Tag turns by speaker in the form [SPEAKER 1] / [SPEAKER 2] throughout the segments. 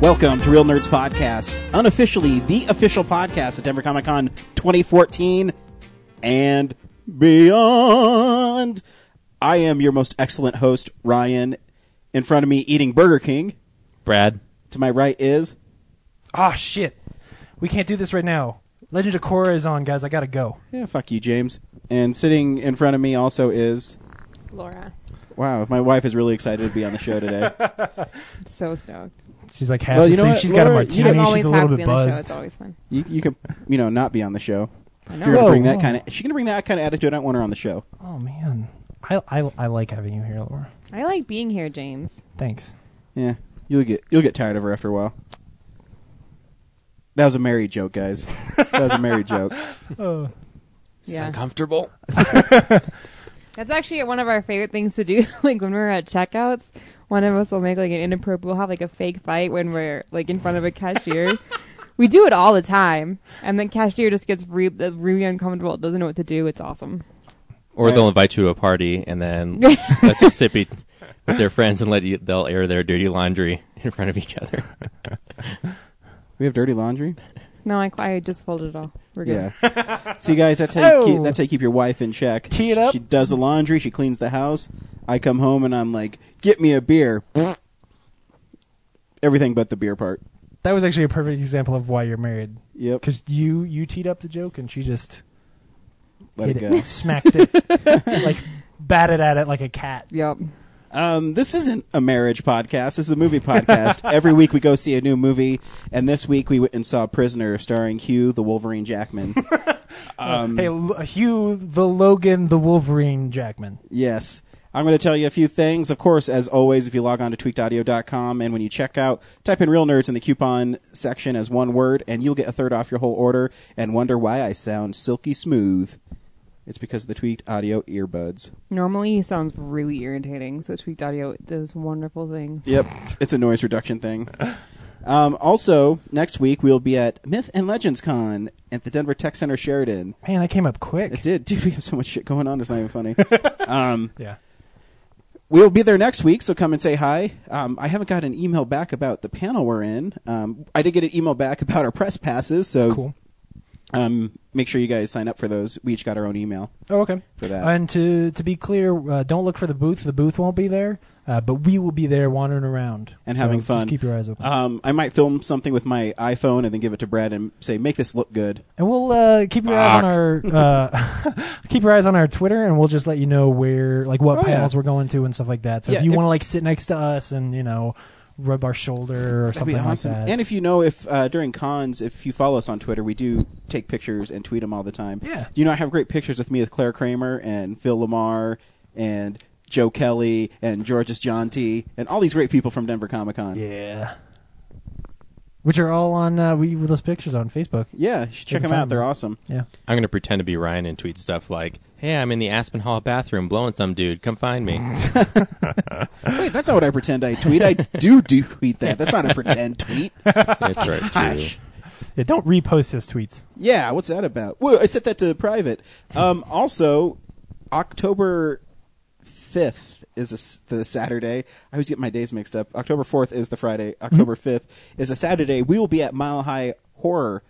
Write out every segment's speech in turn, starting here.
[SPEAKER 1] Welcome to Real Nerds Podcast, unofficially the official podcast at Denver Comic Con 2014 and beyond. I am your most excellent host, Ryan. In front of me, eating Burger King.
[SPEAKER 2] Brad.
[SPEAKER 1] To my right is
[SPEAKER 3] Ah, shit. We can't do this right now. Legend of Korra is on, guys. I gotta go.
[SPEAKER 1] yeah, fuck you, James. And sitting in front of me also is
[SPEAKER 4] Laura.
[SPEAKER 1] wow. My wife is really excited to be on the show today.
[SPEAKER 4] So stoked.
[SPEAKER 3] She's like half
[SPEAKER 1] Well, you know
[SPEAKER 3] asleep.
[SPEAKER 1] what,
[SPEAKER 3] She's got a
[SPEAKER 1] Laura, you
[SPEAKER 3] martini.
[SPEAKER 1] don't-
[SPEAKER 3] She's
[SPEAKER 4] always
[SPEAKER 3] a little
[SPEAKER 4] happy
[SPEAKER 3] bit
[SPEAKER 4] to be on the show.
[SPEAKER 3] buzzed.
[SPEAKER 4] It's always fun.
[SPEAKER 1] you, you can you know not be on the show.
[SPEAKER 4] I
[SPEAKER 1] If you're gonna
[SPEAKER 3] Whoa,
[SPEAKER 1] bring that
[SPEAKER 3] whoa.
[SPEAKER 1] kind of, she's gonna bring that kind of attitude. I don't want her on the show.
[SPEAKER 3] Oh man, I, I I like having you here, Laura.
[SPEAKER 4] I like being here, James.
[SPEAKER 3] Thanks.
[SPEAKER 1] Yeah, you'll get you'll get tired of her after a while. That was a married joke, guys. That was a married joke.
[SPEAKER 4] Yeah.
[SPEAKER 2] uncomfortable.
[SPEAKER 4] That's actually one of our favorite things to do. like when we're at checkouts, one of us will make like an inappropriate. We'll have like a fake fight when we're like in front of a cashier. we do it all the time, and then cashier just gets re- uh, really uncomfortable. Doesn't know what to do. It's awesome.
[SPEAKER 2] Or they'll invite you to a party and then let you sippy with their friends and let you they'll air their dirty laundry in front of each other.
[SPEAKER 1] We have dirty laundry.
[SPEAKER 4] No, I, I just folded it all. We're good.
[SPEAKER 1] Yeah. See, guys, that's how you keep,
[SPEAKER 3] Oh.
[SPEAKER 1] that's how you keep your wife in check.
[SPEAKER 3] Tee it up.
[SPEAKER 1] She does the laundry. She cleans the house. I come home and I'm like, "Get me a beer." Everything but the beer part.
[SPEAKER 3] That was actually a perfect example of why you're married.
[SPEAKER 1] Yep.
[SPEAKER 3] Because you you teed up the joke and she just
[SPEAKER 1] Let it
[SPEAKER 3] hit
[SPEAKER 1] go.
[SPEAKER 3] smacked it, like batted at it like a cat.
[SPEAKER 4] Yep.
[SPEAKER 1] Um, this isn't a marriage podcast. This is a movie podcast. Every week we go see a new movie, and this week we went and saw Prisoner, starring Hugh the Wolverine Jackman. Um,
[SPEAKER 3] hey, L- Hugh the Logan the Wolverine Jackman.
[SPEAKER 1] Yes. I'm going to tell you a few things. Of course, as always, if you log on to tweakedaudio.com and when you check out, type in real nerds in the coupon section as one word and you'll get a third off your whole order and wonder why I sound silky smooth. It's because of the tweaked audio earbuds.
[SPEAKER 4] Normally he sounds really irritating, so Tweaked Audio does wonderful things.
[SPEAKER 1] Yep. it's a noise reduction thing. Um, also, next week we'll be at Myth and Legends Con at the Denver Tech Center Sheridan.
[SPEAKER 3] Man, that came up quick.
[SPEAKER 1] It did. Dude, we have so much shit going on. It's not even funny. um,
[SPEAKER 3] Yeah.
[SPEAKER 1] We'll be there next week, so come and say hi. Um, I haven't got an email back about the panel we're in. Um, I did get an email back about our press passes, so
[SPEAKER 3] Cool.
[SPEAKER 1] um, make sure you guys sign up for those. We each got our own email
[SPEAKER 3] Oh, okay.
[SPEAKER 1] for that.
[SPEAKER 3] And to to be clear, uh, don't look for the booth. The booth won't be there, uh, but we will be there wandering around
[SPEAKER 1] And
[SPEAKER 3] So
[SPEAKER 1] having
[SPEAKER 3] just
[SPEAKER 1] fun.
[SPEAKER 3] keep your eyes open,
[SPEAKER 1] um, I might film something with my iPhone and then give it to Brad and say, "Make this look good."
[SPEAKER 3] and we'll uh, keep your eyes on our uh, keep your eyes on our Twitter, and we'll just let you know where like what
[SPEAKER 1] Oh, yeah.
[SPEAKER 3] panels we're going to and stuff like that. So
[SPEAKER 1] Yeah,
[SPEAKER 3] if you
[SPEAKER 1] if-
[SPEAKER 3] want to like sit next to us and you know rub our shoulder or
[SPEAKER 1] That'd
[SPEAKER 3] something
[SPEAKER 1] be awesome.
[SPEAKER 3] like that,
[SPEAKER 1] And if you know, if uh, during cons, if you follow us on Twitter, we do take pictures and tweet them all the time.
[SPEAKER 3] Yeah.
[SPEAKER 1] You know, I have great pictures with me with Claire Kramer and Phil Lamar and Joe Kelly and Georges John T and all these great people from Denver Comic Con.
[SPEAKER 3] yeah, which are all on uh, we with those pictures on Facebook.
[SPEAKER 1] Yeah, you should check
[SPEAKER 3] They're
[SPEAKER 1] them out.
[SPEAKER 3] fun.
[SPEAKER 1] They're awesome.
[SPEAKER 3] Yeah,
[SPEAKER 2] I'm gonna pretend to be Ryan and tweet stuff like, Hey, I'm in the Aspen Hall bathroom blowing some dude, come find me.
[SPEAKER 1] Wait, that's not what I pretend I tweet. I do do tweet that. That's not a pretend tweet.
[SPEAKER 2] That's right too.
[SPEAKER 1] Gosh.
[SPEAKER 3] yeah. Don't repost his tweets.
[SPEAKER 1] Yeah, what's that about? Whoa, I set that to private. Um, also, October 5th is a s the Saturday. I always get my days mixed up. October 4th is the Friday. October 5th is a Saturday. We will be at Mile High Horror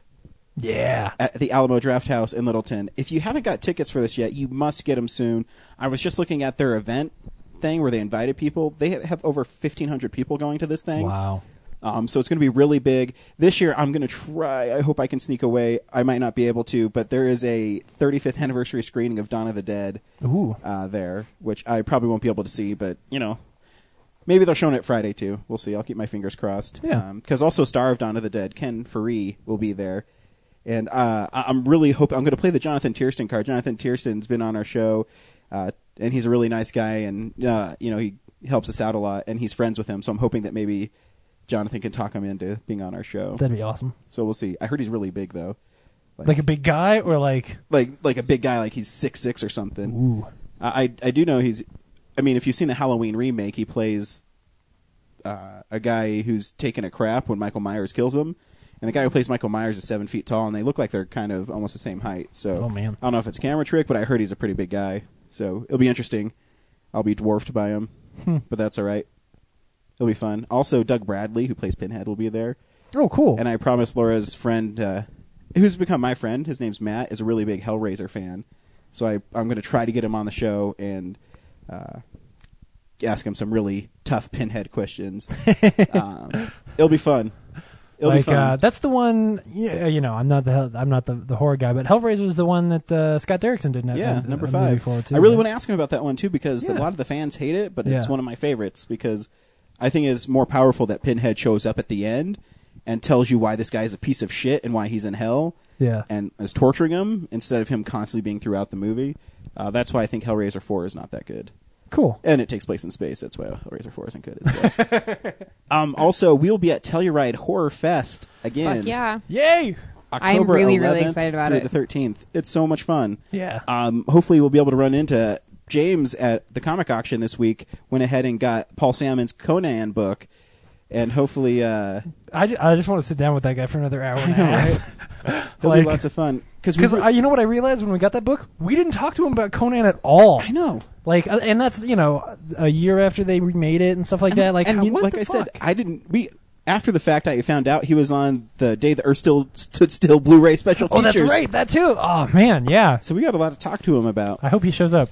[SPEAKER 3] Yeah,
[SPEAKER 1] at the Alamo Draft House in Littleton. If you haven't got tickets for this yet, you must get them soon. I was just looking at their event thing where they invited people. They ha- have over 1,500 people going to this thing.
[SPEAKER 3] wow.
[SPEAKER 1] Um, so it's going to be really big this year. I'm going to try. I hope I can sneak away. I might not be able to, but there is a 35th anniversary screening of Dawn of the Dead
[SPEAKER 3] Ooh.
[SPEAKER 1] uh, there, which I probably won't be able to see. But you know, maybe they'll show it Friday too. We'll see. I'll keep my fingers crossed.
[SPEAKER 3] Yeah.
[SPEAKER 1] Because also Star of Dawn of the Dead, Ken Faree will be there, and uh, I- I'm really hoping I'm going to play the Jonathan Tiersten card. Jonathan Tiersten's been on our show, uh, and he's a really nice guy, and uh, you know he helps us out a lot, and he's friends with him. So I'm hoping that maybe Jonathan can talk him into being on our show.
[SPEAKER 3] That'd be awesome.
[SPEAKER 1] so we'll see. I heard he's really big though.
[SPEAKER 3] Like a big guy or like
[SPEAKER 1] like like a big guy, like he's six six or something.
[SPEAKER 3] ooh.
[SPEAKER 1] I I I do know he's. I mean, if you've seen the Halloween remake, he plays uh, a guy who's taking a crap when Michael Myers kills him, and the guy who plays Michael Myers is seven feet tall, and they look like they're kind of almost the same height. So
[SPEAKER 3] Oh, man.
[SPEAKER 1] I don't know if it's a camera trick, but I heard he's a pretty big
[SPEAKER 3] Hmm.
[SPEAKER 1] guy, so it'll be interesting. I'll be dwarfed by him, but that's all right. It'll be fun. Also, Doug Bradley, who plays Pinhead, will be there.
[SPEAKER 3] Oh, cool.
[SPEAKER 1] And I promised Laura's friend, uh, who's become my friend, his name's Matt, is a really big Hellraiser fan. So I, I'm going to try to get him on the show and uh, ask him some really tough pinhead questions. um, it'll be fun. It'll be
[SPEAKER 3] like
[SPEAKER 1] fun.
[SPEAKER 3] uh, that's the one. Yeah, you know, I'm not the hell- I'm not the, the horror guy, but Hellraiser was the one that uh, Scott Derrickson did.
[SPEAKER 1] yeah, number
[SPEAKER 3] Movie
[SPEAKER 1] five.
[SPEAKER 3] for, too,
[SPEAKER 1] I really
[SPEAKER 3] right?
[SPEAKER 1] want to ask him about that one too because
[SPEAKER 3] Yeah.
[SPEAKER 1] a lot of the fans hate it, but it's
[SPEAKER 3] Yeah.
[SPEAKER 1] one of my favorites because I think it's more powerful that Pinhead shows up at the end and tells you why this guy is a piece of shit and why he's in hell.
[SPEAKER 3] Yeah.
[SPEAKER 1] and is torturing him instead of him constantly being throughout the movie. Uh, that's why I think Hellraiser Four is not that good,
[SPEAKER 3] Cool.
[SPEAKER 1] and it takes place in space. That's why Hellraiser Four isn't good. As well. um, also, we'll be at Telluride Horror Fest again.
[SPEAKER 4] Fuck yeah.
[SPEAKER 3] Yay!
[SPEAKER 4] I'm
[SPEAKER 1] October
[SPEAKER 4] really,
[SPEAKER 1] 11th
[SPEAKER 4] really excited about
[SPEAKER 1] through
[SPEAKER 4] it.
[SPEAKER 1] The thirteenth. It's so much fun.
[SPEAKER 3] Yeah.
[SPEAKER 1] Um, hopefully, we'll be able to run into James at the comic auction this week. Went ahead and got Paul Salmon's Conan book, and hopefully, uh,
[SPEAKER 3] I, ju- I just want to sit down with that guy for another hour and a half.
[SPEAKER 1] it'll
[SPEAKER 3] Like-
[SPEAKER 1] be lots of fun. Because
[SPEAKER 3] Because you know what I realized when we got that book, we didn't talk to him about Conan at all.
[SPEAKER 1] I know.
[SPEAKER 3] Like, uh, and that's you know a year after they remade it and stuff like that. Like,
[SPEAKER 1] and
[SPEAKER 3] how,
[SPEAKER 1] you-
[SPEAKER 3] what
[SPEAKER 1] like
[SPEAKER 3] the
[SPEAKER 1] I said,
[SPEAKER 3] fuck?
[SPEAKER 1] I didn't. We after the fact, I found out he was on the day that Earth still stood still Blu-ray special
[SPEAKER 3] oh,
[SPEAKER 1] features.
[SPEAKER 3] that's right, that too. Oh man, yeah.
[SPEAKER 1] So we got a lot to talk to him about.
[SPEAKER 3] I hope he shows up.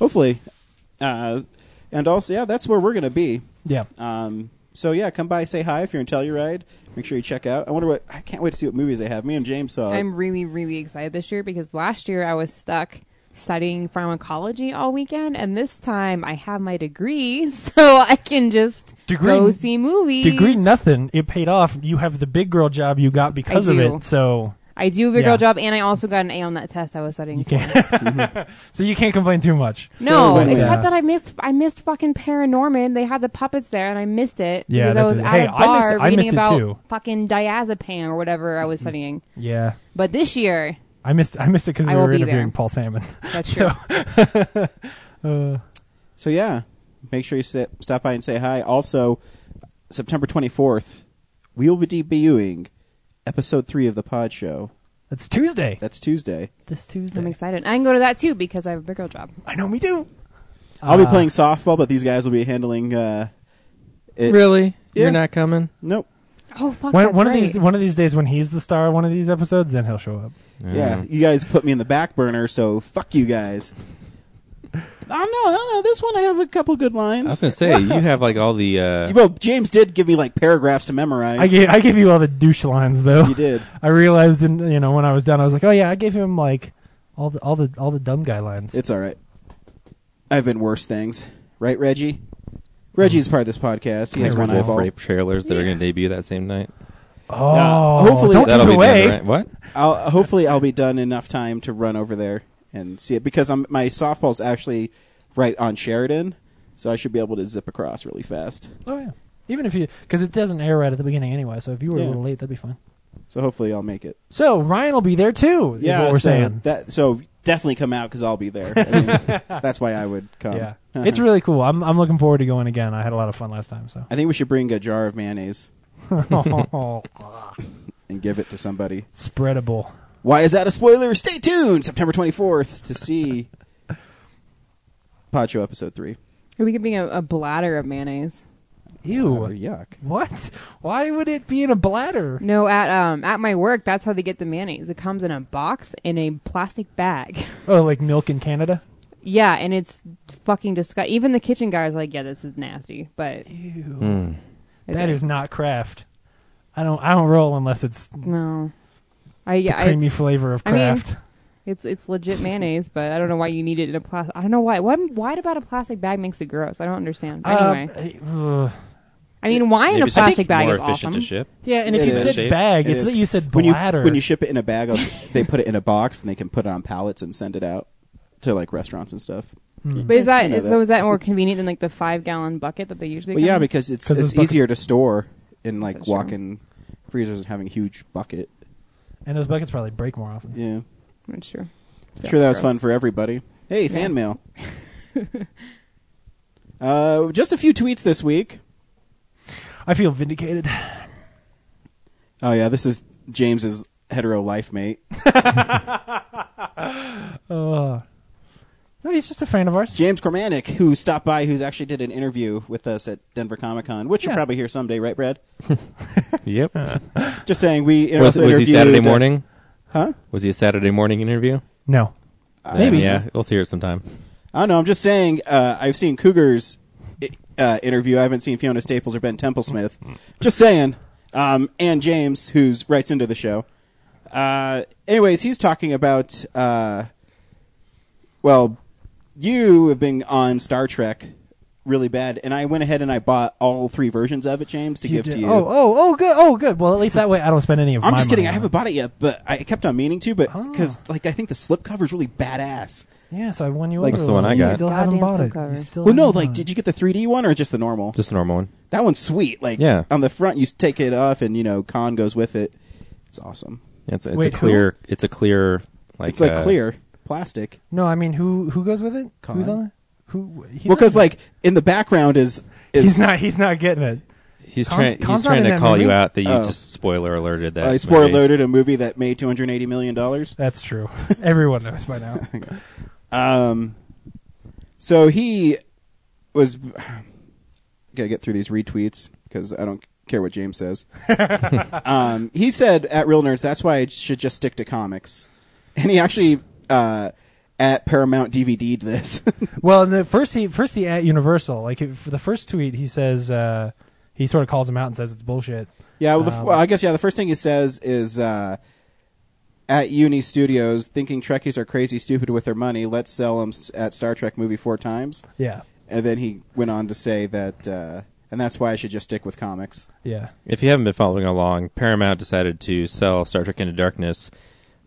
[SPEAKER 1] Hopefully, uh, and also, yeah, that's where we're gonna be.
[SPEAKER 3] Yeah.
[SPEAKER 1] Um, so yeah, come by, say hi if you're in Telluride. Make sure you check out. I wonder what. I can't wait to see what movies they have. Me and James saw.
[SPEAKER 3] Uh,
[SPEAKER 4] I'm really, really excited this year because last year I was stuck studying pharmacology all weekend, and this time I have my degree, so I can just
[SPEAKER 3] Degree-
[SPEAKER 4] go see movies.
[SPEAKER 3] Degree nothing. It paid off. You have the big girl job you got because of
[SPEAKER 4] do.
[SPEAKER 3] it. So
[SPEAKER 4] I do a big girl
[SPEAKER 3] Yeah.
[SPEAKER 4] job, and I also got an A on that test I was studying.
[SPEAKER 3] you can't. so you can't complain too much.
[SPEAKER 4] No,
[SPEAKER 1] So,
[SPEAKER 4] except
[SPEAKER 3] yeah.
[SPEAKER 4] that I missed I missed fucking Paranorman. They had the puppets there, and I missed it
[SPEAKER 3] Yeah,
[SPEAKER 4] because I
[SPEAKER 3] that
[SPEAKER 4] was
[SPEAKER 3] did-
[SPEAKER 4] at
[SPEAKER 3] hey,
[SPEAKER 4] a
[SPEAKER 3] I
[SPEAKER 4] bar
[SPEAKER 3] missed it- I
[SPEAKER 4] reading
[SPEAKER 3] missed it
[SPEAKER 4] about
[SPEAKER 3] too. Mm-hmm.
[SPEAKER 4] fucking diazepam or whatever I was studying.
[SPEAKER 3] Yeah.
[SPEAKER 4] But this year,
[SPEAKER 3] I missed. I missed it because
[SPEAKER 4] I
[SPEAKER 3] we
[SPEAKER 4] will
[SPEAKER 3] were
[SPEAKER 4] be there.
[SPEAKER 3] interviewing Paul Salmon.
[SPEAKER 4] that's true.
[SPEAKER 3] So-
[SPEAKER 1] so yeah, make sure you sit, stop by and say hi. Also, September 24th, we will be debuting episode three of the Pod Show.
[SPEAKER 3] That's Tuesday.
[SPEAKER 1] That's Tuesday.
[SPEAKER 3] This Tuesday.
[SPEAKER 4] I'm excited. I can go to that too because I have a big girl job.
[SPEAKER 3] I know. Me too.
[SPEAKER 1] I'll
[SPEAKER 3] Uh,
[SPEAKER 1] be playing softball, but these guys will be handling. Uh, it.
[SPEAKER 2] really?
[SPEAKER 1] Yeah.
[SPEAKER 2] You're not coming?
[SPEAKER 1] Nope.
[SPEAKER 4] Oh fuck!
[SPEAKER 3] One,
[SPEAKER 4] that's
[SPEAKER 3] one of
[SPEAKER 4] right.
[SPEAKER 3] these. One of these days, when he's the star of one of these episodes, then he'll show up.
[SPEAKER 1] Yeah, you guys put me in the back burner, so fuck you guys. I don't know. I don't know. This one I have a couple good
[SPEAKER 2] I was
[SPEAKER 1] lines.
[SPEAKER 2] gonna say you have like all the uh,
[SPEAKER 1] Well, James did give me like paragraphs to memorize.
[SPEAKER 3] I gave, I gave you all the douche lines though.
[SPEAKER 1] You did.
[SPEAKER 3] I realized, in, you know, when I was done, I was like, oh yeah, I gave him like all the all the all the dumb guy lines.
[SPEAKER 1] It's all right. I've been worse things, right, Reggie? Reggie's part of this podcast. He has one
[SPEAKER 2] Wolf
[SPEAKER 1] eyeball.
[SPEAKER 2] Rape trailers that are gonna debut that same night.
[SPEAKER 3] oh,
[SPEAKER 1] Yeah, hopefully-
[SPEAKER 3] don't
[SPEAKER 2] That'll
[SPEAKER 3] give
[SPEAKER 2] be
[SPEAKER 3] it
[SPEAKER 2] done,
[SPEAKER 3] away.
[SPEAKER 2] right? What?
[SPEAKER 1] I'll, hopefully, I'll be done enough time to run over there and see it because I'm, my softball's actually right on Sheridan, so I should be able to zip across really fast.
[SPEAKER 3] Oh yeah, even if you because it doesn't air right at the beginning anyway. So if you were
[SPEAKER 1] Yeah.
[SPEAKER 3] a little late, that'd be fine.
[SPEAKER 1] So hopefully, I'll make it.
[SPEAKER 3] So Ryan will be there too. Is
[SPEAKER 1] yeah,
[SPEAKER 3] what we're
[SPEAKER 1] so
[SPEAKER 3] saying.
[SPEAKER 1] That, so definitely come out because I'll be there. I mean, that's why I would come. Uh-huh.
[SPEAKER 3] yeah, it's really cool. I'm I'm looking forward to going again. I had a lot of fun last time. So
[SPEAKER 1] I think we should bring a jar of mayonnaise
[SPEAKER 3] spreadable.
[SPEAKER 1] and give it to somebody.
[SPEAKER 3] It's
[SPEAKER 1] Why is that a spoiler? Stay tuned September 24th to see Pacho episode 3.
[SPEAKER 4] Are we giving a, a bladder of mayonnaise?
[SPEAKER 1] Oh,
[SPEAKER 3] Ew.
[SPEAKER 1] yuck.
[SPEAKER 3] What? Why would it be in a bladder?
[SPEAKER 4] No, at um at my work, that's how they get the mayonnaise. It comes in a box in a plastic bag.
[SPEAKER 3] Oh, like milk in Canada?
[SPEAKER 4] yeah, and it's fucking disgusting. Even the kitchen guy is like, "Yeah, this is nasty," but
[SPEAKER 3] Ew.
[SPEAKER 2] Hmm.
[SPEAKER 4] it-
[SPEAKER 1] Mm.
[SPEAKER 3] That is not craft. I don't I don't roll unless it's
[SPEAKER 4] no. I yeah, I-
[SPEAKER 3] creamy
[SPEAKER 4] it's,
[SPEAKER 3] flavor of
[SPEAKER 4] I mean-
[SPEAKER 3] craft.
[SPEAKER 4] it's it's legit mayonnaise, but I don't know why you need it in a plastic. I don't know why. What why about a plastic bag makes it gross? I don't understand. Anyway,
[SPEAKER 3] Uh, ugh.
[SPEAKER 4] I mean, wine in a
[SPEAKER 2] Maybe it's just
[SPEAKER 4] plastic bag
[SPEAKER 2] more
[SPEAKER 4] is
[SPEAKER 2] efficient
[SPEAKER 4] awesome.
[SPEAKER 2] to ship.
[SPEAKER 3] yeah, and if
[SPEAKER 1] It
[SPEAKER 3] you
[SPEAKER 1] is.
[SPEAKER 3] said
[SPEAKER 2] Shape.
[SPEAKER 3] bag,
[SPEAKER 1] It
[SPEAKER 3] it's
[SPEAKER 1] is.
[SPEAKER 3] that you said
[SPEAKER 1] When you,
[SPEAKER 3] bladder.
[SPEAKER 1] when you ship it in a bag, I'll- they put it in a box and they can put it on pallets and send it out to like restaurants and stuff.
[SPEAKER 4] But is that
[SPEAKER 1] know
[SPEAKER 4] is,
[SPEAKER 1] that.
[SPEAKER 4] so is that more convenient than like the five gallon bucket that they usually?
[SPEAKER 1] Well, yeah,
[SPEAKER 4] come in?
[SPEAKER 1] because it's
[SPEAKER 3] 'Cause
[SPEAKER 1] it's
[SPEAKER 3] those buckets-
[SPEAKER 1] easier to store in like
[SPEAKER 4] That's true.
[SPEAKER 1] walk-in freezers and having a huge bucket.
[SPEAKER 3] and those buckets probably break more often.
[SPEAKER 1] Yeah.
[SPEAKER 4] that's true.
[SPEAKER 1] sure, that was
[SPEAKER 4] gross.
[SPEAKER 1] fun for everybody. Hey, fan mail. uh, just a few tweets this week.
[SPEAKER 3] I feel vindicated.
[SPEAKER 1] Oh yeah, this is James's hetero life mate.
[SPEAKER 3] Uh, No, he's just a fan of ours.
[SPEAKER 1] James Cormanic, who stopped by, who's actually did an interview with us at Denver Comic Con, which
[SPEAKER 3] Yeah.
[SPEAKER 1] you'll probably hear someday, right, Brad?
[SPEAKER 2] Yep.
[SPEAKER 1] Just saying, we inter-
[SPEAKER 2] was
[SPEAKER 1] also
[SPEAKER 2] was he
[SPEAKER 1] interviewed,
[SPEAKER 2] Saturday
[SPEAKER 1] uh,
[SPEAKER 2] morning?
[SPEAKER 1] huh?
[SPEAKER 2] Was he a Saturday morning interview?
[SPEAKER 3] No.
[SPEAKER 1] Uh,
[SPEAKER 2] Then,
[SPEAKER 3] Uh, Maybe.
[SPEAKER 2] Yeah, we'll see her sometime.
[SPEAKER 1] I don't know. I'm just saying. Uh, I've seen Cougars uh, interview. I haven't seen Fiona Staples or Ben Temple Smith. just saying. Um, and James, who writes into the show. Uh, anyways, he's talking about. Uh, well, you have been on Star Trek really bad, and I went ahead and I bought all three versions of it, James, to give
[SPEAKER 3] did-
[SPEAKER 1] to you.
[SPEAKER 3] Oh, oh, oh, good. Oh, good. Well, at least that way I don't spend any of
[SPEAKER 1] I'm
[SPEAKER 3] my
[SPEAKER 1] just kidding.
[SPEAKER 3] money
[SPEAKER 1] I
[SPEAKER 3] on
[SPEAKER 1] haven't bought it yet, but I kept on meaning to. But because,
[SPEAKER 3] Ah.
[SPEAKER 1] like, I think the slipcover is really badass.
[SPEAKER 3] it. Yeah, so I won you
[SPEAKER 1] Like-
[SPEAKER 3] over.
[SPEAKER 1] That's
[SPEAKER 2] the one I
[SPEAKER 3] You
[SPEAKER 2] got.
[SPEAKER 3] still haven't
[SPEAKER 4] Goddamn
[SPEAKER 3] bought it.
[SPEAKER 4] silk
[SPEAKER 3] You
[SPEAKER 4] covers.
[SPEAKER 3] still
[SPEAKER 1] Well, no,
[SPEAKER 3] haven't
[SPEAKER 1] like,
[SPEAKER 3] bought it.
[SPEAKER 1] did you get the 3D one or just the normal?
[SPEAKER 2] Just a normal one.
[SPEAKER 1] That one's sweet. Like
[SPEAKER 2] Yeah.
[SPEAKER 1] on the front, you take it off, and you know, con goes with it. It's awesome.
[SPEAKER 2] It's, it's
[SPEAKER 3] Wait,
[SPEAKER 2] a
[SPEAKER 3] who?
[SPEAKER 2] clear. It's a clear. Like
[SPEAKER 1] it's like
[SPEAKER 2] uh,
[SPEAKER 1] clear plastic.
[SPEAKER 3] No, I mean, who who goes with it?
[SPEAKER 1] Con.
[SPEAKER 3] Who's on it? Who? he's
[SPEAKER 1] Well,
[SPEAKER 3] not-
[SPEAKER 1] because like in the background is is
[SPEAKER 3] he's not. He's not getting it.
[SPEAKER 2] He's
[SPEAKER 3] Con's-
[SPEAKER 2] trying.
[SPEAKER 3] Con's
[SPEAKER 2] He's
[SPEAKER 3] not
[SPEAKER 2] trying
[SPEAKER 3] in
[SPEAKER 2] to
[SPEAKER 3] that
[SPEAKER 2] call you
[SPEAKER 3] movie?
[SPEAKER 2] out that you
[SPEAKER 1] Oh.
[SPEAKER 2] just spoiler alerted that.
[SPEAKER 1] uh, spoiler
[SPEAKER 2] movie.
[SPEAKER 1] loaded a movie that made 280 million dollars.
[SPEAKER 3] That's true. Everyone knows by now.
[SPEAKER 1] Um, so he was gotta get through these retweets because I don't care what James says. um, he said at Real Nerds, that's why I should just stick to comics, and he actually uh, at Paramount DVD'd this.
[SPEAKER 3] Well, in the first he first he at Universal. Like for the first tweet, he says uh, he sort of calls him out and says it's bullshit.
[SPEAKER 1] Yeah, well, the, f
[SPEAKER 3] Um,
[SPEAKER 1] well, I guess yeah. The first thing he says is uh, at Uni Studios, thinking Trekkies are crazy stupid with their money. Let's sell them at Star Trek movie four times,
[SPEAKER 3] Yeah,
[SPEAKER 1] and then he went on to say that, uh, and that's why I should just stick with comics.
[SPEAKER 3] yeah.
[SPEAKER 2] If you haven't been following along, Paramount decided to sell Star Trek Into Darkness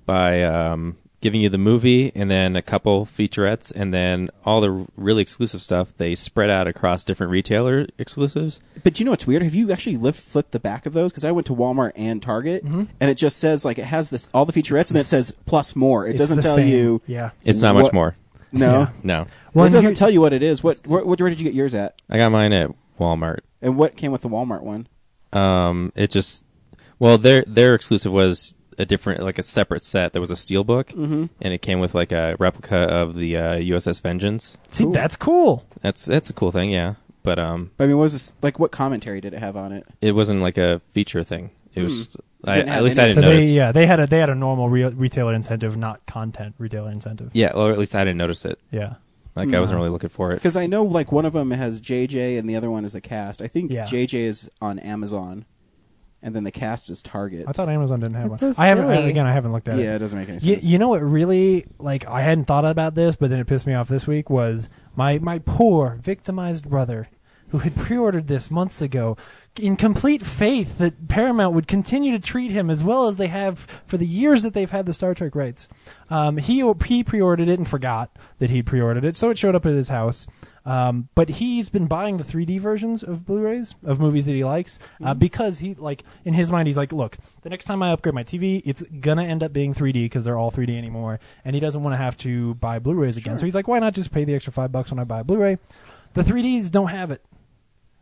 [SPEAKER 2] by um, giving you the movie and then a couple featurettes and then all the really exclusive stuff they spread out across different retailer exclusives.
[SPEAKER 1] But you know what's weird? Have you actually lift, flipped the back of those? Because I went to Walmart and Target,
[SPEAKER 3] Mm-hmm.
[SPEAKER 1] and it just says like it has this all the featurettes, and then it says plus more. It
[SPEAKER 3] It's
[SPEAKER 1] doesn't
[SPEAKER 3] the
[SPEAKER 1] tell
[SPEAKER 3] same.
[SPEAKER 1] you.
[SPEAKER 3] Yeah.
[SPEAKER 2] It's not much
[SPEAKER 1] What-
[SPEAKER 2] more.
[SPEAKER 1] No.
[SPEAKER 3] Yeah.
[SPEAKER 2] No.
[SPEAKER 3] Well,
[SPEAKER 1] it
[SPEAKER 3] and
[SPEAKER 1] doesn't
[SPEAKER 3] here-
[SPEAKER 1] tell you what it is. What where, where did you get yours at?
[SPEAKER 2] I got mine at Walmart.
[SPEAKER 1] And what came with the Walmart one?
[SPEAKER 2] Um, it just well their their exclusive was a different like a separate set that was a steelbook
[SPEAKER 1] Mm-hmm.
[SPEAKER 2] and it came with like a replica of the uh, USS Vengeance.
[SPEAKER 3] See,
[SPEAKER 1] Cool.
[SPEAKER 3] that's cool.
[SPEAKER 2] That's that's a cool thing, yeah. But um
[SPEAKER 1] I mean, what was this, like what commentary did it have on it?
[SPEAKER 2] it wasn't like a feature thing. It was I,
[SPEAKER 1] Hmm. Didn't have
[SPEAKER 2] at least I
[SPEAKER 1] any-
[SPEAKER 2] didn't
[SPEAKER 3] So they
[SPEAKER 2] notice.
[SPEAKER 3] yeah they had a they had a normal re- retailer incentive, not content retailer incentive.
[SPEAKER 2] yeah, or at least I didn't notice it.
[SPEAKER 3] Yeah.
[SPEAKER 2] Like I
[SPEAKER 1] Hmm.
[SPEAKER 2] wasn't really looking for it.
[SPEAKER 1] Because I know like one of them has JJ and the other one is the cast. I think
[SPEAKER 3] Yeah.
[SPEAKER 1] JJ is on Amazon, and then the cast is Target.
[SPEAKER 3] I thought Amazon didn't have
[SPEAKER 4] That's
[SPEAKER 3] one.
[SPEAKER 4] so
[SPEAKER 3] I haven't I,
[SPEAKER 4] silly.
[SPEAKER 3] again. I haven't looked at
[SPEAKER 1] yeah, it
[SPEAKER 3] it.
[SPEAKER 1] doesn't make any
[SPEAKER 3] You,
[SPEAKER 1] sense.
[SPEAKER 3] you know what really like I hadn't thought about this, but then it pissed me off this week was my my poor victimized brother who had pre-ordered this months ago in complete faith that Paramount would continue to treat him as well as they have for the years that they've had the Star Trek rights. Um, he he pre-ordered it and forgot that he pre-ordered it, so it showed up at his house. Um, but he's been buying the 3D versions of Blu-rays of movies that he likes uh, because he like in his mind he's like, look, the next time I upgrade my TV, it's gonna end up being 3D because they're all 3D anymore, and he doesn't want to have to buy Blu-rays again. So he's like, why not just pay the extra five bucks when I buy a Blu-ray? The 3Ds don't have it.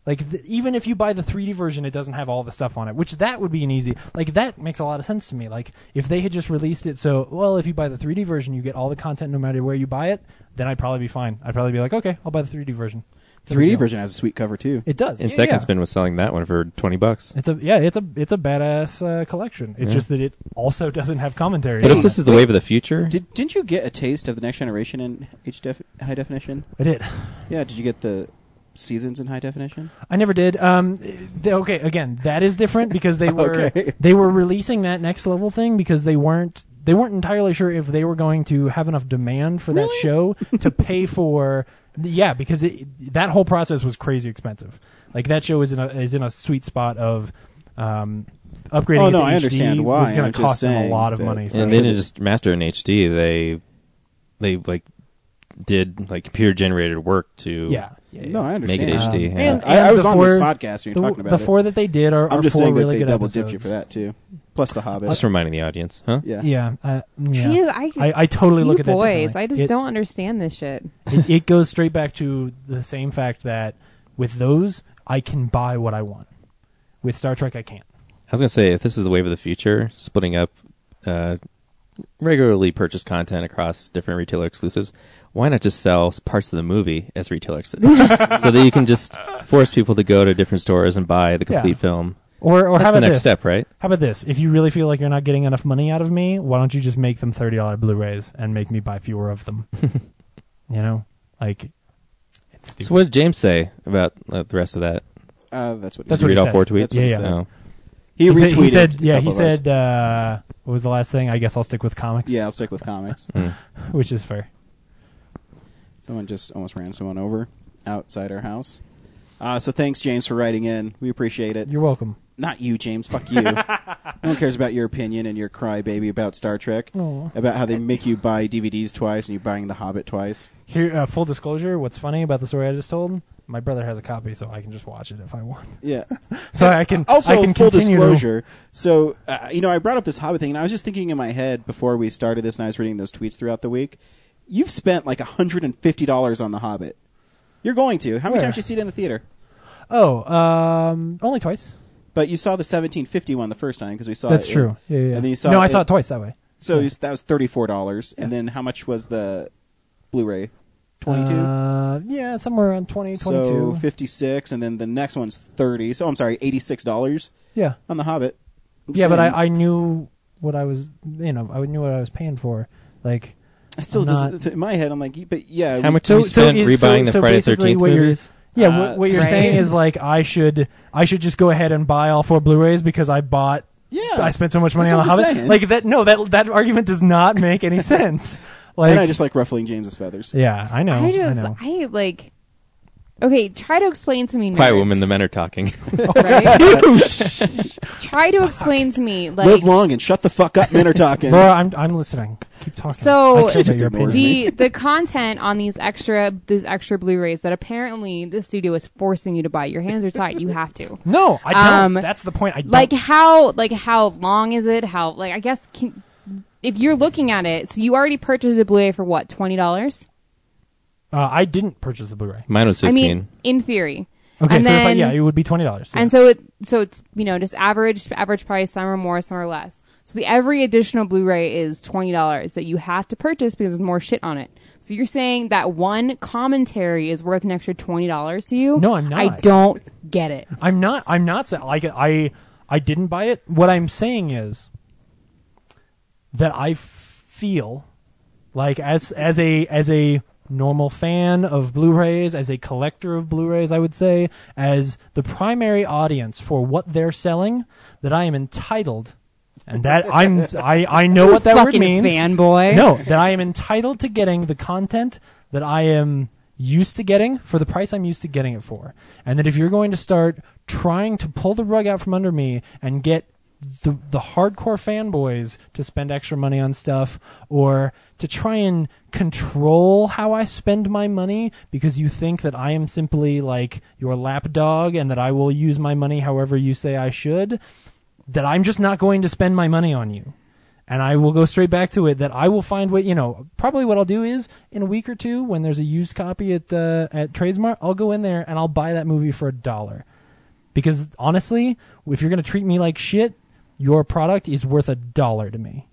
[SPEAKER 3] Like th- even if you buy the 3D version, it doesn't have all the stuff on it, which that would be an easy. Like that makes a lot of sense to me. Like if they had just released it, so well, if you buy the 3D version, you get all the content no matter where you buy it. Then I'd probably be fine. I'd probably be like, okay, I'll buy the 3D version. It's a big
[SPEAKER 1] 3D
[SPEAKER 3] deal.
[SPEAKER 1] version has a sweet cover too.
[SPEAKER 3] It does.
[SPEAKER 2] And
[SPEAKER 3] yeah,
[SPEAKER 2] Second
[SPEAKER 3] yeah.
[SPEAKER 2] Spin was selling that one for twenty bucks.
[SPEAKER 3] It's a yeah. It's a it's a badass uh, collection. It's
[SPEAKER 2] Yeah.
[SPEAKER 3] just that it also doesn't have commentary.
[SPEAKER 2] But
[SPEAKER 3] on
[SPEAKER 2] if this
[SPEAKER 3] it.
[SPEAKER 2] is the wave of the future,
[SPEAKER 1] Did didn't you get a taste of the next generation in H def- high definition?
[SPEAKER 3] I did.
[SPEAKER 1] Yeah, did you get the seasons in high definition?
[SPEAKER 3] I never did. Um, th- okay, again, that is different because they were
[SPEAKER 1] Okay.
[SPEAKER 3] they were releasing that next level thing because they weren't they weren't entirely sure if they were going to have enough demand for that show to pay for. Yeah, because it, that whole process was crazy expensive. Like that show is in a is in a sweet spot of. Um, upgrading
[SPEAKER 1] Oh,
[SPEAKER 3] it
[SPEAKER 1] no,
[SPEAKER 3] to
[SPEAKER 1] I
[SPEAKER 3] HD
[SPEAKER 1] understand why.
[SPEAKER 3] was going
[SPEAKER 1] I'm
[SPEAKER 3] to
[SPEAKER 1] just
[SPEAKER 3] cost them a
[SPEAKER 1] saying
[SPEAKER 3] lot of
[SPEAKER 1] that-
[SPEAKER 3] money. So
[SPEAKER 2] and they didn't just master in HD. They they like did like computer generated work to
[SPEAKER 3] yeah, yeah, yeah.
[SPEAKER 1] No, I
[SPEAKER 2] Make
[SPEAKER 1] understand.
[SPEAKER 2] it
[SPEAKER 3] Um,
[SPEAKER 2] HD. yeah.
[SPEAKER 3] and-
[SPEAKER 1] I, I
[SPEAKER 3] and
[SPEAKER 1] was
[SPEAKER 3] the
[SPEAKER 1] on
[SPEAKER 3] four-
[SPEAKER 1] this podcast when
[SPEAKER 3] the,
[SPEAKER 1] you were talking about
[SPEAKER 3] the
[SPEAKER 1] it.
[SPEAKER 3] four that they did are,
[SPEAKER 1] I'm
[SPEAKER 3] are
[SPEAKER 1] just
[SPEAKER 3] four
[SPEAKER 1] saying that
[SPEAKER 3] really
[SPEAKER 1] they
[SPEAKER 3] good
[SPEAKER 1] double
[SPEAKER 3] episodes.
[SPEAKER 1] dipped you for that too. Plus the Hobbit.
[SPEAKER 2] Just reminding the audience, huh?
[SPEAKER 1] yeah.
[SPEAKER 3] Yeah, uh, yeah.
[SPEAKER 4] Jeez, I,
[SPEAKER 3] I, I totally
[SPEAKER 4] you
[SPEAKER 3] look at that.
[SPEAKER 4] boys,
[SPEAKER 3] differently.
[SPEAKER 4] I just
[SPEAKER 3] It-
[SPEAKER 4] don't understand this shit.
[SPEAKER 3] it, it goes straight back to the same fact that with those I can buy what I want. With Star Trek, I can't.
[SPEAKER 2] I was gonna say if this is the wave of the future, splitting up uh, regularly purchased content across different retailer exclusives, why not just sell s- parts of the movie as retail exit, so that you can just force people to go to different stores and buy the complete
[SPEAKER 3] Yeah.
[SPEAKER 2] film.
[SPEAKER 3] Or, or
[SPEAKER 2] That's
[SPEAKER 3] how
[SPEAKER 2] the
[SPEAKER 3] about
[SPEAKER 2] next
[SPEAKER 3] this?
[SPEAKER 2] step, right?
[SPEAKER 3] How about this? If you really feel like you're not getting enough money out of me, why don't you just make them thirty dollar Blu-rays and make me buy fewer of them? you know, like it's stupid.
[SPEAKER 2] So what did James say about uh, the rest of that?
[SPEAKER 1] Uh, that's what he said.
[SPEAKER 2] Did you
[SPEAKER 3] That's what
[SPEAKER 2] read
[SPEAKER 3] he
[SPEAKER 2] all
[SPEAKER 3] said.
[SPEAKER 2] four tweets?
[SPEAKER 1] That's what
[SPEAKER 3] he Yeah, said. yeah.
[SPEAKER 2] Oh.
[SPEAKER 1] He,
[SPEAKER 3] said-
[SPEAKER 1] retweeted.
[SPEAKER 3] He said,
[SPEAKER 1] a
[SPEAKER 3] yeah,
[SPEAKER 1] couple
[SPEAKER 3] he
[SPEAKER 1] of ours.
[SPEAKER 3] said. Uh, what was the last thing? I guess I'll stick with comics.
[SPEAKER 1] Yeah, I'll stick with comics.
[SPEAKER 2] Mm.
[SPEAKER 3] which is fair.
[SPEAKER 1] Someone just almost ran someone over outside our house. Uh, so thanks, James, for writing in. We appreciate it.
[SPEAKER 3] You're welcome.
[SPEAKER 1] Not you, James. Fuck you. no one cares about your opinion and your crybaby about Star Trek.
[SPEAKER 3] Aw.
[SPEAKER 1] About how they make you buy DVDs twice and you're buying The Hobbit twice.
[SPEAKER 3] Here, uh, full disclosure: what's funny about the story I just told? My brother has a copy, so I can just watch it if I want.
[SPEAKER 1] Yeah. Uh,
[SPEAKER 3] So I can
[SPEAKER 1] also
[SPEAKER 3] I can
[SPEAKER 1] full
[SPEAKER 3] continue-
[SPEAKER 1] disclosure. So uh, you know, I brought up this Hobbit thing, and I was just thinking in my head before we started this, and I was reading those tweets throughout the week. You've spent like hundred and fifty dollars on the Hobbit. You're going to. How many
[SPEAKER 3] Where?
[SPEAKER 1] times you see it in the theater?
[SPEAKER 3] Oh, um, only twice.
[SPEAKER 1] But you saw the seventeen fifty one the first time because we saw.
[SPEAKER 3] That's
[SPEAKER 1] it in-
[SPEAKER 3] true. Yeah, yeah.
[SPEAKER 1] And then you saw
[SPEAKER 3] no, I
[SPEAKER 1] it-
[SPEAKER 3] saw it twice that way.
[SPEAKER 1] So
[SPEAKER 3] Yeah.
[SPEAKER 1] you s- that was thirty four dollars, and
[SPEAKER 3] Yeah.
[SPEAKER 1] then how much was the Blu-ray? Twenty two.
[SPEAKER 3] Uh, yeah, somewhere around 20, 22.
[SPEAKER 1] so fifty six, and then the next one's thirty. So I'm sorry, eighty six dollars
[SPEAKER 3] yeah.
[SPEAKER 1] on the Hobbit. I'm
[SPEAKER 3] Yeah, but
[SPEAKER 1] saying-
[SPEAKER 3] I, I knew what I was, you know, I knew what I was paying for. Like,
[SPEAKER 1] I still
[SPEAKER 3] I'm
[SPEAKER 1] just
[SPEAKER 3] not-
[SPEAKER 1] in my head I'm like, y- but yeah,
[SPEAKER 2] How
[SPEAKER 1] we-
[SPEAKER 2] much did we
[SPEAKER 3] So- so
[SPEAKER 2] spend
[SPEAKER 3] is-
[SPEAKER 2] rebuying
[SPEAKER 3] so-
[SPEAKER 2] the
[SPEAKER 3] so
[SPEAKER 2] Friday the
[SPEAKER 3] basically
[SPEAKER 2] Thirteenth
[SPEAKER 3] what you're-
[SPEAKER 2] movies?
[SPEAKER 3] yeah,
[SPEAKER 1] Uh,
[SPEAKER 3] what, what you're
[SPEAKER 4] Right.
[SPEAKER 3] saying is like I should, I should just go ahead and buy all four Blu-rays because I bought,
[SPEAKER 1] Yeah.
[SPEAKER 3] I spent so much money
[SPEAKER 1] That's
[SPEAKER 3] on
[SPEAKER 1] what
[SPEAKER 3] the
[SPEAKER 1] I'm
[SPEAKER 3] Hobbit.
[SPEAKER 1] saying.
[SPEAKER 3] Like that, no, that that argument does not make any sense. Like,
[SPEAKER 1] and I just like ruffling James's feathers.
[SPEAKER 3] yeah, I know,
[SPEAKER 4] I just,
[SPEAKER 3] know.
[SPEAKER 4] I, like. Okay, try to explain to me.
[SPEAKER 2] Quiet
[SPEAKER 4] nerds,
[SPEAKER 2] woman, the men are talking.
[SPEAKER 4] Right?
[SPEAKER 3] Oh,
[SPEAKER 4] try to explain to me, like,
[SPEAKER 1] Live long and shut the fuck up. Men are talking.
[SPEAKER 3] Laura, I'm I'm listening. Keep talking.
[SPEAKER 4] So-
[SPEAKER 3] I care about
[SPEAKER 1] Just
[SPEAKER 3] your
[SPEAKER 1] ignore
[SPEAKER 3] opinion.
[SPEAKER 1] me.
[SPEAKER 4] the the content on these extra these extra Blu-rays that apparently the studio is forcing you to buy. Your hands are tied. You have to.
[SPEAKER 3] No, I don't.
[SPEAKER 4] Um,
[SPEAKER 3] That's the point. I don't.
[SPEAKER 4] Like how like how long is it? How like I guess can, if you're looking at it, so you already purchased a Blu-ray for what twenty dollars?
[SPEAKER 3] uh, I didn't purchase the Blu-ray.
[SPEAKER 2] Mine was
[SPEAKER 4] I
[SPEAKER 2] fifteen.
[SPEAKER 4] mean, in theory.
[SPEAKER 3] Okay,
[SPEAKER 4] and
[SPEAKER 3] so if I,
[SPEAKER 4] then-
[SPEAKER 3] yeah, it would be twenty dollars.
[SPEAKER 4] And so it so it's you know just average average price. Some are more, some are less. So the every additional Blu-ray is twenty dollars that you have to purchase because there's more shit on it. So you're saying that one commentary is worth an extra twenty dollars to you?
[SPEAKER 3] No, I'm not.
[SPEAKER 4] I don't get it.
[SPEAKER 3] I'm not. I'm not saying like I. I didn't buy it. What I'm saying is that I feel like as as a as a normal fan of Blu-rays, as a collector of Blu-rays, I would say as the primary audience for what they're selling, that I am entitled, and that I'm I I know what that word
[SPEAKER 4] Fucking
[SPEAKER 3] means.
[SPEAKER 4] fanboy.
[SPEAKER 3] No, that I am entitled to getting the content that I am used to getting for the price I'm used to getting it for. And that if you're going to start trying to pull the rug out from under me and get the, the hardcore fanboys to spend extra money on stuff or to try and control how I spend my money because you think that I am simply like your lapdog and that I will use my money however you say I should, that I'm just not going to spend my money on you. And I will go straight back to it that I will find what, you know, probably what I'll do is in a week or two when there's a used copy at, uh, at Tradesmart, I'll go in there and I'll buy that movie for a dollar. Because honestly, if you're going to treat me like shit, your product is worth a dollar to me.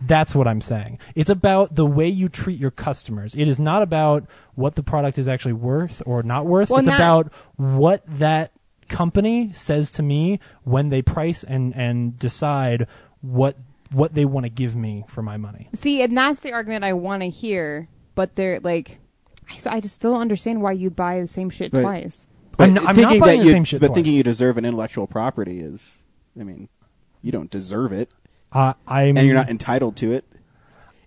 [SPEAKER 3] That's what I'm saying. It's about the way you treat your customers. It is not about what the product is actually worth or not worth.
[SPEAKER 4] Well,
[SPEAKER 3] it's
[SPEAKER 4] not-
[SPEAKER 3] about what that company says to me when they price and and decide what what they want to give me for my money.
[SPEAKER 4] See, and that's the argument I want to hear, but they're like, I, so I just don't understand why you buy the same shit
[SPEAKER 1] Right.
[SPEAKER 4] twice.
[SPEAKER 1] But
[SPEAKER 3] I'm not- I'm not
[SPEAKER 1] thinking
[SPEAKER 3] buying
[SPEAKER 1] that
[SPEAKER 3] the
[SPEAKER 1] you,
[SPEAKER 3] same shit
[SPEAKER 1] But
[SPEAKER 3] twice.
[SPEAKER 1] thinking you deserve an intellectual property is, I mean, you don't deserve it,
[SPEAKER 3] Uh, I'm
[SPEAKER 1] and you're not entitled to it.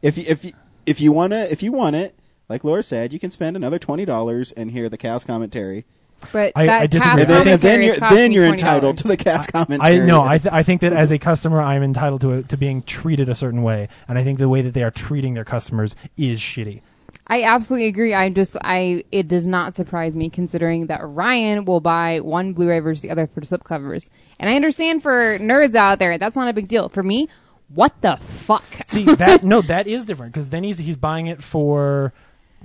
[SPEAKER 1] If you, if you, if you wanna if you want it, like Laura said, you can spend another twenty dollars and hear the cast commentary.
[SPEAKER 4] But
[SPEAKER 3] I-
[SPEAKER 4] that
[SPEAKER 3] I disagree.
[SPEAKER 4] cast
[SPEAKER 1] And then, and then
[SPEAKER 4] commentary
[SPEAKER 1] you're
[SPEAKER 4] has cost
[SPEAKER 1] then
[SPEAKER 4] me
[SPEAKER 1] you're
[SPEAKER 4] $20.
[SPEAKER 1] entitled to the cast
[SPEAKER 3] I
[SPEAKER 1] commentary.
[SPEAKER 3] no, I th- I think that as a customer, I'm entitled to to being treated a certain way, and I think the way that they are treating their customers is shitty.
[SPEAKER 4] I absolutely agree. I just I it does not surprise me considering that Ryan will buy one Blu-ray versus the other for slipcovers. And I understand for nerds out there, that's not a big deal. For me, what the fuck?
[SPEAKER 3] See that no, that is different because then he's he's buying it for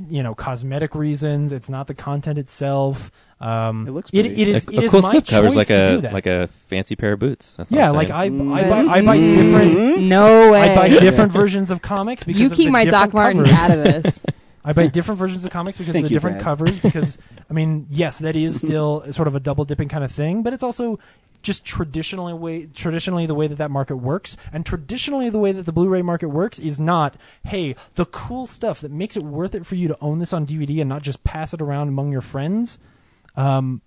[SPEAKER 3] you know cosmetic reasons. It's not the content itself. Um,
[SPEAKER 1] It looks
[SPEAKER 3] it,
[SPEAKER 1] pretty.
[SPEAKER 3] it is
[SPEAKER 2] a,
[SPEAKER 3] it
[SPEAKER 2] a
[SPEAKER 3] is
[SPEAKER 2] cool
[SPEAKER 3] my
[SPEAKER 2] slip covers
[SPEAKER 3] choice
[SPEAKER 2] like
[SPEAKER 3] to
[SPEAKER 2] a
[SPEAKER 3] do that.
[SPEAKER 2] like a fancy pair of boots. That's what
[SPEAKER 3] yeah,
[SPEAKER 2] I'm
[SPEAKER 3] like
[SPEAKER 2] saying.
[SPEAKER 3] I I buy, I buy different
[SPEAKER 4] Mm-hmm. No way.
[SPEAKER 3] I buy different versions of comics because
[SPEAKER 4] you
[SPEAKER 3] of
[SPEAKER 4] keep
[SPEAKER 3] the
[SPEAKER 4] my Doc
[SPEAKER 3] different
[SPEAKER 4] Martens
[SPEAKER 3] covers.
[SPEAKER 4] out of this.
[SPEAKER 3] I buy different versions of comics because
[SPEAKER 1] Thank
[SPEAKER 3] of the
[SPEAKER 1] you,
[SPEAKER 3] different
[SPEAKER 1] Brad. Mm-hmm.
[SPEAKER 3] covers. Because I mean, yes, that is still sort of a double dipping kind of thing, but it's also just traditionally way traditionally the way that that market works, and traditionally the way that the Blu-ray market works is not, hey, the cool stuff that makes it worth it for you to own this on DVD and not just pass it around among your friends. Um,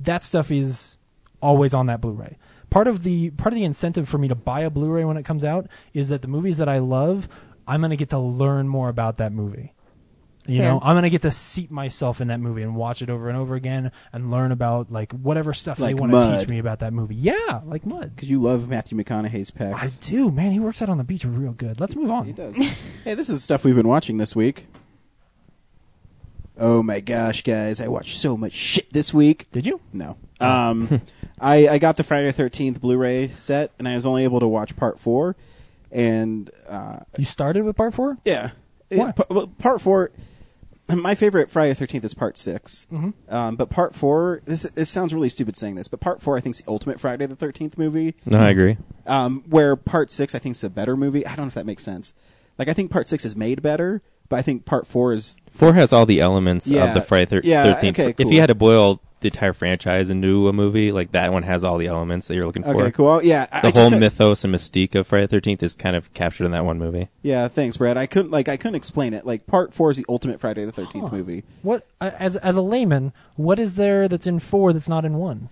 [SPEAKER 3] that stuff is always on that Blu-ray. Part of the part of the incentive for me to buy a Blu-ray when it comes out is that the movies that I love, I'm going to get to learn more about that movie. You
[SPEAKER 4] Fair.
[SPEAKER 3] know, I'm going to get to seat myself in that movie and watch it over and over again and learn about like whatever stuff
[SPEAKER 1] Like
[SPEAKER 3] they want to
[SPEAKER 1] Mud.
[SPEAKER 3] teach me about that movie. Yeah, like mud.
[SPEAKER 1] because you love Matthew McConaughey's
[SPEAKER 3] I
[SPEAKER 1] pecs.
[SPEAKER 3] do, man. He works out on the beach real good. Let's move
[SPEAKER 1] He
[SPEAKER 3] on.
[SPEAKER 1] does. hey, this is stuff we've been watching this week. Oh my gosh, guys! I watched so much shit this week.
[SPEAKER 3] Did you? Oh.
[SPEAKER 1] No. Um, I, I got the Friday Thirteenth Blu-ray set, and I was only able to watch part four, and uh,
[SPEAKER 3] You started with part four?
[SPEAKER 1] yeah,
[SPEAKER 3] Why?
[SPEAKER 1] It- pa- well, part four. My favorite Friday Thirteenth is part 6
[SPEAKER 3] Mm-hmm.
[SPEAKER 1] um, but part four. This this sounds really stupid saying this, but part four I think is the ultimate Friday the Thirteenth movie.
[SPEAKER 2] No, I agree.
[SPEAKER 1] Um, where part six I think is a better movie. I don't know if that makes sense. Like I think part six is made better, but I think part four is
[SPEAKER 2] Four has all the elements
[SPEAKER 1] Yeah.
[SPEAKER 2] of the Friday thir-
[SPEAKER 1] Yeah,
[SPEAKER 2] 13th.
[SPEAKER 1] okay,
[SPEAKER 2] If
[SPEAKER 1] cool.
[SPEAKER 2] you had to boil the entire franchise into a movie, like that one has all the elements that you're looking for.
[SPEAKER 1] okay. Cool. Yeah, I- I
[SPEAKER 2] The
[SPEAKER 1] just
[SPEAKER 2] whole
[SPEAKER 1] got-
[SPEAKER 2] mythos and mystique of Friday the 13th is kind of captured in that one movie.
[SPEAKER 1] Yeah, thanks, Brad. I couldn't like I couldn't explain it. Like part four is the ultimate Friday the Thirteenth
[SPEAKER 3] Huh.
[SPEAKER 1] movie.
[SPEAKER 3] What uh, as as a layman, what is there that's in four that's not in one?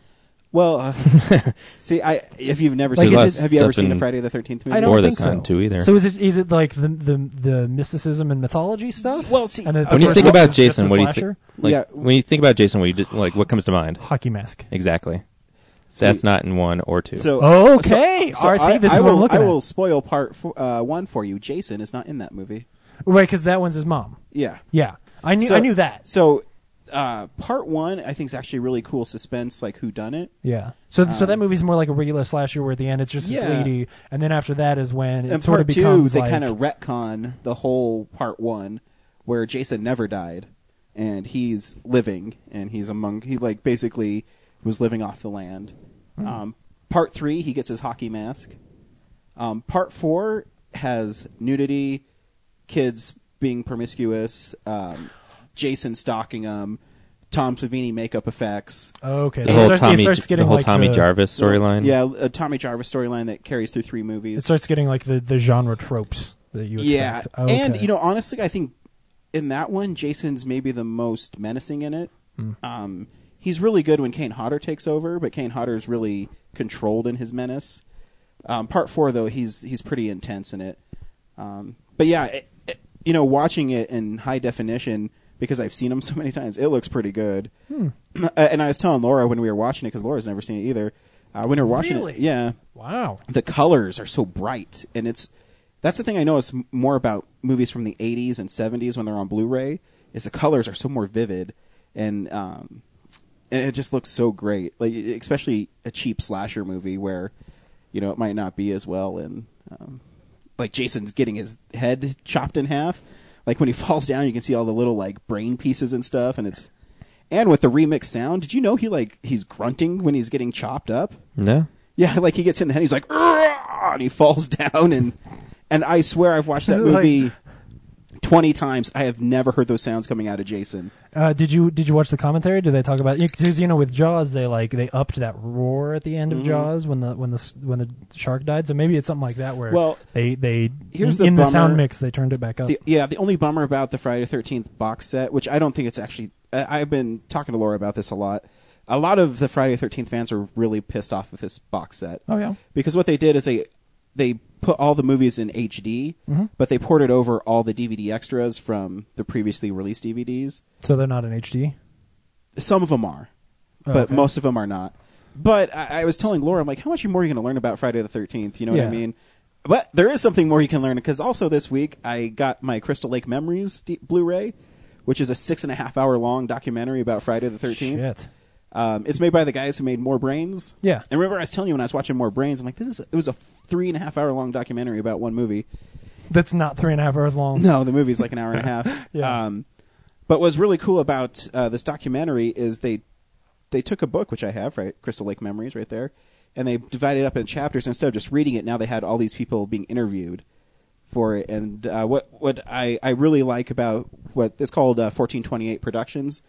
[SPEAKER 1] Well, uh, see, I if you've never
[SPEAKER 3] Like,
[SPEAKER 1] seen
[SPEAKER 3] is
[SPEAKER 1] it,
[SPEAKER 2] it-
[SPEAKER 1] have you ever
[SPEAKER 2] Stuff
[SPEAKER 1] seen a
[SPEAKER 2] in-
[SPEAKER 1] Friday the Thirteenth movie?
[SPEAKER 3] I don't
[SPEAKER 2] Four
[SPEAKER 3] think
[SPEAKER 2] that's not
[SPEAKER 3] so.
[SPEAKER 2] in two either.
[SPEAKER 3] So is it is it like the the the mysticism and mythology stuff?
[SPEAKER 1] Well, see,
[SPEAKER 3] and the-
[SPEAKER 1] When
[SPEAKER 3] the
[SPEAKER 2] when you
[SPEAKER 3] first
[SPEAKER 2] think
[SPEAKER 3] one
[SPEAKER 2] about
[SPEAKER 3] was just a
[SPEAKER 2] Jason, what do you think?
[SPEAKER 3] slasher?
[SPEAKER 2] Like,
[SPEAKER 1] Yeah.
[SPEAKER 2] When you think about Jason, what do you d- like? What comes to mind?
[SPEAKER 3] Hockey mask.
[SPEAKER 2] Exactly.
[SPEAKER 1] Sweet.
[SPEAKER 2] That's not in one or two.
[SPEAKER 1] So
[SPEAKER 3] Okay,
[SPEAKER 1] so, so
[SPEAKER 3] RC,
[SPEAKER 1] I,
[SPEAKER 3] this
[SPEAKER 1] I
[SPEAKER 3] is what I'm
[SPEAKER 1] will-
[SPEAKER 3] looking
[SPEAKER 1] I
[SPEAKER 3] at.
[SPEAKER 1] will spoil part four, uh, one for you. Jason is not in that movie.
[SPEAKER 3] Right, because that one's his mom.
[SPEAKER 1] Yeah,
[SPEAKER 3] Yeah, I knew
[SPEAKER 1] So-
[SPEAKER 3] I knew that.
[SPEAKER 1] So uh, part one, I think, is actually really cool suspense, like who done it.
[SPEAKER 3] Yeah. So so that movie's more like a regular slasher where at the end it's just
[SPEAKER 1] Um, Yeah.
[SPEAKER 3] this lady, and then after that is when it
[SPEAKER 1] And
[SPEAKER 3] sort of
[SPEAKER 1] part two,
[SPEAKER 3] becomes
[SPEAKER 1] they
[SPEAKER 3] like
[SPEAKER 1] kind of retcon the whole part one, where Jason never died, and he's living, and he's among he like basically was living off the land.
[SPEAKER 3] Hmm.
[SPEAKER 1] Um, part three, he gets his hockey mask. Um, part four has nudity, kids being promiscuous, um, Jason stalking them, Tom Savini makeup effects.
[SPEAKER 3] okay.
[SPEAKER 2] the
[SPEAKER 3] so it
[SPEAKER 2] whole
[SPEAKER 3] starts, it
[SPEAKER 2] Tommy,
[SPEAKER 3] starts
[SPEAKER 2] the
[SPEAKER 3] getting
[SPEAKER 2] whole
[SPEAKER 3] like
[SPEAKER 2] Tommy
[SPEAKER 3] the,
[SPEAKER 2] Jarvis storyline.
[SPEAKER 1] Yeah, a Tommy Jarvis storyline that carries through three movies.
[SPEAKER 3] It starts getting like the the genre tropes that you
[SPEAKER 1] yeah,
[SPEAKER 3] expect. Okay.
[SPEAKER 1] and you know, honestly, I think in that one, Jason's maybe the most menacing in it.
[SPEAKER 3] Hmm.
[SPEAKER 1] Um, he's really good when Kane Hodder takes over, but Kane Hodder's really controlled in his menace. Um, part four, though, he's he's pretty intense in it. Um, but yeah, it, it, you know, watching it in high definition because I've seen him so many times, it looks pretty good.
[SPEAKER 3] Hmm.
[SPEAKER 1] Uh, and I was telling Laura when we were watching it because Laura's never seen it either. Uh, when we were watching
[SPEAKER 3] Really?
[SPEAKER 1] it, yeah,
[SPEAKER 3] wow.
[SPEAKER 1] the colors are so bright and it's that's the thing i notice m- more about movies from the 80s and 70s when they're on blu-ray is the colors are so more vivid and um and it just looks so great like e- especially a cheap slasher movie where you know it might not be as well and um like jason's getting his head chopped in half like when he falls down you can see all the little like brain pieces and stuff and it's and with the remix sound did you know he like he's grunting when he's getting chopped up
[SPEAKER 2] No.
[SPEAKER 1] yeah, like he gets in the head, he's like, "Argh!" and he falls down, and and I swear I've watched that
[SPEAKER 3] Is it like-
[SPEAKER 1] movie twenty times. I have never heard those sounds coming out of Jason.
[SPEAKER 3] Uh, did you did you watch the commentary? Did they talk about because you know with Jaws they like they upped that roar at the end
[SPEAKER 1] Mm-hmm.
[SPEAKER 3] of Jaws when the when the s- when the shark died. So maybe it's something like that where
[SPEAKER 1] Well,
[SPEAKER 3] they they
[SPEAKER 1] here's
[SPEAKER 3] in,
[SPEAKER 1] the
[SPEAKER 3] in the sound
[SPEAKER 1] bummer.
[SPEAKER 3] mix they turned it back up.
[SPEAKER 1] The, yeah, the only bummer about the Friday Thirteenth box set, which I don't think it's actually. I, I've been talking to Laura about this a lot. A lot of the Friday Thirteenth fans are really pissed off with this box set.
[SPEAKER 3] oh yeah,
[SPEAKER 1] because what they did is they they put all the movies in HD,
[SPEAKER 3] Mm-hmm.
[SPEAKER 1] but they ported over all the DVD extras from the previously released DVDs.
[SPEAKER 3] so they're not in HD.
[SPEAKER 1] Some of them are,
[SPEAKER 3] Oh,
[SPEAKER 1] but
[SPEAKER 3] okay.
[SPEAKER 1] most of them are not. But I, I was telling Laura, I'm like, how much more are you going to learn about Friday the 13th? You know what
[SPEAKER 3] Yeah.
[SPEAKER 1] I mean? But there is something more you can learn because also this week I got my Crystal Lake Memories D- Blu-ray, which is a six and a half hour long documentary about Friday the 13th.
[SPEAKER 3] Shit.
[SPEAKER 1] Um, it's made by the guys who made More Brains.
[SPEAKER 3] Yeah.
[SPEAKER 1] And remember, I was telling you when I was watching More Brains, I'm like, this is it was a three and a half hour long documentary about one movie.
[SPEAKER 3] That's not three and a half hours long.
[SPEAKER 1] No, the movie's like an hour and a half.
[SPEAKER 3] Yeah.
[SPEAKER 1] Um, but what's really cool about uh, this documentary is they they took a book which I have, right, Crystal Lake Memories, right there, and they divided it up in chapters. Instead of just reading it, now they had all these people being interviewed, for it. And uh, what what I, I really like about what it's called uh, 1428 Productions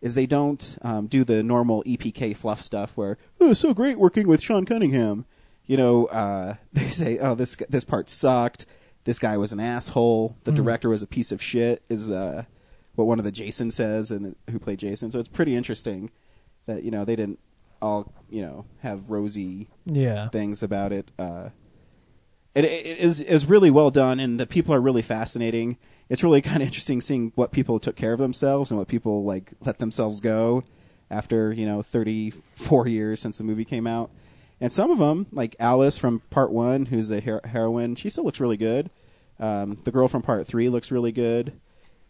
[SPEAKER 1] is they don't um, do the normal EPK fluff stuff where oh so great working with Sean Cunningham. You know, uh, they say oh this this part sucked. This guy was an asshole. The director was a piece of shit. Is uh, what one of the Jason says and who played Jason. So it's pretty interesting that you know they didn't all you know have rosy
[SPEAKER 3] Yeah.
[SPEAKER 1] things about it. Uh, it, it is is really well done, and the people are really fascinating. It's really kind of interesting seeing what people took care of themselves and what people like let themselves go after you know 34 years since the movie came out. And some of them, like Alice from Part One, who's a her- heroine, she still looks really good. Um, the girl from Part Three looks really good.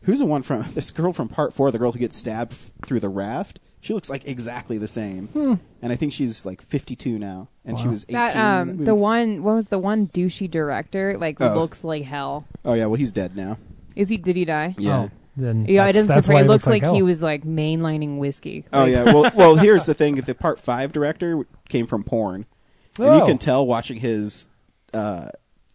[SPEAKER 1] Who's the one from this girl from Part Four? The girl who gets stabbed f- through the raft. She looks like exactly the same, and I think she's like 52 now, and she
[SPEAKER 3] Wow.
[SPEAKER 1] was 18.
[SPEAKER 4] That
[SPEAKER 1] when that
[SPEAKER 4] um
[SPEAKER 1] movie
[SPEAKER 4] the one what was the one douchey director like
[SPEAKER 1] Oh.
[SPEAKER 4] looks like hell.
[SPEAKER 1] Oh yeah, well he's dead now.
[SPEAKER 4] Is he did he die?
[SPEAKER 1] Yeah.
[SPEAKER 3] Oh, then
[SPEAKER 4] Yeah, it
[SPEAKER 3] that's-
[SPEAKER 4] doesn't
[SPEAKER 3] that's
[SPEAKER 4] surprise.
[SPEAKER 3] why
[SPEAKER 4] It looks like, he
[SPEAKER 3] hell.
[SPEAKER 4] was like mainlining whiskey.
[SPEAKER 1] Oh yeah. Well, well here's the thing: the part five director came from porn, and you
[SPEAKER 3] Oh.
[SPEAKER 1] can tell watching his uh,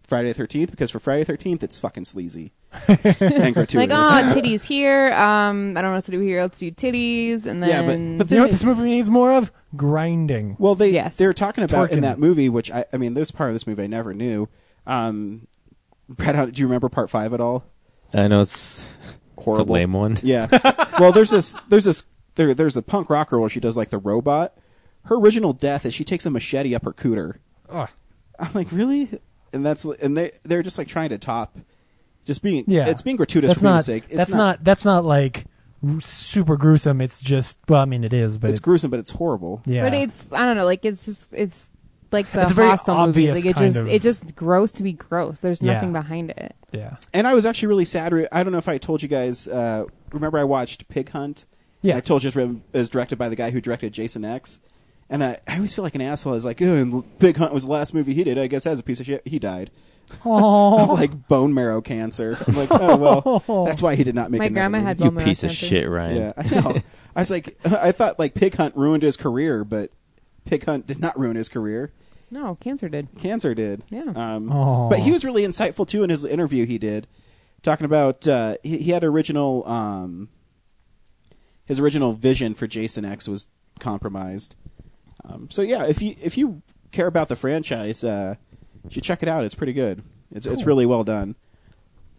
[SPEAKER 1] Friday the Thirteenth because for Friday the Thirteenth it's fucking sleazy and
[SPEAKER 4] Like,
[SPEAKER 1] gratuitous.
[SPEAKER 4] oh, titties here. Um, I don't know what to do here. Let's do titties, and
[SPEAKER 1] Yeah, but-
[SPEAKER 4] then
[SPEAKER 1] but
[SPEAKER 3] You know what this movie needs more of? Grinding.
[SPEAKER 1] Well, they
[SPEAKER 4] Yes.
[SPEAKER 1] they were talking about in
[SPEAKER 3] Twerking.
[SPEAKER 1] that movie, which I, I mean, there's part of this movie I never knew. Um, Brad, how, do you remember part five at all?
[SPEAKER 2] I know it's
[SPEAKER 1] Horrible.
[SPEAKER 2] the lame one.
[SPEAKER 1] Yeah. well, there's this there's this there there's a punk rock girl where she does like the robot. Her original death is she takes a machete up her cooter.
[SPEAKER 4] Oh.
[SPEAKER 3] Ugh.
[SPEAKER 1] I'm like, really? And that's and they they're just like trying to top, just being
[SPEAKER 3] Yeah.
[SPEAKER 1] It's being gratuitous
[SPEAKER 3] that's
[SPEAKER 1] for
[SPEAKER 3] not,
[SPEAKER 1] music. sake. It's
[SPEAKER 3] that's not, That's not like r- super gruesome. It's just. Well, I mean, it is, but
[SPEAKER 1] It's
[SPEAKER 3] it-
[SPEAKER 1] gruesome, but it's horrible.
[SPEAKER 3] yeah.
[SPEAKER 4] But it's I don't know, like it's just it's like the
[SPEAKER 3] It's a very
[SPEAKER 4] hostile
[SPEAKER 3] obvious
[SPEAKER 4] movies. Like it
[SPEAKER 3] kind
[SPEAKER 4] just
[SPEAKER 3] of-
[SPEAKER 4] it just gross to be gross. There's
[SPEAKER 3] Yeah.
[SPEAKER 4] nothing behind it.
[SPEAKER 3] yeah.
[SPEAKER 1] And I was actually really sad. re- I don't know if I told you guys. Uh, remember, I watched Pig Hunt.
[SPEAKER 3] Yeah.
[SPEAKER 1] And I told you it was- it was directed by the guy who directed Jason X. And I, I always feel like an asshole. I was like, oh, and Pig Hunt was the last movie he did. I guess as a piece of shit, he died of
[SPEAKER 3] Oh,
[SPEAKER 1] like bone marrow cancer. I'm like, oh well, that's why he did not make.
[SPEAKER 4] My
[SPEAKER 1] another
[SPEAKER 4] grandma
[SPEAKER 1] movie.
[SPEAKER 4] had
[SPEAKER 2] You
[SPEAKER 4] bone marrow
[SPEAKER 2] piece of
[SPEAKER 4] cancer.
[SPEAKER 2] shit, Ryan.
[SPEAKER 1] Yeah, I know. I was like, I thought like Pig Hunt ruined his career, but Pig Hunt did not ruin his career.
[SPEAKER 4] No, cancer did.
[SPEAKER 1] Cancer did.
[SPEAKER 4] Yeah.
[SPEAKER 1] Um,
[SPEAKER 3] Aw.
[SPEAKER 1] But he was really insightful too in his interview he did, talking about uh, he, he had original um, his original vision for Jason X was compromised. Um, so yeah, if you if you care about the franchise, uh, you should check it out. It's pretty good. It's it's really well done.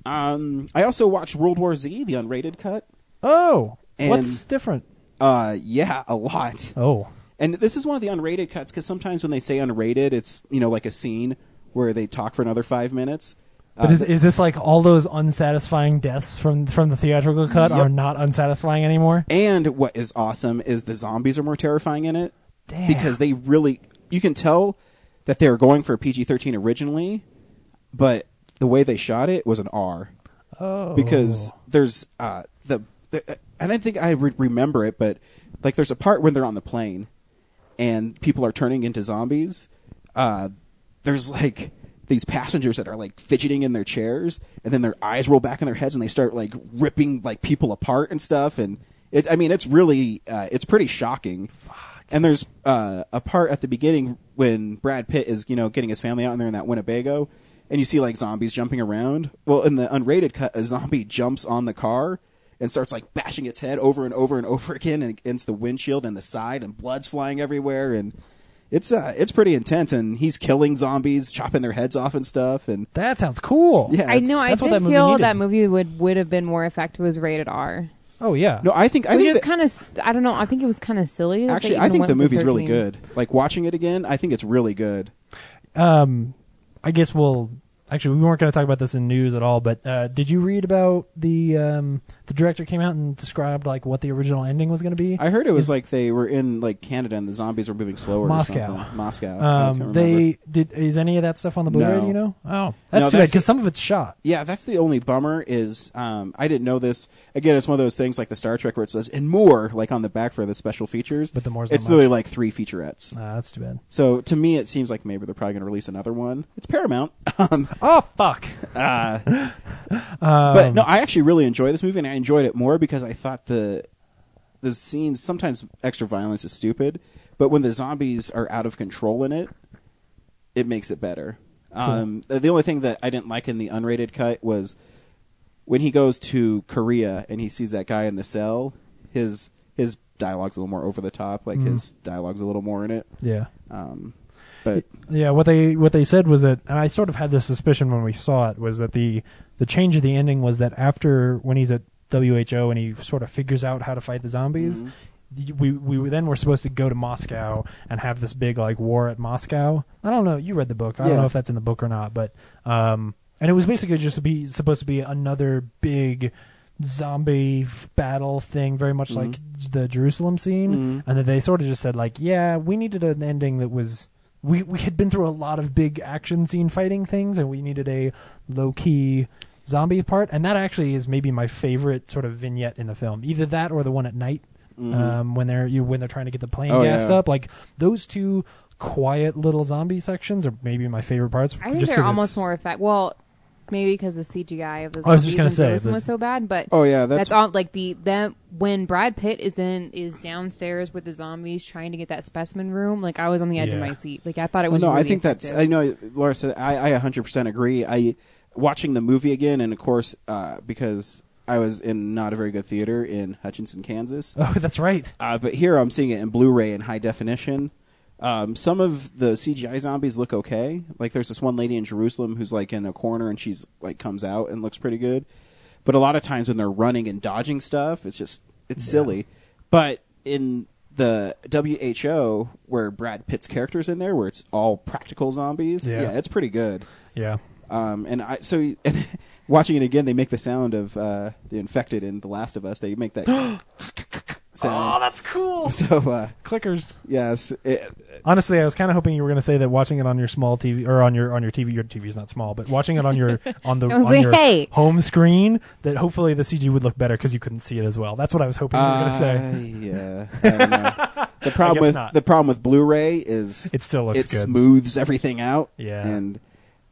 [SPEAKER 1] Um, I also watched World War Z, the unrated cut.
[SPEAKER 3] oh,
[SPEAKER 1] And-
[SPEAKER 3] what's different?
[SPEAKER 1] Uh, yeah, a lot.
[SPEAKER 3] Oh,
[SPEAKER 1] And this is one of the unrated cuts because sometimes when they say unrated, it's you know like a scene where they talk for another five minutes. Uh,
[SPEAKER 3] but is, is this like all those unsatisfying deaths from from the theatrical cut
[SPEAKER 1] Yep.
[SPEAKER 3] are not unsatisfying anymore?
[SPEAKER 1] and what is awesome is the zombies are more terrifying in it
[SPEAKER 3] Damn.
[SPEAKER 1] because they really you can tell that they were going for a PG thirteen originally, but the way they shot it was an R.
[SPEAKER 3] Oh,
[SPEAKER 1] because there's uh, the, the I don't think I re- remember it, but like there's a part when they're on the plane and people are turning into zombies. Uh, there's like these passengers that are like fidgeting in their chairs, and then their eyes roll back in their heads, and they start like ripping like people apart and stuff. And it, I mean, it's really uh, it's pretty shocking. And there's uh, a part at the beginning when Brad Pitt is, you know, getting his family out and they're in that Winnebago, and you see like zombies jumping around. Well, in the unrated cut, a zombie jumps on the car and starts like bashing its head over and over and over again against the windshield and the side, and blood's flying everywhere, and it's uh, it's pretty intense. And he's killing zombies, chopping their heads off and stuff, and
[SPEAKER 3] that sounds cool.
[SPEAKER 1] yeah,
[SPEAKER 4] I
[SPEAKER 1] it's-
[SPEAKER 4] know. I
[SPEAKER 3] that's what
[SPEAKER 4] did
[SPEAKER 3] that movie
[SPEAKER 4] feel
[SPEAKER 3] needed.
[SPEAKER 4] that movie would would have been more effective was rated R.
[SPEAKER 3] Oh yeah.
[SPEAKER 1] No, I think I
[SPEAKER 4] Which
[SPEAKER 1] think
[SPEAKER 4] is
[SPEAKER 1] that-
[SPEAKER 4] kind of I don't know. I think it was kind of silly. that they
[SPEAKER 1] actually
[SPEAKER 4] even
[SPEAKER 1] I think
[SPEAKER 4] went
[SPEAKER 1] the
[SPEAKER 4] with
[SPEAKER 1] movie's really
[SPEAKER 4] 13.
[SPEAKER 1] good. Like watching it again, I think it's really good.
[SPEAKER 3] um, I guess we'll actually we weren't going to talk about this in news at all. But uh, did you read about the um, the director came out and described like what the original ending was going to be?
[SPEAKER 1] I heard it was
[SPEAKER 3] Is-
[SPEAKER 1] like they were in like Canada and the zombies were moving slower.
[SPEAKER 3] Moscow.
[SPEAKER 1] Or something. Moscow. I
[SPEAKER 3] um,
[SPEAKER 1] can't remember.
[SPEAKER 3] they did. Is any of that stuff on the Blu-ray?
[SPEAKER 1] No.
[SPEAKER 3] Do you know? Oh,
[SPEAKER 1] No,
[SPEAKER 3] that's too
[SPEAKER 1] that's-
[SPEAKER 3] because some of it's shot.
[SPEAKER 1] Yeah, that's the only bummer is um, I didn't know this. Again, it's one of those things like the Star Trek where it says and more like on the back for the special features.
[SPEAKER 3] But the more's not
[SPEAKER 1] it's literally
[SPEAKER 3] much.
[SPEAKER 1] like three featurettes.
[SPEAKER 3] Ah, that's too bad.
[SPEAKER 1] So to me, it seems like maybe they're probably going to release another one. It's Paramount. um,
[SPEAKER 3] Oh fuck.
[SPEAKER 1] but no, I actually really enjoy this movie, and I enjoyed it more because I thought the the scenes sometimes extra violence is stupid, but when the zombies are out of control in it, it makes it better. Um, the- The only thing that I didn't like in the unrated cut was when he goes to Korea and he sees that guy in the cell. His his dialogue's a little more over the top. Like
[SPEAKER 3] Mhm.
[SPEAKER 1] his dialogue's a little more in it.
[SPEAKER 3] Yeah.
[SPEAKER 1] Um, but
[SPEAKER 3] Yeah, what they what they said was that, and I sort of had the suspicion when we saw it was that the the change of the ending was that after when he's at WHO and he sort of figures out how to fight the
[SPEAKER 1] Mm-hmm.
[SPEAKER 3] zombies, y- we we were- then were supposed to go to Moscow and have this big like war at Moscow. I don't know. You read the book. I don't
[SPEAKER 1] Yeah.
[SPEAKER 3] know if that's in the book or not, but um, and it was basically just to be supposed to be another big zombie f- battle thing, very much like the Jerusalem scene
[SPEAKER 1] Mhm.
[SPEAKER 3] and that they sort of just said like yeah we needed an ending that was we we had been through a lot of big action scene fighting things and we needed a low key zombie part and that actually is maybe my favorite sort of vignette in the film either that or the one at night
[SPEAKER 1] Mhm.
[SPEAKER 3] um, when they're you when they're trying to get the plane
[SPEAKER 1] Oh,
[SPEAKER 3] gassed
[SPEAKER 1] yeah.
[SPEAKER 3] up like those two quiet little zombie sections are maybe my favorite parts
[SPEAKER 4] I think
[SPEAKER 3] just
[SPEAKER 4] they're
[SPEAKER 3] 'cause
[SPEAKER 4] almost
[SPEAKER 3] it's-
[SPEAKER 4] more effect. Well, maybe because the CGI of the
[SPEAKER 3] I was
[SPEAKER 4] zombies
[SPEAKER 3] just gonna
[SPEAKER 4] in
[SPEAKER 3] say,
[SPEAKER 4] Jerusalem
[SPEAKER 3] but-
[SPEAKER 4] was so bad, but
[SPEAKER 1] oh yeah,
[SPEAKER 4] that's,
[SPEAKER 1] that's,
[SPEAKER 4] all. Like the them when Brad Pitt is in is downstairs with the zombies trying to get that specimen room. Like I was on the edge
[SPEAKER 3] Yeah.
[SPEAKER 4] of my seat. Like I thought it
[SPEAKER 1] Well,
[SPEAKER 4] was.
[SPEAKER 1] no. I
[SPEAKER 4] really
[SPEAKER 1] think that's. I
[SPEAKER 4] effective.
[SPEAKER 1] know Laura said. I I 100% agree. I watching the movie again, and of course uh, because I was in not a very good theater in Hutchinson, Kansas.
[SPEAKER 3] oh that's right
[SPEAKER 1] Uh, but here I'm seeing it in Blu-ray in high definition. Um, some of the CGI zombies look okay. Like there's this one lady in Jerusalem who's like in a corner and she's like comes out and looks pretty good. But a lot of times when they're running and dodging stuff, it's just it's silly. But in the WHO where Brad Pitt's character's in there, where it's all practical zombies,
[SPEAKER 3] Yeah.
[SPEAKER 1] yeah, it's pretty good.
[SPEAKER 3] yeah
[SPEAKER 1] Um, and I so and watching it again, they make the sound of uh, the infected in The Last of Us. They make that sound.
[SPEAKER 3] oh that's cool
[SPEAKER 1] So uh,
[SPEAKER 3] clickers
[SPEAKER 1] yes, it,
[SPEAKER 3] Honestly, I was kind of hoping you were going to say that watching it on your small TV or on your on your TV. Your TV is not small, but watching it on your on the
[SPEAKER 4] I was
[SPEAKER 3] on
[SPEAKER 4] like,
[SPEAKER 3] your
[SPEAKER 4] hey.
[SPEAKER 3] home screen that hopefully the CG would look better because you couldn't see it as well. That's what I was hoping you were going to
[SPEAKER 1] Uh,
[SPEAKER 3] say.
[SPEAKER 1] yeah, I don't know. the
[SPEAKER 3] guess
[SPEAKER 1] problem with
[SPEAKER 3] not.
[SPEAKER 1] the problem with Blu-ray is
[SPEAKER 3] It still looks
[SPEAKER 1] it
[SPEAKER 3] good.
[SPEAKER 1] smooths everything out.
[SPEAKER 3] Yeah.
[SPEAKER 1] and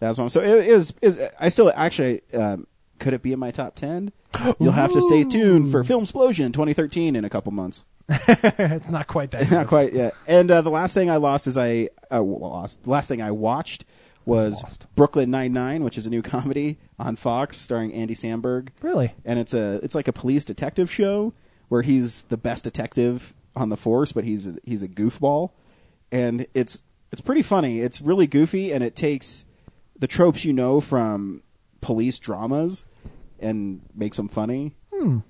[SPEAKER 1] that's one. So it is is I still actually um, could it be in my top ten? You'll have to stay tuned for Film Explosion 2013 in a couple months.
[SPEAKER 3] it's not quite that.
[SPEAKER 1] Not
[SPEAKER 3] close.
[SPEAKER 1] quite yet. And uh, the last thing I lost is I uh, lost. The last thing I watched was
[SPEAKER 3] Lost.
[SPEAKER 1] Brooklyn Nine Nine, which is a new comedy on Fox starring Andy Samberg
[SPEAKER 3] Really?
[SPEAKER 1] and it's a it's like a police detective show where he's the best detective on the force, but he's a, he's a goofball, and it's it's pretty funny. It's really goofy, and it takes the tropes you know from police dramas and makes them funny.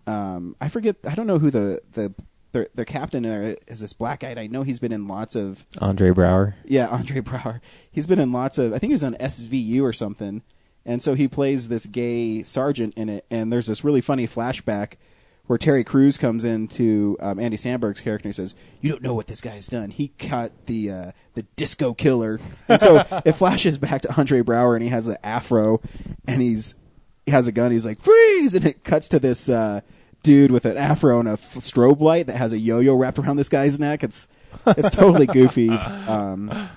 [SPEAKER 1] Um, I forget. I don't know who the the the, the captain in there is. This black guy. and I know he's been in lots of
[SPEAKER 2] Andre Brower.
[SPEAKER 1] yeah, Andre Brower. He's been in lots of. I think he was on SVU or something, and so he plays this gay sergeant in it. And there's this really funny flashback where Terry Crews comes into um, Andy Sandberg's character and he says, "You don't know what this guy's done. He caught the uh, the disco killer." And so it flashes back to Andre Brower, and he has an afro, and he's he has a gun. He's like, "Freeze!" And it cuts to this. Uh, Dude with an afro and a f- strobe light that has a yo-yo wrapped around this guy's neck. It's it's totally goofy. Um,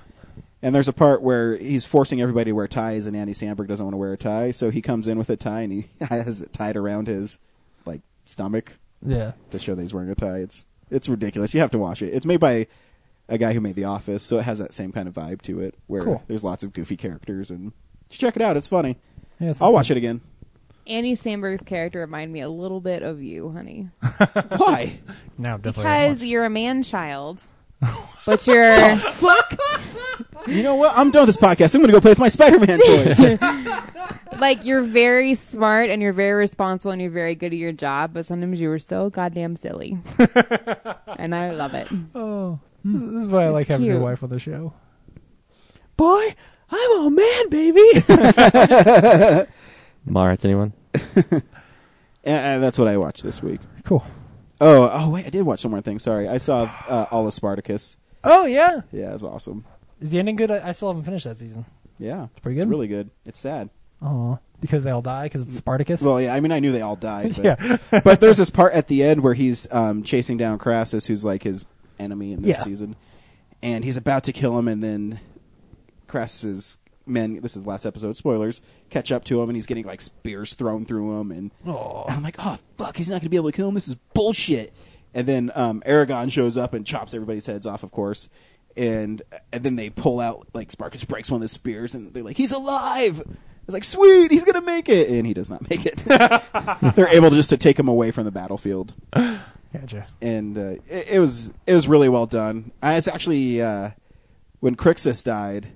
[SPEAKER 1] and there's a part where he's forcing everybody to wear ties, and Andy Samberg doesn't want to wear a tie, so he comes in with a tie and he has it tied around his like stomach
[SPEAKER 3] Yeah.
[SPEAKER 1] to show that he's wearing a tie. It's it's ridiculous. You have to watch it. It's made by a guy who made The Office, so it has that same kind of vibe to it, where
[SPEAKER 3] Cool.
[SPEAKER 1] there's lots of goofy characters and you should check it out. It's funny.
[SPEAKER 3] Yeah, it's-
[SPEAKER 1] I'll watch it again.
[SPEAKER 4] Andy Samberg's character reminded me a little bit of you, honey,
[SPEAKER 1] Why?
[SPEAKER 3] Now definitely. I'll
[SPEAKER 4] because
[SPEAKER 3] watch.
[SPEAKER 4] you're a man child, but you're
[SPEAKER 1] Fuck. you know what? I'm done with this podcast. I'm going to go play with my Spider-Man toys.
[SPEAKER 4] like you're very smart and you're very responsible and you're very good at your job, but sometimes you were so goddamn silly, and I love it.
[SPEAKER 3] oh, this is why I like having your
[SPEAKER 4] cute.
[SPEAKER 3] wife on the show.
[SPEAKER 2] Boy, I'm a man, baby. Mara, it's anyone?
[SPEAKER 1] and, and that's what I watched this week.
[SPEAKER 3] Cool.
[SPEAKER 1] Oh, oh wait, I did watch one more thing. Sorry, I saw uh, all of Spartacus.
[SPEAKER 3] Oh yeah.
[SPEAKER 1] Yeah, it's awesome.
[SPEAKER 3] Is the ending good? I, I still haven't finished that season.
[SPEAKER 1] Yeah, it's
[SPEAKER 3] pretty good.
[SPEAKER 1] It's really good. It's sad.
[SPEAKER 3] Oh, because they all die because it's Spartacus.
[SPEAKER 1] Well, yeah, I mean, I knew they all died. But,
[SPEAKER 3] yeah.
[SPEAKER 1] but there's this part at the end where he's um, chasing down Crassus, who's like his enemy in this
[SPEAKER 3] Yeah.
[SPEAKER 1] season, and he's about to kill him, and then Crassus's men. This is last episode. Spoilers. Catch up to him, and he's getting like spears thrown through him, and
[SPEAKER 3] Oh.
[SPEAKER 1] and I'm like, oh fuck, he's not gonna be able to kill him. This is bullshit. And then um, Aragon shows up and chops everybody's heads off, of course. and and then they pull out like Sparkus breaks one of the spears, and they're like, "He's alive!" It's like, "Sweet, he's gonna make it," and he does not make it. they're able just to take him away from the battlefield
[SPEAKER 3] Gotcha.
[SPEAKER 1] and uh, it, it was it was really well done. I was actually uh, when Crixus died,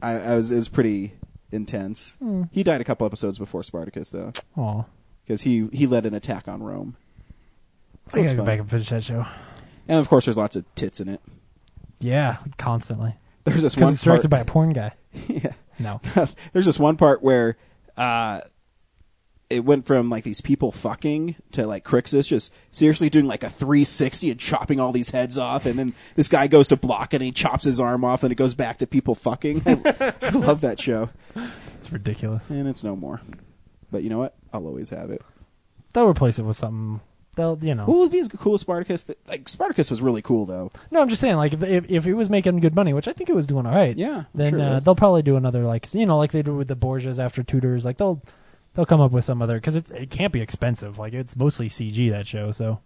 [SPEAKER 1] I, I was it was pretty intense.
[SPEAKER 3] Hmm.
[SPEAKER 1] He died a couple episodes before Spartacus though,
[SPEAKER 3] Aw.
[SPEAKER 1] because he he led an attack on Rome. So
[SPEAKER 3] I
[SPEAKER 1] it's
[SPEAKER 3] gotta go
[SPEAKER 1] fun.
[SPEAKER 3] back and finish that show.
[SPEAKER 1] And of course, there's lots of tits in it.
[SPEAKER 3] Yeah, constantly.
[SPEAKER 1] There's this
[SPEAKER 3] Because
[SPEAKER 1] one
[SPEAKER 3] it's directed by
[SPEAKER 1] part.
[SPEAKER 3] a porn guy.
[SPEAKER 1] yeah.
[SPEAKER 3] No.
[SPEAKER 1] there's this one part where uh, it went from like these people fucking to like Crixus just seriously doing like a 360 and chopping all these heads off, and then this guy goes to block and he chops his arm off, and it goes back to people fucking. I, I love that show,
[SPEAKER 3] It's ridiculous.
[SPEAKER 1] and it's no more. But you know what? I'll always have it.
[SPEAKER 3] They'll replace it with something. They'll, you know.
[SPEAKER 1] What would be as cool as Spartacus? That, like Spartacus was really cool though.
[SPEAKER 3] No, I'm just saying, like, if, if if it was making good money, which I think it was doing all right,
[SPEAKER 1] Yeah, I'm
[SPEAKER 3] then
[SPEAKER 1] sure it
[SPEAKER 3] uh,
[SPEAKER 1] was.
[SPEAKER 3] they'll probably do another, like, you know, like they did with the Borgias after Tudors. Like, they'll they'll come up with some other because it's it can't be expensive. Like, it's mostly CG that show, so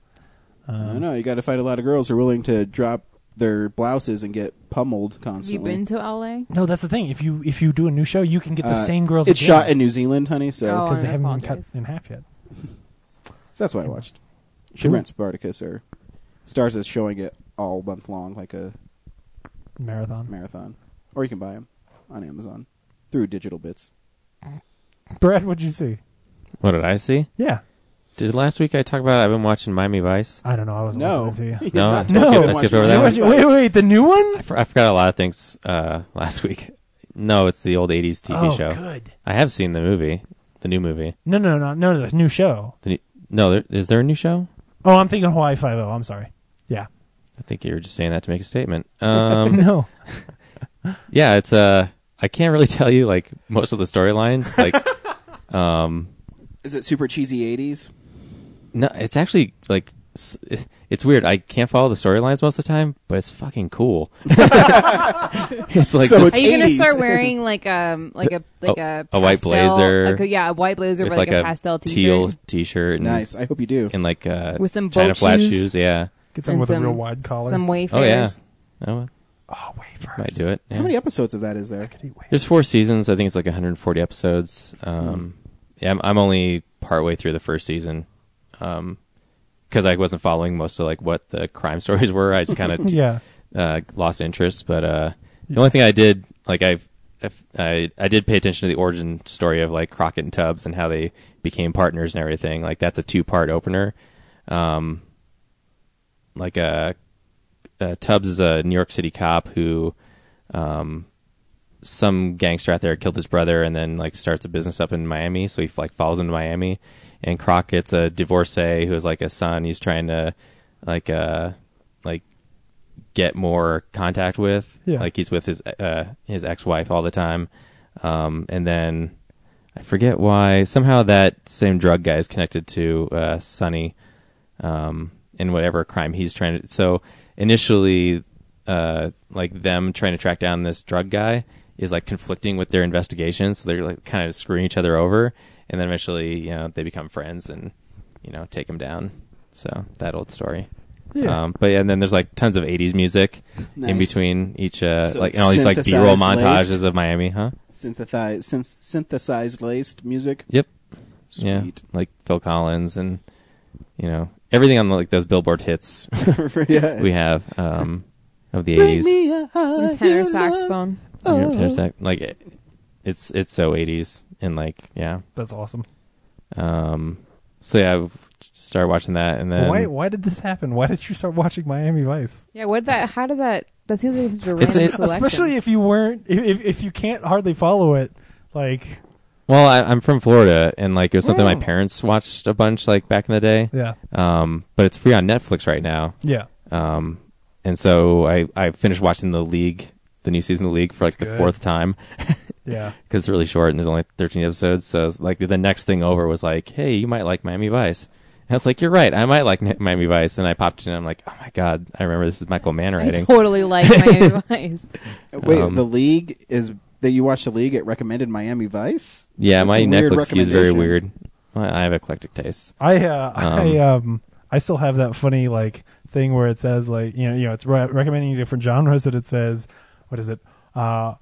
[SPEAKER 3] Uh-huh.
[SPEAKER 1] I don't know. You got to find a lot of girls who are willing to drop their blouses and get pummeled
[SPEAKER 4] Have you
[SPEAKER 1] constantly.
[SPEAKER 4] been to LA?
[SPEAKER 3] no, that's the thing. If you if you do a new show, you can get the
[SPEAKER 1] Uh,
[SPEAKER 3] same girls.
[SPEAKER 1] It's
[SPEAKER 3] again,
[SPEAKER 1] shot in New Zealand, honey. So
[SPEAKER 4] Oh,
[SPEAKER 3] because
[SPEAKER 4] I
[SPEAKER 3] they haven't been cut
[SPEAKER 4] apologize.
[SPEAKER 3] in half yet.
[SPEAKER 1] So that's what I watched. Should rent Spartacus or Stars is showing it all month long, like a
[SPEAKER 3] Marathon.
[SPEAKER 1] marathon, or you can buy them on Amazon through Digital Bits.
[SPEAKER 3] Brad, what'd you see?
[SPEAKER 2] What did I see?
[SPEAKER 3] Yeah,
[SPEAKER 2] Did last week I talk about I've been watching Miami Vice?
[SPEAKER 3] I don't know. I wasn't
[SPEAKER 1] No,
[SPEAKER 3] listening to you.
[SPEAKER 2] No.
[SPEAKER 1] Not
[SPEAKER 3] No.
[SPEAKER 1] talking
[SPEAKER 3] I
[SPEAKER 2] skipped
[SPEAKER 1] about
[SPEAKER 2] over that
[SPEAKER 1] watching
[SPEAKER 2] one.
[SPEAKER 3] wait,
[SPEAKER 1] Miami
[SPEAKER 3] wait,
[SPEAKER 1] Vice.
[SPEAKER 3] wait, the new one?
[SPEAKER 2] I, for- I forgot a lot of things uh, last week. No, it's the old 80s TV
[SPEAKER 3] oh,
[SPEAKER 2] show.
[SPEAKER 3] good.
[SPEAKER 2] I have seen the movie, the new movie.
[SPEAKER 3] No, no, no, no, no, the new show.
[SPEAKER 2] The new, no, there, is there a new show?
[SPEAKER 3] Oh, I'm thinking Hawaii Five O. I'm sorry. Yeah.
[SPEAKER 2] I think you were just saying that to make a statement. Um,
[SPEAKER 3] no.
[SPEAKER 2] yeah, it's uh, I can't really tell you like most of the storylines. Like, um,
[SPEAKER 1] Is it super cheesy '80s?
[SPEAKER 2] no, it's actually like s- it's weird. I can't follow the storylines most of the time, but it's fucking cool. it's like
[SPEAKER 1] So
[SPEAKER 2] this-
[SPEAKER 1] It's
[SPEAKER 4] Are you gonna
[SPEAKER 1] 80s.
[SPEAKER 4] start wearing like um like a like
[SPEAKER 2] A-
[SPEAKER 4] a
[SPEAKER 2] a white
[SPEAKER 4] pastel-
[SPEAKER 2] blazer.
[SPEAKER 4] like a- yeah, a white blazer with like, a, pastel t-shirt,
[SPEAKER 2] teal T-shirt, and,
[SPEAKER 1] Nice. I hope you do.
[SPEAKER 2] and like uh,
[SPEAKER 4] With some
[SPEAKER 2] China
[SPEAKER 4] boat
[SPEAKER 2] flat shoes.
[SPEAKER 4] shoes.
[SPEAKER 2] Yeah.
[SPEAKER 3] Get
[SPEAKER 4] someone And with a some- real
[SPEAKER 3] wide collar.
[SPEAKER 4] some
[SPEAKER 2] Oh yeah.
[SPEAKER 4] wayfarers.
[SPEAKER 2] Oh,
[SPEAKER 3] oh, wafers.
[SPEAKER 2] might do it.
[SPEAKER 1] How
[SPEAKER 2] yeah.
[SPEAKER 1] many episodes of that is there?
[SPEAKER 2] There's four seasons. I think it's like 140 episodes. Um,
[SPEAKER 1] Hmm.
[SPEAKER 2] yeah, I'm, I'm only partway through the first season because I wasn't following most of like what the crime stories were. I just kind of
[SPEAKER 3] Yeah.
[SPEAKER 2] uh, lost interest. But uh, the only thing I did, like I, I, I did pay attention to the origin story of like Crockett and Tubbs and how they became partners and everything. Like that's a two part opener. Um, like uh, uh, Tubbs is a New York City cop who, um, some gangster out there killed his brother and then like starts a business up in Miami. So he like falls into Miami, and Crockett's a divorcee who has like a son. He's trying to like uh like get more contact with.
[SPEAKER 3] Yeah.
[SPEAKER 2] Like he's with his uh his ex wife all the time, um and then I forget why somehow that same drug guy is connected to uh Sonny um, in whatever crime he's trying to. So initially, uh, like them trying to track down this drug guy is like conflicting with their investigations. So they're like kind of screwing each other over, and then eventually, you know, they become friends and you know take him down. So that old story.
[SPEAKER 3] Yeah.
[SPEAKER 2] Um, but yeah, and then there's like tons of '80s music in
[SPEAKER 1] Nice.
[SPEAKER 2] between each, uh,
[SPEAKER 1] So
[SPEAKER 2] like
[SPEAKER 1] it's
[SPEAKER 2] and all these like B-roll
[SPEAKER 1] synthesized
[SPEAKER 2] montages
[SPEAKER 1] laced?
[SPEAKER 2] of Miami, huh?
[SPEAKER 1] Synthesized, syn- synthesized laced music.
[SPEAKER 2] Yep.
[SPEAKER 1] Sweet.
[SPEAKER 2] Yeah. Like Phil Collins and you know everything on like those Billboard hits
[SPEAKER 1] Yeah.
[SPEAKER 2] we have um, of the
[SPEAKER 1] Bring
[SPEAKER 2] eighties.
[SPEAKER 1] me a
[SPEAKER 4] Some
[SPEAKER 1] higher
[SPEAKER 4] tenor
[SPEAKER 1] Oh, love.
[SPEAKER 4] saxophone.
[SPEAKER 2] Like it, it's it's so eighties and like yeah.
[SPEAKER 3] That's awesome.
[SPEAKER 2] Um, so yeah, I started watching that and then
[SPEAKER 3] why? Why did this happen? Why did you start watching Miami Vice?
[SPEAKER 4] Yeah, what that? How did that? That seems like such a
[SPEAKER 2] It's-
[SPEAKER 4] random
[SPEAKER 2] it's-
[SPEAKER 4] selection.
[SPEAKER 3] Especially if you weren't, if if- if you can't hardly follow it, like
[SPEAKER 2] well I, I'm from Florida and like it was something my
[SPEAKER 3] Mm.
[SPEAKER 2] parents watched a bunch like back in the day.
[SPEAKER 3] yeah,
[SPEAKER 2] Um, but it's free on Netflix right now.
[SPEAKER 3] yeah.
[SPEAKER 2] Um, and so I I finished watching the League, the new season of the League for like
[SPEAKER 3] That's
[SPEAKER 2] the
[SPEAKER 3] good.
[SPEAKER 2] fourth time.
[SPEAKER 3] Yeah,
[SPEAKER 2] because it's really short and there's only 13 episodes. So it's like the next thing over was like, hey, you might like Miami Vice. And I was like, you're right, I might like Mi- Miami Vice. And I popped in and I'm like, oh my God, I remember this is Michael Mann
[SPEAKER 4] I
[SPEAKER 2] writing.
[SPEAKER 4] totally like my advice.
[SPEAKER 1] Wait,
[SPEAKER 2] Um,
[SPEAKER 1] the league is that you watch the league? It recommended Miami Vice.
[SPEAKER 2] Yeah,
[SPEAKER 1] That's
[SPEAKER 2] my
[SPEAKER 1] a weird
[SPEAKER 2] Netflix is very
[SPEAKER 1] recommendation.
[SPEAKER 2] weird. I I have eclectic tastes.
[SPEAKER 3] I uh, I
[SPEAKER 2] Um,
[SPEAKER 3] um I still have that funny like thing where it says like you know you know it's re- recommending different genres that it says what is it uh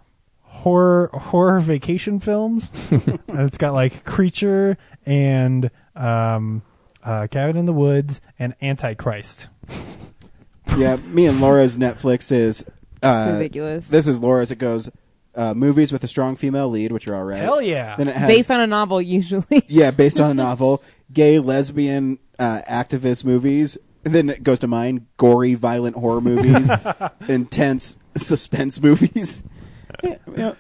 [SPEAKER 3] horror horror vacation films And it's got like creature and um uh cabin in the woods and antichrist
[SPEAKER 1] yeah, me and Laura's Netflix is uh,
[SPEAKER 4] ridiculous.
[SPEAKER 1] This is Laura's. It goes uh, movies with a strong female lead, which are all right.
[SPEAKER 3] hell yeah
[SPEAKER 1] Then it has
[SPEAKER 4] Based on a novel, usually.
[SPEAKER 1] yeah, based on a novel, gay lesbian uh, activist movies. And then it goes to mine: gory, violent horror movies, intense suspense movies. yeah, yeah.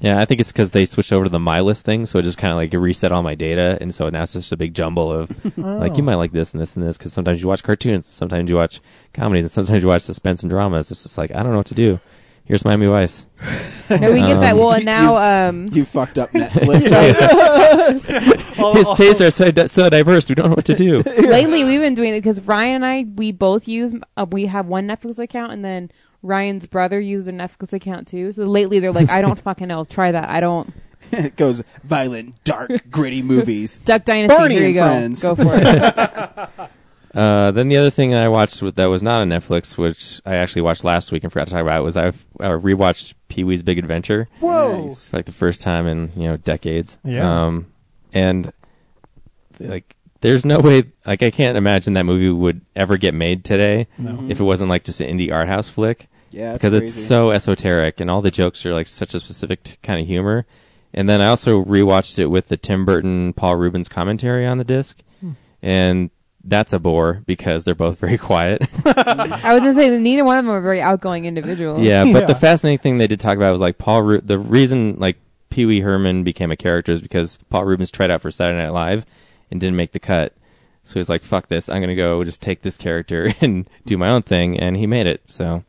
[SPEAKER 2] Yeah, I think it's because they switched over to the my list thing, so it just kind of like reset all my data, and so now it's just a big jumble of like
[SPEAKER 1] Oh.
[SPEAKER 2] you might like this and this and this because sometimes you watch cartoons, sometimes you watch comedies, and sometimes you watch suspense and dramas. It's just like I don't know what to do. Here's Miami Vice.
[SPEAKER 4] No, we get that. Well, and
[SPEAKER 1] You-
[SPEAKER 4] now, um,
[SPEAKER 1] You fucked up Netflix. right?
[SPEAKER 2] His tastes are so di- so diverse. We don't know what to do.
[SPEAKER 4] lately we've been doing it because Ryan and I, we both use, uh, we have one Netflix account, and then Ryan's brother used a Netflix account too. So lately they're like, I don't fucking know. Try that. I don't.
[SPEAKER 1] it goes violent, dark, gritty movies.
[SPEAKER 4] Duck Dynasty.
[SPEAKER 1] Barney
[SPEAKER 4] here you
[SPEAKER 1] and
[SPEAKER 4] go.
[SPEAKER 1] Friends.
[SPEAKER 4] Go for it.
[SPEAKER 2] Uh, then the other thing I watched with, that was not on Netflix, which I actually watched last week and forgot to talk about, was I've I rewatched Pee Wee's Big Adventure.
[SPEAKER 3] whoa
[SPEAKER 1] Nice.
[SPEAKER 2] It's like the first time in you know decades.
[SPEAKER 3] Yeah.
[SPEAKER 2] Um, and like, there's no way. Like, I can't imagine that movie would ever get made today if it wasn't like just an indie art house flick.
[SPEAKER 1] Mm-hmm. Yeah,
[SPEAKER 2] because it's
[SPEAKER 1] crazy.
[SPEAKER 2] so esoteric and all the jokes are like such a specific t- kind of humor. And then I also rewatched it with the Tim Burton Paul Rubens commentary on the disc, and that's a bore because they're both very quiet.
[SPEAKER 4] I was gonna say that neither one of them are very outgoing individuals.
[SPEAKER 2] Yeah, but the
[SPEAKER 3] Yeah.
[SPEAKER 2] fascinating thing they did talk about was like Paul. Ru- the reason like Pee Wee Herman became a character is because Paul Rubens tried out for Saturday Night Live and didn't make the cut. So he was like, "Fuck this! I'm gonna go just take this character and do my own thing." And he made it. So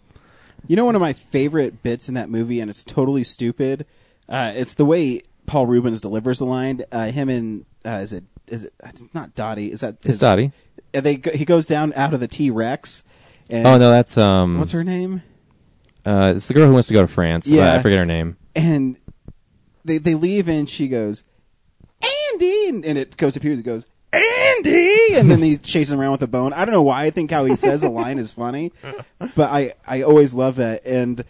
[SPEAKER 1] You know, one of my favorite bits in that movie, and it's totally stupid. Uh, it's the way Paul Rubens delivers the line. Uh, him and uh, is it is it it's not Dottie? Is that
[SPEAKER 2] it's
[SPEAKER 1] is-
[SPEAKER 2] Dottie.
[SPEAKER 1] uh, They go, he goes down out of the T Rex.
[SPEAKER 2] Oh no, that's um.
[SPEAKER 1] what's her name?
[SPEAKER 2] Uh, it's the girl who wants to go to France. but
[SPEAKER 1] Yeah.
[SPEAKER 2] I forget her name.
[SPEAKER 1] And they they leave, and she goes, Andy, and, and it goes to Peter. It goes. Andy, and then he chases him around with a bone. I don't know why. I think how he says a line is funny, but I I always love that. And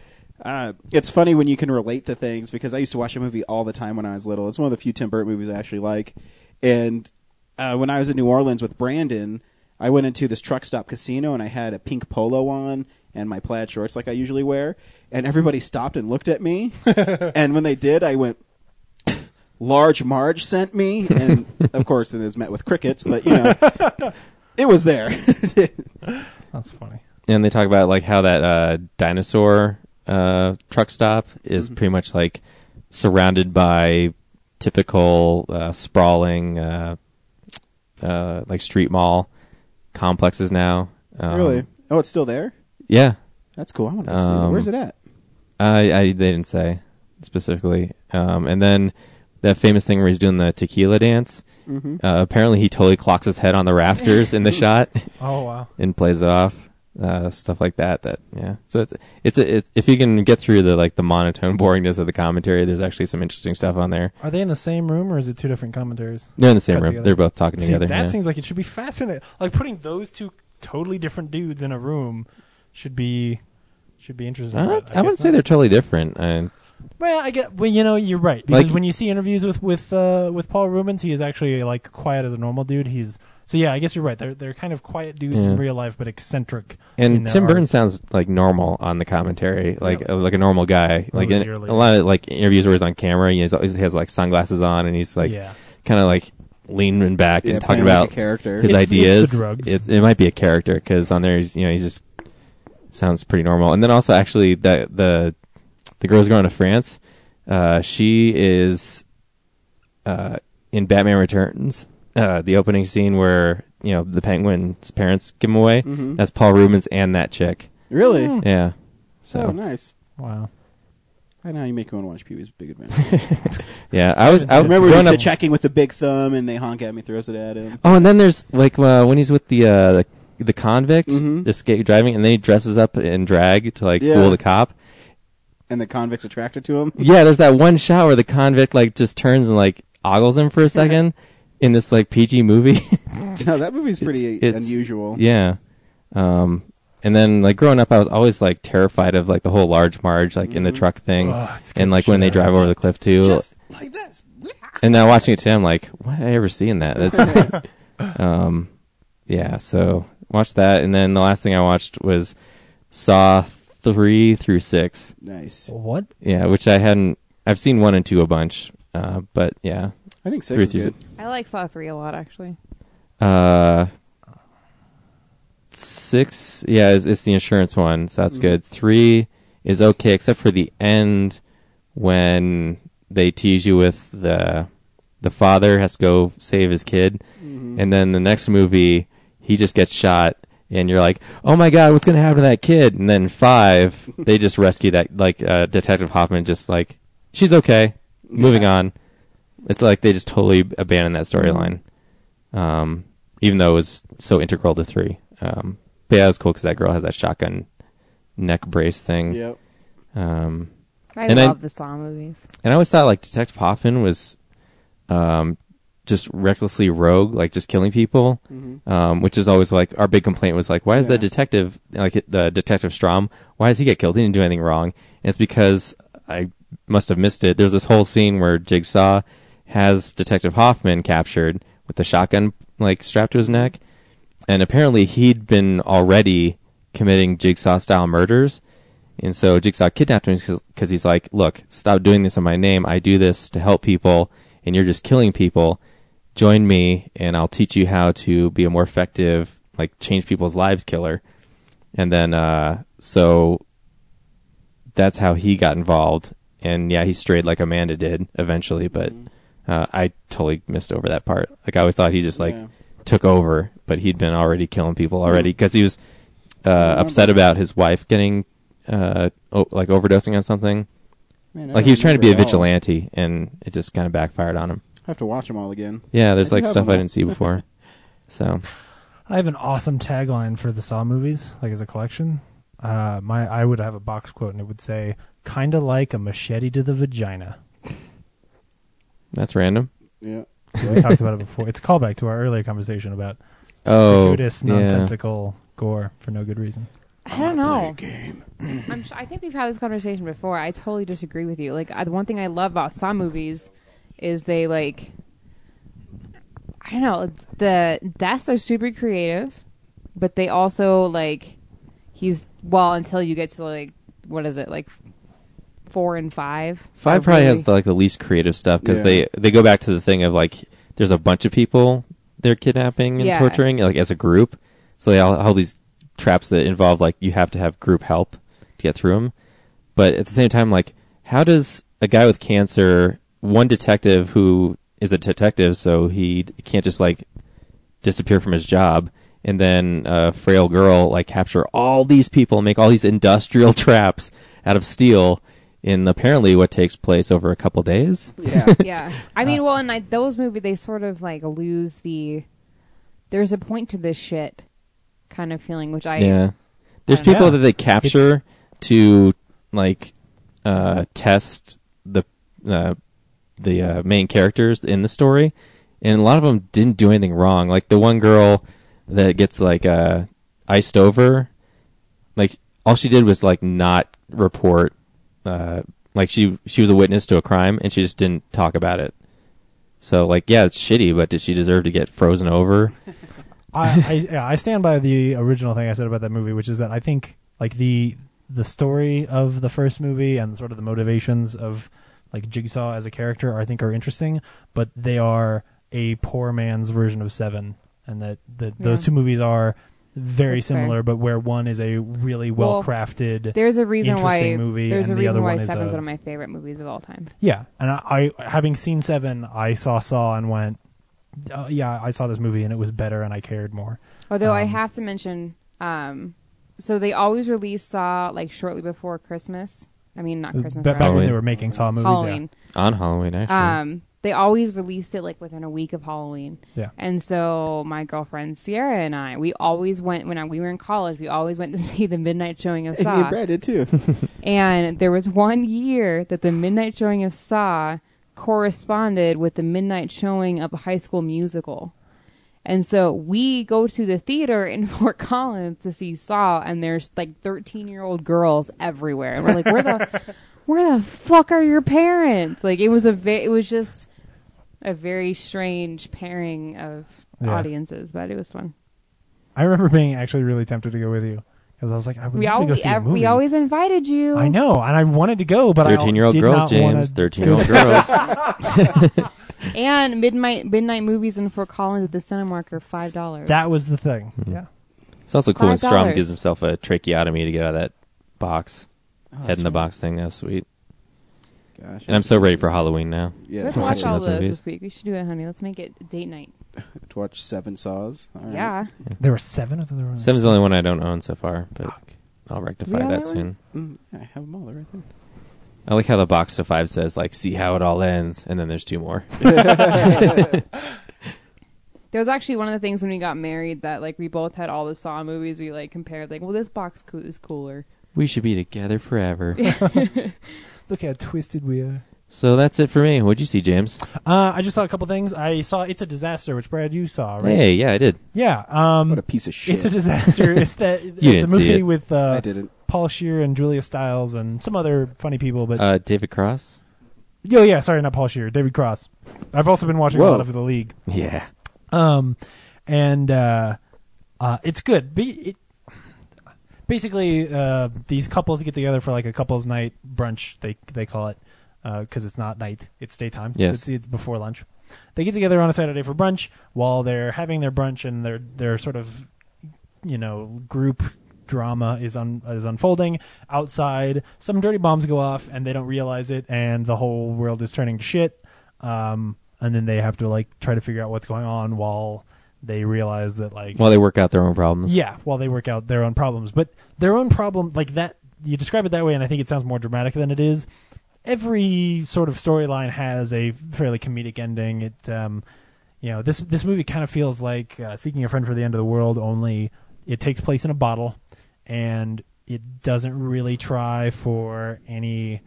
[SPEAKER 1] uh, it's funny when you can relate to things because I used to watch a movie all the time when I was little. It's one of the few Tim Burton movies I actually like. And uh, when I was in New Orleans with Brandon, I went into this truck stop casino and I had a pink polo on and my plaid shorts like I usually wear. And everybody stopped and looked at me. and when they did, I went, Large Marge sent me. And of course, it is met with crickets, but you know, it was there.
[SPEAKER 3] that's funny
[SPEAKER 2] and they talk about like how that uh, dinosaur uh, truck stop is pretty much like surrounded by typical uh, sprawling uh, uh, like street mall complexes now. Um,
[SPEAKER 1] really? Oh, it's still there?
[SPEAKER 2] Yeah,
[SPEAKER 1] That's cool. I want to see it.
[SPEAKER 2] Um,
[SPEAKER 1] Where's it at?
[SPEAKER 2] I, I they didn't say specifically. Um, and then that famous thing where he's doing the tequila dance.
[SPEAKER 1] Mm-hmm.
[SPEAKER 2] Uh, apparently, he totally clocks his head on the rafters in the shot.
[SPEAKER 3] oh wow
[SPEAKER 2] and plays it off, uh, stuff like that. That yeah. So it's it's, it's if you can get through the like the monotone boringness of the commentary, there's actually some interesting stuff on there.
[SPEAKER 3] are they in the same room or is it two different commentaries
[SPEAKER 2] They're in the same
[SPEAKER 3] Cut
[SPEAKER 2] room.
[SPEAKER 3] together.
[SPEAKER 2] They're both talking
[SPEAKER 3] See,
[SPEAKER 2] together.
[SPEAKER 3] that
[SPEAKER 2] yeah.
[SPEAKER 3] seems like it should be fascinating. Like putting those two totally different dudes in a room should be should be interesting.
[SPEAKER 2] Uh, I,
[SPEAKER 3] but
[SPEAKER 2] don't, I, wouldn't
[SPEAKER 3] guess
[SPEAKER 2] say
[SPEAKER 3] not.
[SPEAKER 2] they're totally different. uh, And
[SPEAKER 3] Well, I get. Well, you know, you're right because
[SPEAKER 2] Like-
[SPEAKER 3] when you see interviews with with uh, with Paul Rubens, he is actually like quiet as a normal dude. He's so yeah. I guess you're right. They're they're kind of quiet dudes in
[SPEAKER 2] Yeah.
[SPEAKER 3] real life, but eccentric. in
[SPEAKER 2] and
[SPEAKER 3] their
[SPEAKER 2] Tim
[SPEAKER 3] art.
[SPEAKER 2] Burton sounds like normal on the commentary, like
[SPEAKER 3] Yep.
[SPEAKER 2] uh, like a normal guy. Like
[SPEAKER 3] was
[SPEAKER 2] in,
[SPEAKER 3] early.
[SPEAKER 2] a lot of like interviews where he's on camera, he has, he has like sunglasses on, and he's like
[SPEAKER 3] yeah.
[SPEAKER 2] kind of like leaning back
[SPEAKER 1] Yeah,
[SPEAKER 2] and talking
[SPEAKER 1] playing like
[SPEAKER 2] about
[SPEAKER 1] a character.
[SPEAKER 2] his
[SPEAKER 3] It's- it's the
[SPEAKER 2] ideas.
[SPEAKER 3] drugs.
[SPEAKER 2] It's- it might be a character because on there, he's, you know, he just sounds pretty normal. And then also, actually, the the the girl's going to France. Uh, she is uh, in Batman Returns. Uh, the opening scene where you know the Penguin's parents give him away.
[SPEAKER 1] Mhm.
[SPEAKER 2] That's Paul Rubens and that chick.
[SPEAKER 1] Really?
[SPEAKER 3] Hmm.
[SPEAKER 2] Yeah. So
[SPEAKER 1] So Oh, nice.
[SPEAKER 3] Wow.
[SPEAKER 1] I know you make me want to watch Pee Wee's Big Adventure.
[SPEAKER 2] yeah, I was. I
[SPEAKER 1] I remember we
[SPEAKER 2] growing
[SPEAKER 1] used to
[SPEAKER 2] up,
[SPEAKER 1] checking with the big thumb, and they honk at me, throws it at him.
[SPEAKER 2] Oh, and then there's like uh, when he's with the uh, the, the convict
[SPEAKER 1] Mhm.
[SPEAKER 2] escape driving, and then he dresses up in drag to like
[SPEAKER 1] Yeah.
[SPEAKER 2] fool the cop.
[SPEAKER 1] And the convict's attracted to him.
[SPEAKER 2] Yeah, there's that one shot where the convict like just turns and like ogles him for a second in this like PG movie.
[SPEAKER 1] no, that movie's pretty
[SPEAKER 2] It's- it's-
[SPEAKER 1] unusual.
[SPEAKER 2] yeah. Um, and then like growing up, I was always like terrified of like the whole large Marge like in the truck thing,
[SPEAKER 3] Mm-hmm. Ugh, it's
[SPEAKER 2] and
[SPEAKER 3] good
[SPEAKER 2] like when they
[SPEAKER 3] shit.
[SPEAKER 2] drive over the cliff too.
[SPEAKER 1] Just like this.
[SPEAKER 2] and now watching it today, I'm like, why did I ever see in that? That's, um, yeah. So watched that, and then the last thing I watched was Saw three through six.
[SPEAKER 1] Nice.
[SPEAKER 3] What?
[SPEAKER 2] Yeah, which I hadn't. I've seen one and two a bunch, uh, but yeah,
[SPEAKER 1] I think six
[SPEAKER 2] Three
[SPEAKER 1] is
[SPEAKER 2] through
[SPEAKER 1] good.
[SPEAKER 4] I like Saw Three a lot, actually.
[SPEAKER 2] Uh, six, yeah, it's, it's the insurance one, so
[SPEAKER 1] Hmm.
[SPEAKER 2] that's good. Three is okay, except for the end when they tease you with the the father has to go save his kid, and then the next movie he just gets shot. And you're like, oh my god, what's gonna happen to that kid? And then five, they just rescue that. Like uh, Detective Hoffman, just like she's okay, moving on. It's like they just totally abandoned that storyline um, even though it was so integral to three. Um, but yeah, it was cool because that girl has that shotgun neck brace thing.
[SPEAKER 1] Yep.
[SPEAKER 2] Um,
[SPEAKER 4] I
[SPEAKER 2] And I-
[SPEAKER 4] love the Saw movies.
[SPEAKER 2] and I always thought like Detective Hoffman was um, just recklessly rogue, like just killing people, um, which is always like our big complaint was like, why is
[SPEAKER 1] Yeah.
[SPEAKER 2] the detective like the detective Strom? Why does he get killed? He didn't do anything wrong. And it's because I must have missed it. There's this whole scene where Jigsaw has Detective Hoffman captured with the shotgun like strapped to his neck, and apparently he'd been already committing Jigsaw style murders. And so Jigsaw kidnapped him because he's like, look, stop doing this in my name. I do this to help people, and you're just killing people. Join me, and I'll teach you how to be a more effective, like, change people's lives killer. And then, uh, so that's how he got involved. And yeah, he strayed like Amanda did eventually, but uh, I totally missed over that part. Like, I always thought he just, like,
[SPEAKER 1] Mm-hmm. Yeah.
[SPEAKER 2] took over, but he'd been already killing people already because he was uh,
[SPEAKER 1] remember
[SPEAKER 2] upset
[SPEAKER 1] that.
[SPEAKER 2] about his wife getting uh, o- like overdosing on something.
[SPEAKER 1] Man, I
[SPEAKER 2] Like he was
[SPEAKER 1] don't
[SPEAKER 2] trying to be a
[SPEAKER 1] remember at all.
[SPEAKER 2] vigilante, and it just kind of backfired on him.
[SPEAKER 1] I have to watch them all again.
[SPEAKER 2] Yeah, there's
[SPEAKER 1] I do
[SPEAKER 2] like
[SPEAKER 1] have
[SPEAKER 2] stuff
[SPEAKER 1] them
[SPEAKER 2] I
[SPEAKER 1] all.
[SPEAKER 2] didn't see before. so
[SPEAKER 3] I have an awesome tagline for the Saw movies, like as a collection. Uh, my I would have a box quote and it would say, "Kinda like a machete to the vagina."
[SPEAKER 2] that's random.
[SPEAKER 1] Yeah.
[SPEAKER 3] We talked about it before. It's a callback to our earlier conversation about
[SPEAKER 2] Oh,
[SPEAKER 3] gratuitous,
[SPEAKER 2] yeah.
[SPEAKER 3] nonsensical gore for no good reason.
[SPEAKER 4] I don't know. I'm sh- I think we've had this conversation before. I totally disagree with you. Like I, the one thing I love about Saw movies is they like I don't know the deaths are super creative, but they also like he's well until you get to like what is it like four and five.
[SPEAKER 2] Five
[SPEAKER 4] are
[SPEAKER 2] probably
[SPEAKER 4] really-
[SPEAKER 2] has the, like the least creative stuff because
[SPEAKER 1] Yeah.
[SPEAKER 2] they they go back to the thing of like there's a bunch of people they're kidnapping and
[SPEAKER 4] Yeah.
[SPEAKER 2] torturing like as a group. So they all all these traps that involve like you have to have group help to get through them. But at the same time, like how does a guy with cancer, one detective who is a detective, so he d- can't just like disappear from his job and then a frail girl like capture all these people and make all these industrial traps out of steel in apparently what takes place over a couple days
[SPEAKER 1] Yeah.
[SPEAKER 4] yeah. I
[SPEAKER 2] Uh.
[SPEAKER 4] mean, well, and I, those movies, they sort of like lose the. There's a point to this shit, kind of feeling, which I
[SPEAKER 2] yeah there's
[SPEAKER 4] I don't
[SPEAKER 2] people
[SPEAKER 3] know.
[SPEAKER 2] that they capture to like uh test the uh the uh, main characters in the story and a lot of them didn't do anything wrong like the one girl that gets like uh iced over like all she did was like not report uh like she she was a witness to a crime and she just didn't talk about it so like yeah it's shitty but did she deserve to get frozen over
[SPEAKER 3] I, I yeah, I stand by the original thing I said about that movie, which is that I think like the the story of the first movie and sort of the motivations of like Jigsaw as a character are, I think are interesting, but they are a poor man's version of Seven, and that that those
[SPEAKER 4] Yeah.
[SPEAKER 3] two movies are very
[SPEAKER 4] That's fair.
[SPEAKER 3] similar, but where one is a really well crafted.
[SPEAKER 4] There's a reason why.
[SPEAKER 3] Interesting movie,
[SPEAKER 4] there's a
[SPEAKER 3] and the
[SPEAKER 4] reason
[SPEAKER 3] other
[SPEAKER 4] why
[SPEAKER 3] one is,
[SPEAKER 4] Seven's
[SPEAKER 3] uh,
[SPEAKER 4] one of my favorite movies of all time.
[SPEAKER 3] yeah, and I, I having seen Seven, I saw Saw and went, oh, yeah, I saw this movie and it was better, and I cared more.
[SPEAKER 4] Although I
[SPEAKER 3] um,
[SPEAKER 4] have to mention, um, so they always release Saw like shortly before Christmas. I mean,
[SPEAKER 3] Uh,
[SPEAKER 4] not Christmas.
[SPEAKER 3] Back
[SPEAKER 4] rather,
[SPEAKER 3] when
[SPEAKER 2] Halloween.
[SPEAKER 3] they were making Saw movies, yeah.
[SPEAKER 4] Halloween.
[SPEAKER 2] on halloween actually
[SPEAKER 4] Um, they always released it like within a week of Halloween.
[SPEAKER 3] Yeah.
[SPEAKER 4] And so my girlfriend Sierra and I, we always went when I, we were in college. We always went to see the midnight showing of
[SPEAKER 1] And
[SPEAKER 4] Saw.
[SPEAKER 1] me and Brad did too. Oh,
[SPEAKER 4] And there was one year that the midnight showing of Saw corresponded with the midnight showing of High School Musical. And so we go to the theater in Fort Collins to see Saw, and there's like 13 year old girls everywhere. And we're like, where the, where the fuck are your parents? Like it was a, ve- it was just a very strange pairing of
[SPEAKER 3] Yeah.
[SPEAKER 4] audiences, but it was fun.
[SPEAKER 3] I remember being actually really tempted to go with you because I was like, I would
[SPEAKER 4] We
[SPEAKER 3] love to go
[SPEAKER 4] always,
[SPEAKER 3] see a movie.
[SPEAKER 4] we always invited you.
[SPEAKER 3] I know, and I wanted to go, but I
[SPEAKER 2] 13 year old
[SPEAKER 3] did
[SPEAKER 2] girls,
[SPEAKER 3] not wanna
[SPEAKER 2] James.
[SPEAKER 3] do
[SPEAKER 2] 13 year old girls.
[SPEAKER 4] And midnight midnight movies in Fort Collins at the Cinemark are five dollars.
[SPEAKER 3] That was the thing.
[SPEAKER 2] Hmm.
[SPEAKER 3] Yeah.
[SPEAKER 2] It's also cool when Strom
[SPEAKER 4] $5.
[SPEAKER 2] gives himself a tracheotomy to get out of that box,
[SPEAKER 3] Oh,
[SPEAKER 2] head in the box thing. That was sweet.
[SPEAKER 1] Gosh,
[SPEAKER 2] And I'm so ready for Halloween now.
[SPEAKER 1] Yeah,
[SPEAKER 4] Let's
[SPEAKER 1] to
[SPEAKER 4] watch
[SPEAKER 2] watching
[SPEAKER 4] all
[SPEAKER 2] those
[SPEAKER 4] those
[SPEAKER 2] movies.
[SPEAKER 4] this week. We should do it, honey. Let's make it date night.
[SPEAKER 1] to watch Seven Saws. All right.
[SPEAKER 4] Yeah.
[SPEAKER 3] There were seven of them.
[SPEAKER 2] Seven's the only one I don't own so far, but
[SPEAKER 3] Fuck.
[SPEAKER 2] I'll
[SPEAKER 4] Do we
[SPEAKER 2] rectify
[SPEAKER 4] have that
[SPEAKER 2] that
[SPEAKER 4] one?
[SPEAKER 1] Mm,
[SPEAKER 2] soon.
[SPEAKER 1] yeah, I have them all. They're right there.
[SPEAKER 2] I like how the box to five says, like, see how it all ends, and then there's two more.
[SPEAKER 4] There was actually one of the things when we got married that like we both had all the Saw movies. We like compared like, well, this box coo- is cooler.
[SPEAKER 2] We should be together forever.
[SPEAKER 3] Look how twisted we are.
[SPEAKER 2] so that's it for me. What'd you see, James?
[SPEAKER 3] Uh, I just saw a couple things. I saw It's a Disaster, which Brad, you saw, right?
[SPEAKER 2] Hey, yeah, I did.
[SPEAKER 3] Yeah. Um,
[SPEAKER 1] What a piece of shit!
[SPEAKER 3] It's a Disaster. it's that. it's
[SPEAKER 2] didn't
[SPEAKER 3] a
[SPEAKER 2] see
[SPEAKER 3] movie
[SPEAKER 2] it.
[SPEAKER 3] with uh,
[SPEAKER 1] I didn't.
[SPEAKER 3] Paul Shear and Julia Stiles and some other funny people, but
[SPEAKER 2] Uh, David Cross?
[SPEAKER 3] Yo, yeah, sorry, not Paul Shear, David Cross. I've also been watching a
[SPEAKER 1] Whoa.
[SPEAKER 3] lot of the league.
[SPEAKER 2] Yeah.
[SPEAKER 3] Um, and uh, uh, it's good. Be- it, basically, uh, these couples get together for like a couples night brunch. They they call it because it's not night; it's daytime. So
[SPEAKER 2] Yes.
[SPEAKER 3] it's, it's before lunch. They get together on a Saturday for brunch while they're having their brunch, and their their sort of you know group drama is un- is unfolding outside. Some dirty bombs go off, and they don't realize it, and the whole world is turning to shit. Um, and then they have to like try to figure out what's going on while they realize that like
[SPEAKER 2] While they work out their own problems.
[SPEAKER 3] yeah, while they work out their own problems. But their own problem, like that, you describe it that way, and I think it sounds more dramatic than it is. Every sort of storyline has a fairly comedic ending. It, um, you know, this this movie kind of feels like uh, Seeking a Friend for the End of the World, only it takes place in a bottle, and it doesn't really try for any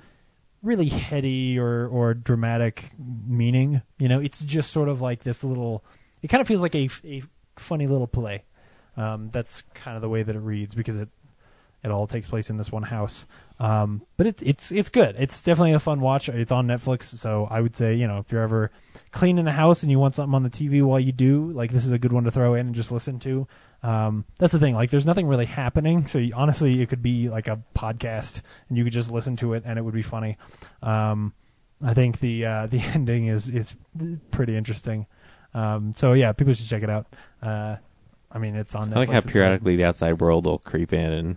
[SPEAKER 3] really heady or or dramatic meaning. You know, it's just sort of like this little. It kind of feels like a, a funny little play. Um, that's kind of the way that it reads because it it all takes place in this one house. Um, but it's it's it's good. It's definitely a fun watch. It's on Netflix, so I would say you know if you're ever cleaning the house and you want something on the TV while you do, like this is a good one to throw in and just listen to. Um, that's the thing. Like there's nothing really happening, so you, honestly it could be like a podcast and you could just listen to it and it would be funny. Um, I think the uh, the ending is is pretty interesting. Um, so yeah, people should check it out. Uh, I mean, it's on. Netflix.
[SPEAKER 2] I like how
[SPEAKER 3] It's-
[SPEAKER 2] periodically the outside world will creep in and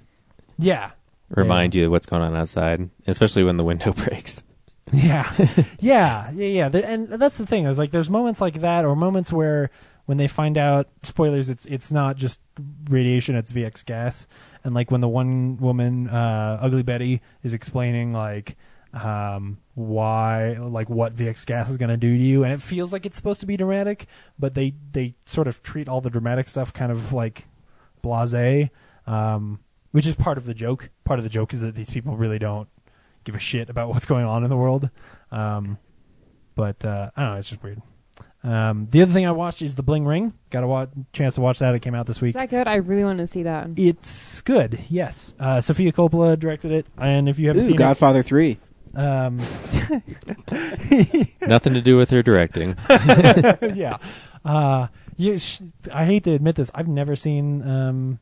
[SPEAKER 3] Yeah,
[SPEAKER 2] remind you of what's going on outside, especially when the window breaks.
[SPEAKER 3] Yeah, yeah, yeah, yeah. The- And that's the thing. I was like, there's moments like that, or moments where when they find out spoilers, it's it's not just radiation, it's VX gas. And like when the one woman, uh, Ugly Betty, is explaining like um, why, like what VX gas is gonna do to you, and it feels like it's supposed to be dramatic, but they they sort of treat all the dramatic stuff kind of like blase, um, which is part of the joke. Part of the joke is that these people really don't give a shit about what's going on in the world. Um, but uh, I don't know, it's just weird. Um, the other thing I watched is The Bling Ring. Got a wa- chance to watch that. It came out this
[SPEAKER 4] Is
[SPEAKER 3] week.
[SPEAKER 4] that good? I really want to see that. one.
[SPEAKER 3] It's good. Yes, uh, Sophia Coppola directed it, and if you haven't
[SPEAKER 1] Ooh,
[SPEAKER 3] seen
[SPEAKER 1] Godfather Three.
[SPEAKER 3] it, um,
[SPEAKER 2] Nothing to do with her directing.
[SPEAKER 3] yeah. Uh, you sh- I hate to admit this. I've never seen um,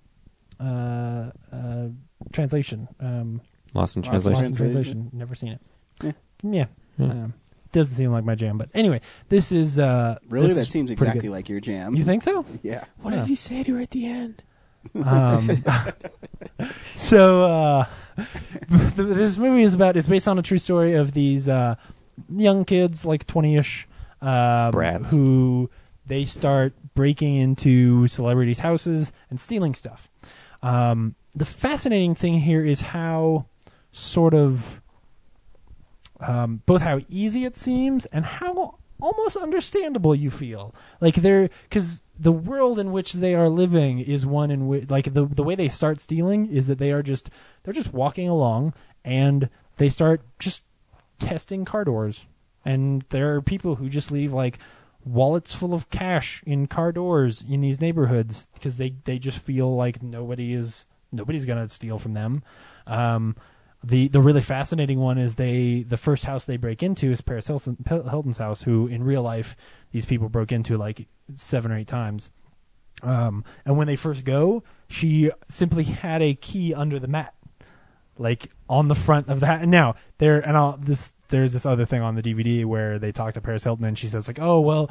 [SPEAKER 3] uh, uh, translation. Um,
[SPEAKER 2] Lost in
[SPEAKER 1] Lost in
[SPEAKER 2] translation.
[SPEAKER 3] Lost in Translation. Never seen it.
[SPEAKER 1] Yeah.
[SPEAKER 3] Yeah.
[SPEAKER 2] Yeah.
[SPEAKER 3] Um, doesn't seem like my jam, but anyway, this is uh,
[SPEAKER 1] Really,
[SPEAKER 3] this
[SPEAKER 1] that
[SPEAKER 3] is
[SPEAKER 1] seems
[SPEAKER 3] pretty
[SPEAKER 1] exactly
[SPEAKER 3] good.
[SPEAKER 1] like your jam.
[SPEAKER 3] You think so?
[SPEAKER 1] Yeah.
[SPEAKER 2] What
[SPEAKER 3] Yeah.
[SPEAKER 2] does he say to her at the end?
[SPEAKER 3] Um, so uh, th- this movie is about it's based on a true story of these uh, young kids, like twenty-ish, um,
[SPEAKER 2] Brats.
[SPEAKER 3] who they start breaking into celebrities' houses and stealing stuff. Um, the fascinating thing here is how sort of um, both how easy it seems and how almost understandable you feel. Like they're because the world in which they are living is one in which like the the way they start stealing is that they are just they're just walking along and they start just testing car doors and there are people who just leave like wallets full of cash in car doors in these neighborhoods because they they just feel like nobody is nobody's gonna steal from them. Um, the the really fascinating one is they the first house they break into is Paris Hilton, Hilton's house, who in real life these people broke into like seven or eight times. Um, and when they first go, she simply had a key under the mat, like on the front of that. And now there, and I'll, this there's this other thing on the DVD where they talk to Paris Hilton, and she says like, "Oh well,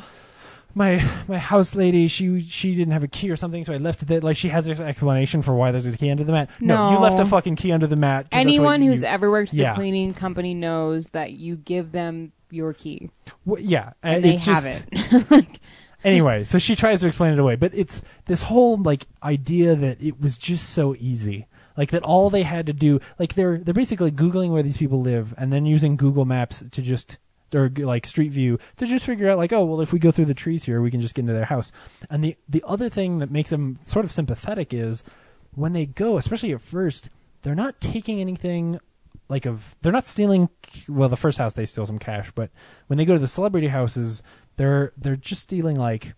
[SPEAKER 3] my my house lady, she she didn't have a key or something, so I left it." There. Like she has this explanation for why there's a key under the mat. No,
[SPEAKER 4] No.
[SPEAKER 3] you left a fucking key under the mat. 'cause that's what
[SPEAKER 4] Anyone who's
[SPEAKER 3] you,
[SPEAKER 4] ever worked at
[SPEAKER 3] yeah.
[SPEAKER 4] the cleaning company knows that you give them your key
[SPEAKER 3] w- yeah,
[SPEAKER 4] and
[SPEAKER 3] uh,
[SPEAKER 4] they
[SPEAKER 3] it's
[SPEAKER 4] have
[SPEAKER 3] just,
[SPEAKER 4] it. like,
[SPEAKER 3] anyway, so she tries to explain it away, but it's this whole like idea that it was just so easy. Like that all they had to do like they're they're basically googling where these people live and then using Google Maps to just or like Street View to just figure out like oh well if we go through the trees here we can just get into their house. And the the other thing that makes them sort of sympathetic is when they go, especially at first, they're not taking anything like of they're not stealing well the first house they steal some cash but when they go to the celebrity houses they're they're just stealing like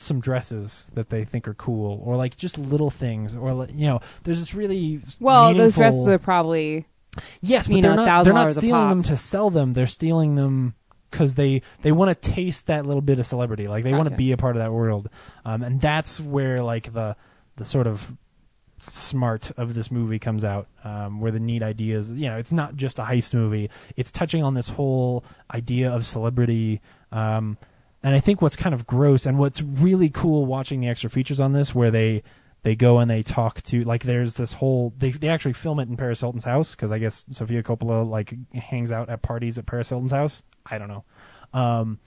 [SPEAKER 3] some dresses that they think are cool or like just little things or like you know there's this really
[SPEAKER 4] well, those
[SPEAKER 3] meaningful-
[SPEAKER 4] dresses are probably
[SPEAKER 3] yes but
[SPEAKER 4] you
[SPEAKER 3] they're
[SPEAKER 4] know,
[SPEAKER 3] not
[SPEAKER 4] $1,000
[SPEAKER 3] they're not
[SPEAKER 4] a
[SPEAKER 3] stealing
[SPEAKER 4] pop.
[SPEAKER 3] them to sell them they're stealing them because they they want to taste that little bit of celebrity like they want to
[SPEAKER 4] Gotcha.
[SPEAKER 3] be a part of that world um, and that's where like the the sort of smart of this movie comes out, um, where the neat ideas, you know, it's not just a heist movie. It's touching on this whole idea of celebrity. Um, and I think what's kind of gross and what's really cool watching the extra features on this, where they they go and they talk to like there's this whole they they actually film it in Paris Hilton's house because I guess Sofia Coppola like hangs out at parties at Paris Hilton's house. I don't know. Um,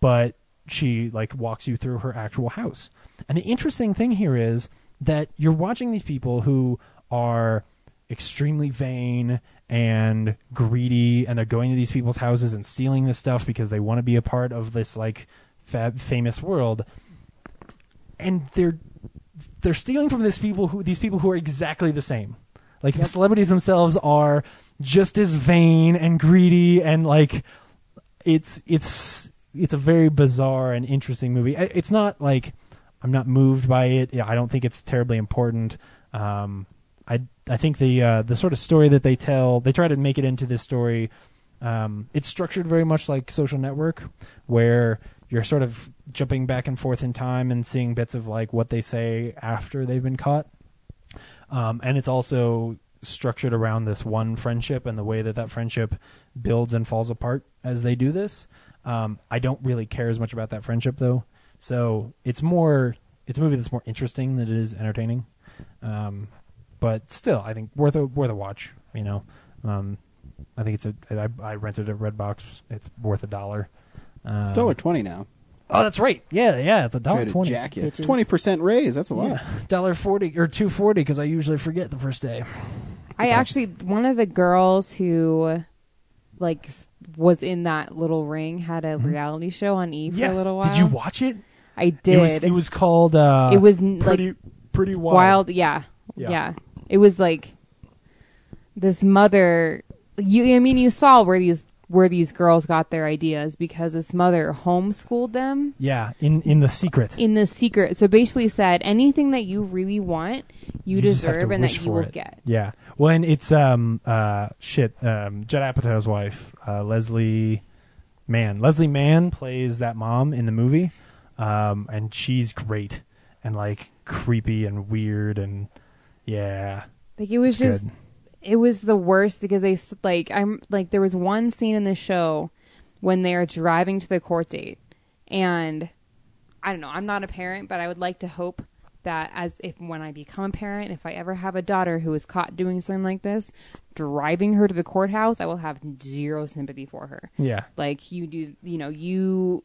[SPEAKER 3] but she like walks you through her actual house. And the interesting thing here is that you're watching these people who are extremely vain and greedy and they're going to these people's houses and stealing this stuff because they want to be a part of this like fab famous world and they're they're stealing from these people who these people who are exactly the same. Like the celebrities themselves are just as vain and greedy and like it's it's it's a very bizarre and interesting movie. I- It's not like I'm not moved by it. Yeah, I don't think it's terribly important. Um, I I think the uh, the sort of story that they tell, they try to make it into this story. Um, it's structured very much like Social Network, where you're sort of jumping back and forth in time and seeing bits of like what they say after they've been caught. Um, and it's also structured around this one friendship and the way that that friendship builds and falls apart as they do this. Um, I don't really care as much about that friendship though, so it's more it's a movie that's more interesting than it is entertaining. Um, but still, I think worth a worth a watch. You know, um, I think it's a I, I rented it at Redbox. It's worth a dollar. Um,
[SPEAKER 1] It's dollar twenty now.
[SPEAKER 3] Oh, that's right. Yeah, yeah, it's a dollar
[SPEAKER 1] Try to
[SPEAKER 3] twenty.
[SPEAKER 1] jack it.
[SPEAKER 4] bitches.
[SPEAKER 1] Twenty percent raise. That's a lot.
[SPEAKER 3] Yeah, dollar forty or two forty because I usually forget the first day.
[SPEAKER 4] I
[SPEAKER 3] Okay.
[SPEAKER 4] actually one of the girls who like s- was in that little ring had a reality show on E for a little while.
[SPEAKER 3] Mm-hmm. Did you watch it?
[SPEAKER 4] I did.
[SPEAKER 3] It was, it was called. Uh,
[SPEAKER 4] It was, n-
[SPEAKER 3] pretty pretty wild.
[SPEAKER 4] wild. Yeah.
[SPEAKER 3] Yeah.
[SPEAKER 4] yeah, It was like this mother. You, I mean, you saw where these where these girls got their ideas because this mother homeschooled them
[SPEAKER 3] Yeah, in in the secret.
[SPEAKER 4] in the secret. So basically, said anything that you really want, you,
[SPEAKER 3] You just have to
[SPEAKER 4] deserve, and
[SPEAKER 3] wish
[SPEAKER 4] that you
[SPEAKER 3] for
[SPEAKER 4] will
[SPEAKER 3] it.
[SPEAKER 4] get.
[SPEAKER 3] yeah, when it's um uh shit um Judd Apatow's wife uh, Leslie Mann. Leslie Mann plays that mom in the movie, um and she's great and like creepy and weird and yeah,
[SPEAKER 4] Like it was
[SPEAKER 3] good.
[SPEAKER 4] just it was the worst because they s- like I'm like there was one scene in the show when they are driving to the court date and I don't know I'm not a parent but I would like to hope that as if when I become a parent if I ever have a daughter who is caught doing something like this driving her to the courthouse I will have zero sympathy for her
[SPEAKER 3] yeah.
[SPEAKER 4] like you do you know you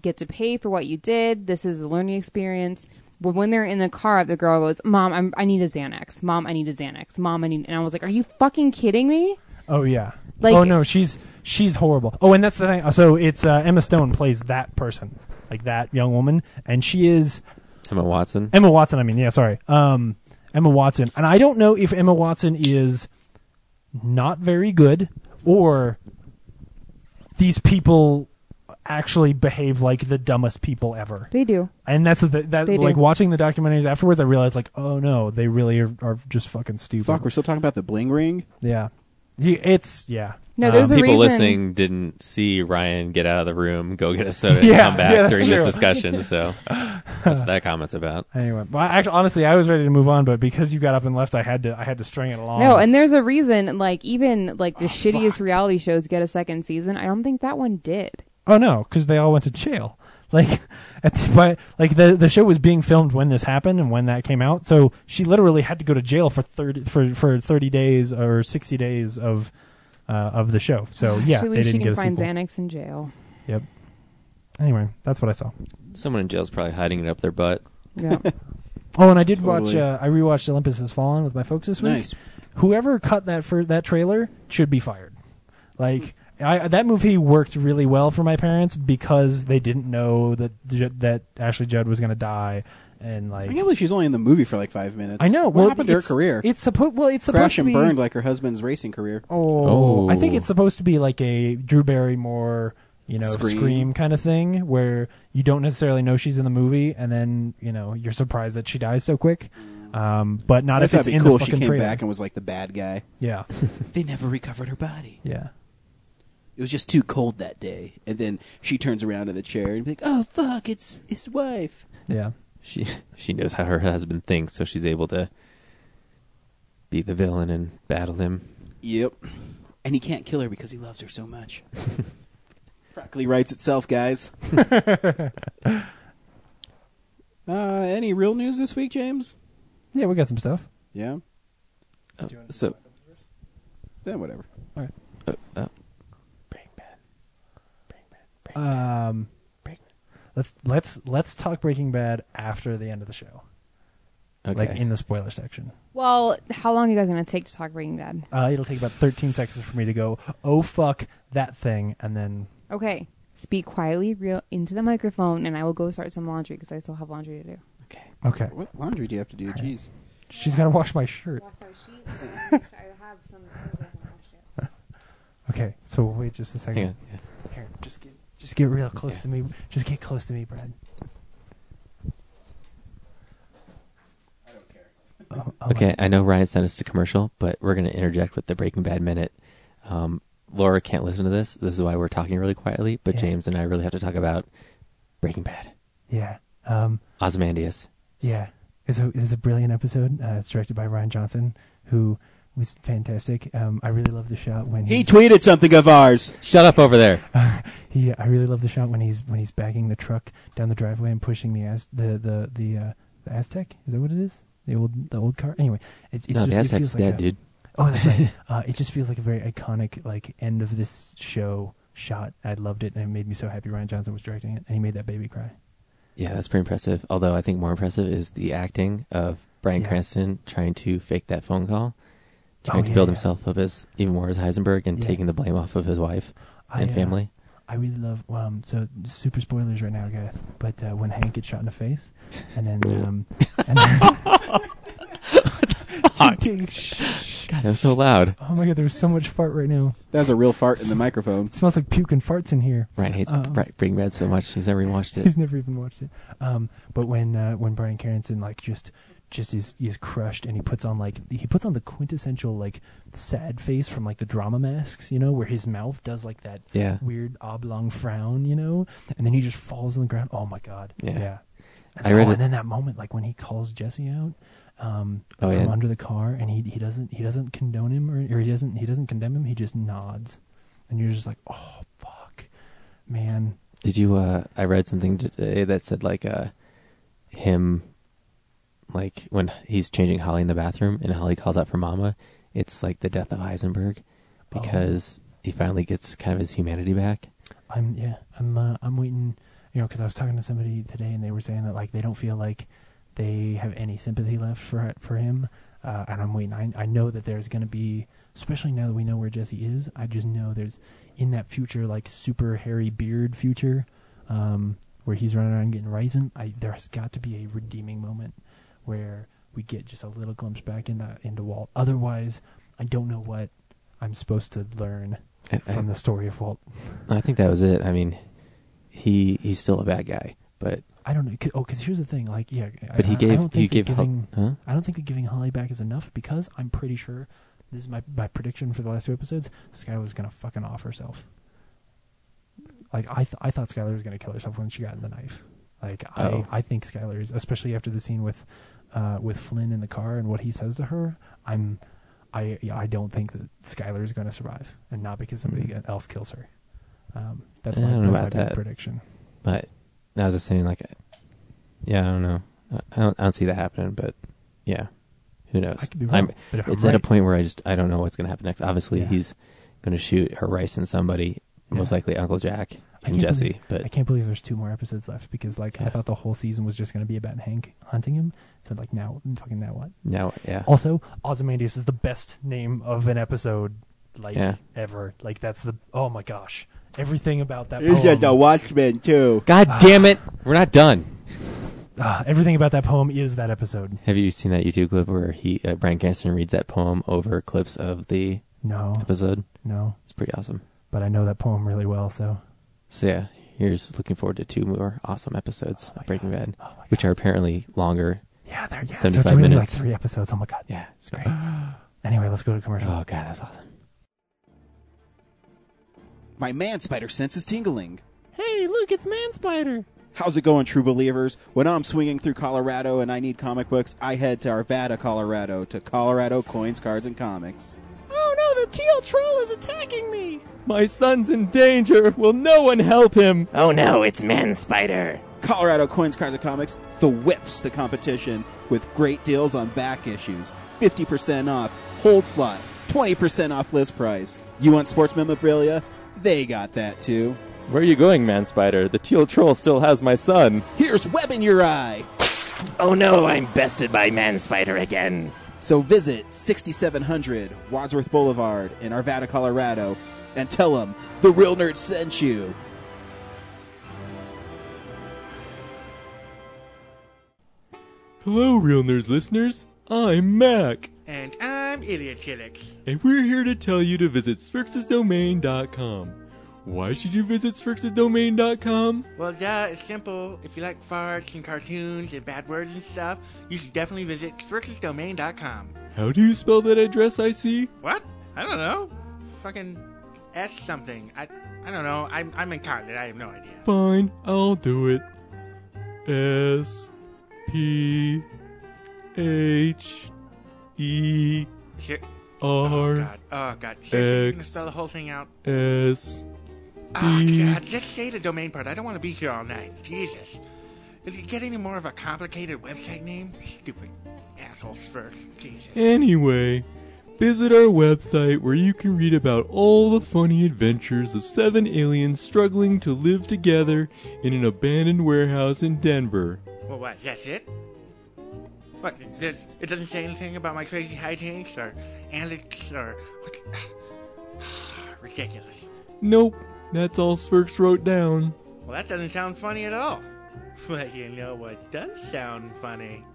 [SPEAKER 4] get to pay for what you did this is a learning experience but when they're in the car the girl goes mom I'm, i need a xanax mom i need a xanax mom i need and i was like are you fucking kidding me
[SPEAKER 3] Oh yeah.
[SPEAKER 4] Like-
[SPEAKER 3] oh no, she's she's horrible. Oh, and that's the thing. So it's uh, Emma Stone plays that person, like that young woman, and she is
[SPEAKER 2] Emma Watson.
[SPEAKER 3] Emma Watson. I mean, yeah, sorry, um, Emma Watson. And I don't know if Emma Watson is not very good or these people actually behave like the dumbest people ever.
[SPEAKER 4] They do.
[SPEAKER 3] And that's the that
[SPEAKER 4] They do.
[SPEAKER 3] like watching the documentaries afterwards. I realized like, oh no, they really are, are just fucking stupid.
[SPEAKER 1] Fuck, we're still talking about the bling ring.
[SPEAKER 3] yeah, You- it's yeah.
[SPEAKER 4] No, there's
[SPEAKER 2] um,
[SPEAKER 4] a
[SPEAKER 2] people
[SPEAKER 4] reason.
[SPEAKER 2] listening didn't see Ryan get out of the room, go get a soda, and
[SPEAKER 3] Yeah,
[SPEAKER 2] come back
[SPEAKER 3] yeah, that's
[SPEAKER 2] during this
[SPEAKER 3] true.
[SPEAKER 2] discussion. So that's what that comment's about.
[SPEAKER 3] Anyway, well, actually, honestly, I was ready to move on, but because you got up and left, I had to I had to string it along.
[SPEAKER 4] No, and there's a reason. Like even like
[SPEAKER 3] Oh,
[SPEAKER 4] the shittiest
[SPEAKER 1] fuck.
[SPEAKER 4] reality shows get a second season. I don't think that one did.
[SPEAKER 3] oh no, because they all went to jail. Like, at the, but like the the show was being filmed when this happened and when that came out, so she literally had to go to jail for thirty for for thirty days or sixty days of uh, of the show. So yeah,
[SPEAKER 4] Actually,
[SPEAKER 3] they
[SPEAKER 4] she
[SPEAKER 3] didn't
[SPEAKER 4] can
[SPEAKER 3] get a
[SPEAKER 4] find
[SPEAKER 3] sequel.
[SPEAKER 4] Xanax in jail.
[SPEAKER 3] Yep. Anyway, that's what I saw.
[SPEAKER 2] Someone in jail's probably hiding it up their butt.
[SPEAKER 4] Yeah.
[SPEAKER 3] Oh, and I did watch.
[SPEAKER 1] Totally.
[SPEAKER 3] Uh, I rewatched Olympus Has Fallen with my folks this week.
[SPEAKER 1] Nice.
[SPEAKER 3] Whoever cut that for that trailer should be fired. Like I, that movie worked really well for my parents because they didn't know that J- that Ashley Judd was going to die, and like
[SPEAKER 1] I can't believe she's only in the movie for like five minutes.
[SPEAKER 3] I know
[SPEAKER 1] What
[SPEAKER 3] well,
[SPEAKER 1] happened to her
[SPEAKER 3] it's-
[SPEAKER 1] career?
[SPEAKER 3] It's supposed well, it's supposed
[SPEAKER 1] Crash
[SPEAKER 3] to
[SPEAKER 1] and
[SPEAKER 3] be
[SPEAKER 1] burned like her husband's racing career.
[SPEAKER 3] Oh,
[SPEAKER 2] Oh.
[SPEAKER 3] I think it's supposed to be like a Drew Barrymore, you know,
[SPEAKER 1] Scream.
[SPEAKER 3] scream. kind of thing, where you don't necessarily know she's in the movie, and then you know you're surprised that she dies so quick. Um, but not
[SPEAKER 1] I guess
[SPEAKER 3] if it's
[SPEAKER 1] that'd be
[SPEAKER 3] in
[SPEAKER 1] cool.
[SPEAKER 3] the
[SPEAKER 1] if She
[SPEAKER 3] fucking
[SPEAKER 1] came
[SPEAKER 3] trailer.
[SPEAKER 1] back and was like the bad guy.
[SPEAKER 3] yeah,
[SPEAKER 1] They never recovered her body.
[SPEAKER 3] yeah.
[SPEAKER 1] It was just too cold that day. And then she turns around in the chair and be like, "Oh fuck, it's his wife."
[SPEAKER 3] Yeah.
[SPEAKER 2] She she knows how her husband thinks, so she's able to be the villain and battle him.
[SPEAKER 1] Yep. And he can't kill her because he loves her so much. Broccoli writes itself, guys. uh, any real news this week, James?
[SPEAKER 3] Yeah, we got some stuff.
[SPEAKER 1] Yeah.
[SPEAKER 2] Oh, so
[SPEAKER 1] Then whatever.
[SPEAKER 2] uh, uh,
[SPEAKER 3] Um, let's let's let's talk Breaking Bad after the end of the show,
[SPEAKER 2] okay.
[SPEAKER 3] like in the spoiler section.
[SPEAKER 4] well, how long are you guys gonna take to talk Breaking Bad?
[SPEAKER 3] Uh, it'll take about 13 seconds for me to go, oh fuck that thing, and then
[SPEAKER 4] Okay, speak quietly, real into the microphone, and I will go start some laundry because I still have laundry to do.
[SPEAKER 2] okay.
[SPEAKER 3] okay,
[SPEAKER 1] What laundry do you have to do? Jeez.
[SPEAKER 3] she's gotta wash my shirt. Okay, so wait just a second.
[SPEAKER 2] Hang on. Yeah.
[SPEAKER 3] Here, just get just get real close to me. Just get close to me, Brad. I don't care.
[SPEAKER 2] Okay, I know Ryan sent us to commercial, but we're going to interject with the Breaking Bad minute. Um, Laura can't listen to this. This is why we're talking really quietly, but
[SPEAKER 3] Yeah.
[SPEAKER 2] James and I really have to talk about Breaking Bad.
[SPEAKER 3] Yeah. Um.
[SPEAKER 2] Ozymandias.
[SPEAKER 3] Yeah. It's a it's a brilliant episode. Uh, it's directed by Ryan Johnson, who was fantastic. Um. I really love the shot when
[SPEAKER 1] He
[SPEAKER 3] he's-
[SPEAKER 1] tweeted something of ours.
[SPEAKER 2] Shut up over there.
[SPEAKER 3] he. I really love the shot when he's when he's bagging the truck down the driveway and pushing the Az, the the the uh, the Aztec. Is that what it is? The old the old car. Anyway, it's, it's
[SPEAKER 2] no,
[SPEAKER 3] just,
[SPEAKER 2] the
[SPEAKER 3] it
[SPEAKER 2] Aztec's
[SPEAKER 3] feels like
[SPEAKER 2] dead,
[SPEAKER 3] a-
[SPEAKER 2] dude.
[SPEAKER 3] Oh, that's right. uh, it just feels like a very iconic, like end of this show shot. I loved it, and it made me so happy. Ryan Johnson was directing it, and he made that baby cry.
[SPEAKER 2] Yeah, that's pretty impressive. Although I think more impressive is the acting of Brian
[SPEAKER 3] Yeah.
[SPEAKER 2] Cranston trying to fake that phone call, trying
[SPEAKER 3] Oh,
[SPEAKER 2] to
[SPEAKER 3] yeah,
[SPEAKER 2] build
[SPEAKER 3] yeah.
[SPEAKER 2] himself up as even more as Heisenberg and
[SPEAKER 3] Yeah.
[SPEAKER 2] taking the blame off of his wife
[SPEAKER 3] I,
[SPEAKER 2] and
[SPEAKER 3] uh,
[SPEAKER 2] family.
[SPEAKER 3] I really love. Um, so super spoilers right now, guys. But uh, when Hank gets shot in the face, and then um, and then, Dude, shh.
[SPEAKER 2] God, that was so loud.
[SPEAKER 3] Oh my god, there was so much fart right now.
[SPEAKER 1] That was a real fart in the microphone.
[SPEAKER 3] It smells like puke and farts in here.
[SPEAKER 2] Ryan hates
[SPEAKER 3] Uh,
[SPEAKER 2] Bri- Breaking Bad so much he's never even watched it.
[SPEAKER 3] He's never even watched it. Um, but when uh, when Brian Cranston like just just is is crushed and he puts on like he puts on the quintessential like sad face from like the drama masks, you know, where his mouth does like that
[SPEAKER 2] Yeah.
[SPEAKER 3] weird oblong frown, you know, and then he just falls on the ground. Oh my god!
[SPEAKER 2] Yeah.
[SPEAKER 3] And,
[SPEAKER 2] I read
[SPEAKER 3] oh,
[SPEAKER 2] it-
[SPEAKER 3] and then that moment, like when he calls Jesse out um,
[SPEAKER 2] Oh,
[SPEAKER 3] from
[SPEAKER 2] yeah.
[SPEAKER 3] under the car, and he he doesn't he doesn't condone him or, or he doesn't he doesn't condemn him. He just nods, and you're just like, oh fuck, man.
[SPEAKER 2] Did you? Uh, I read something today that said like uh, him, like when he's changing Holly in the bathroom and Holly calls out for Mama, it's like the death of Heisenberg
[SPEAKER 3] Oh.
[SPEAKER 2] because he finally gets kind of his humanity back.
[SPEAKER 3] I'm yeah, I'm uh, I'm waiting, you know, because I was talking to somebody today and they were saying that like they don't feel like they have any sympathy left for for him, uh, and I'm waiting. I I know that there's gonna be, especially now that we know where Jesse is. I just know there's in that future like super hairy beard future, um, where he's running around getting Reisman. I there's got to be a redeeming moment where we get just a little glimpse back into into Walt. Otherwise, I don't know what I'm supposed to learn
[SPEAKER 2] I, I-
[SPEAKER 3] from the story of Walt.
[SPEAKER 2] I think that was it. I mean, he he's still a bad guy. But
[SPEAKER 3] I don't know. 'cause- Oh, because here's the thing. Like, yeah, I-
[SPEAKER 2] but
[SPEAKER 3] I,
[SPEAKER 2] he
[SPEAKER 3] I
[SPEAKER 2] gave
[SPEAKER 3] don't think
[SPEAKER 2] he
[SPEAKER 3] that
[SPEAKER 2] gave Hol-
[SPEAKER 3] giving.
[SPEAKER 2] huh?
[SPEAKER 3] I don't think that giving Holly back is enough because I'm pretty sure this is my my prediction for the last two episodes. Skylar's gonna fucking off herself. Like I th- I thought Skylar was gonna kill herself when she got the knife. Like I
[SPEAKER 2] Oh.
[SPEAKER 3] I think Skylar is especially after the scene with uh with Flynn in the car and what he says to her. I'm I yeah, I don't think that Skylar is gonna survive and not because somebody
[SPEAKER 2] Mm.
[SPEAKER 3] else kills her. Um, that's
[SPEAKER 2] I
[SPEAKER 3] my
[SPEAKER 2] don't know
[SPEAKER 3] that's my
[SPEAKER 2] about
[SPEAKER 3] big
[SPEAKER 2] that.
[SPEAKER 3] prediction.
[SPEAKER 2] But I was just saying, like, yeah, I don't know. I- I don't, I don't see that happening, but yeah, who knows?
[SPEAKER 3] I could be wrong,
[SPEAKER 2] I'm-
[SPEAKER 3] but if I'm
[SPEAKER 2] it's at a
[SPEAKER 3] right-
[SPEAKER 2] point where I just I don't know what's going to happen next. Obviously,
[SPEAKER 3] Yeah.
[SPEAKER 2] he's going to shoot or rice in somebody, most
[SPEAKER 3] Yeah.
[SPEAKER 2] likely Uncle Jack
[SPEAKER 3] I
[SPEAKER 2] and
[SPEAKER 3] can't
[SPEAKER 2] Jesse.
[SPEAKER 3] believe- I
[SPEAKER 2] But
[SPEAKER 3] can't believe there's two more episodes left because like I
[SPEAKER 2] Yeah.
[SPEAKER 3] thought the whole season was just going to be about Hank hunting him. So like now, fucking now what?
[SPEAKER 2] now, yeah,
[SPEAKER 3] Also, Ozymandias is the best name of an episode like
[SPEAKER 2] Yeah.
[SPEAKER 3] ever. Like that's the oh my gosh, everything about that.
[SPEAKER 1] It's just a
[SPEAKER 3] Poem,
[SPEAKER 1] Watchmen too.
[SPEAKER 2] God damn it, we're not done.
[SPEAKER 3] Ah, everything about that poem is that episode.
[SPEAKER 2] Have you seen that YouTube clip where he uh, Brian Cranston reads that poem over clips of the
[SPEAKER 3] No,
[SPEAKER 2] episode?
[SPEAKER 3] no,
[SPEAKER 2] It's pretty awesome.
[SPEAKER 3] but I know that poem really well. So
[SPEAKER 2] So yeah, here's looking forward to two more awesome episodes
[SPEAKER 3] my
[SPEAKER 2] of Breaking
[SPEAKER 3] God.
[SPEAKER 2] Bad,
[SPEAKER 3] Oh my
[SPEAKER 2] which are apparently longer.
[SPEAKER 3] yeah, there. Yeah, so it's
[SPEAKER 2] 75
[SPEAKER 3] really like
[SPEAKER 2] minutes.
[SPEAKER 3] three episodes. Oh my god.
[SPEAKER 2] Yeah, it's great.
[SPEAKER 3] Anyway, let's go to commercial.
[SPEAKER 2] Oh god, that's awesome.
[SPEAKER 1] My man spider sense is tingling.
[SPEAKER 3] Hey, look, it's Man Spider.
[SPEAKER 1] How's it going, true believers? When I'm swinging through Colorado and I need comic books, I head to Arvada, Colorado, to Colorado Coins, Cards, and Comics.
[SPEAKER 2] Oh no, the teal troll is attacking me! My son's in danger. Will no one help him?
[SPEAKER 5] Oh no, it's Man Spider.
[SPEAKER 1] Colorado Coins, Cards, and Comics, the whips the competition with great deals on back issues, 50% off, hold slot, 20% off list price. You want sports memorabilia? They got that too.
[SPEAKER 2] Where are you going, Man Spider? The teal troll still has my son.
[SPEAKER 1] Here's Web in Your Eye!
[SPEAKER 5] Oh no, I'm bested by Man Spider again.
[SPEAKER 1] So visit 6700 Wadsworth Boulevard in Arvada, Colorado, and tell them the real nerd sent you.
[SPEAKER 6] Hello, Real Nerds listeners. I'm Mac,
[SPEAKER 7] And I'm Idiotillix.
[SPEAKER 6] and we're here to tell you to visit SphrixesDomain.com. Why should you visit SphrixesDomain.com?
[SPEAKER 7] Well, duh, it's simple. If you like farts and cartoons and bad words and stuff, you should definitely visit StrixesDomain.com.
[SPEAKER 6] How do you spell that address I see?
[SPEAKER 7] What? I don't know. Fucking S something. I I don't know. I'm, I'm incontinent. I have no idea.
[SPEAKER 6] Fine, I'll do it. S P H E
[SPEAKER 7] Ser- oh,
[SPEAKER 6] R
[SPEAKER 7] God. Oh, God. Seriously, you're going to
[SPEAKER 6] X.
[SPEAKER 7] spell the whole thing out?
[SPEAKER 6] S.
[SPEAKER 7] Oh,
[SPEAKER 6] D.
[SPEAKER 7] God. Just say the domain part. I don't want to be here all night. Jesus. Does it get any more of a complicated website name? Stupid asshole Spurks. Jesus.
[SPEAKER 6] Anyway, visit our website where you can read about all the funny adventures of seven aliens struggling to live together in an abandoned warehouse in Denver.
[SPEAKER 7] Well, what? That's it? What? th- th- It doesn't say anything about my crazy hijinks or antics or what? Ridiculous.
[SPEAKER 6] Nope, that's all Swerks wrote down.
[SPEAKER 7] Well, that doesn't sound funny at all. But you know what does sound funny?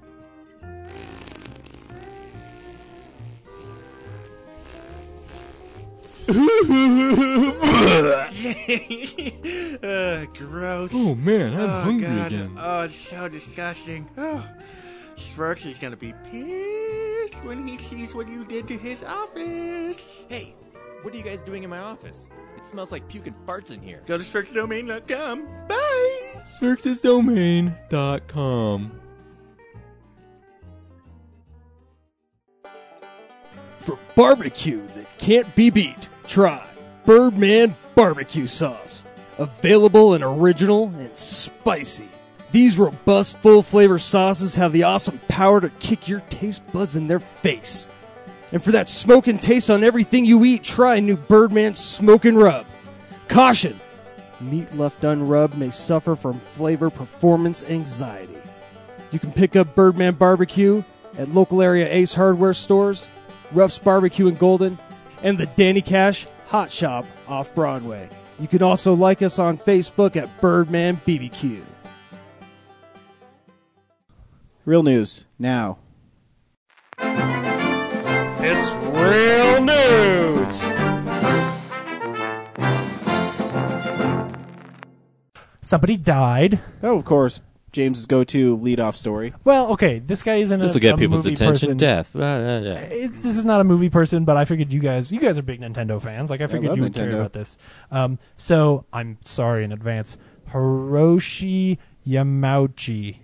[SPEAKER 7] uh, gross.
[SPEAKER 6] Oh man, I'm
[SPEAKER 7] oh,
[SPEAKER 6] hungry
[SPEAKER 7] God.
[SPEAKER 6] again.
[SPEAKER 7] Oh, it's so disgusting. Oh, Smirks is gonna be pissed when he sees what you did to his office.
[SPEAKER 5] Hey, what are you guys doing in my office? It smells like puke and farts in here.
[SPEAKER 7] Go to SmirksDomain.com. Bye!
[SPEAKER 6] SmirksDomain.com.
[SPEAKER 8] For barbecue that can't be beat, try Birdman Barbecue Sauce. Available and original and spicy. These robust, full flavor sauces have the awesome power to kick your taste buds in their face. And for that smoking taste on everything you eat, try new Birdman Smoke and Rub. Caution! Meat left unrubbed may suffer from flavor performance anxiety. You can pick up Birdman Barbecue at local area Ace Hardware stores, Ruff's Barbecue in Golden, and the Danny Cash Hot Shop off Broadway. You can also like us on Facebook at Birdman BBQ.
[SPEAKER 1] Real news now.
[SPEAKER 8] It's real news.
[SPEAKER 3] Somebody died.
[SPEAKER 1] Oh, of course, James's go-to lead-off story.
[SPEAKER 3] Well, okay, this guy isn't.
[SPEAKER 2] This
[SPEAKER 3] a,
[SPEAKER 2] will get
[SPEAKER 3] a
[SPEAKER 2] people's
[SPEAKER 3] movie
[SPEAKER 2] attention.
[SPEAKER 3] person.
[SPEAKER 2] Death. Blah, blah, blah.
[SPEAKER 3] It, this is not a movie person, but I figured you guys, you guys are big Nintendo fans. Like I figured
[SPEAKER 1] love
[SPEAKER 3] you would care
[SPEAKER 1] Nintendo.
[SPEAKER 3] about this. Um, so I'm sorry in advance. Hiroshi Yamauchi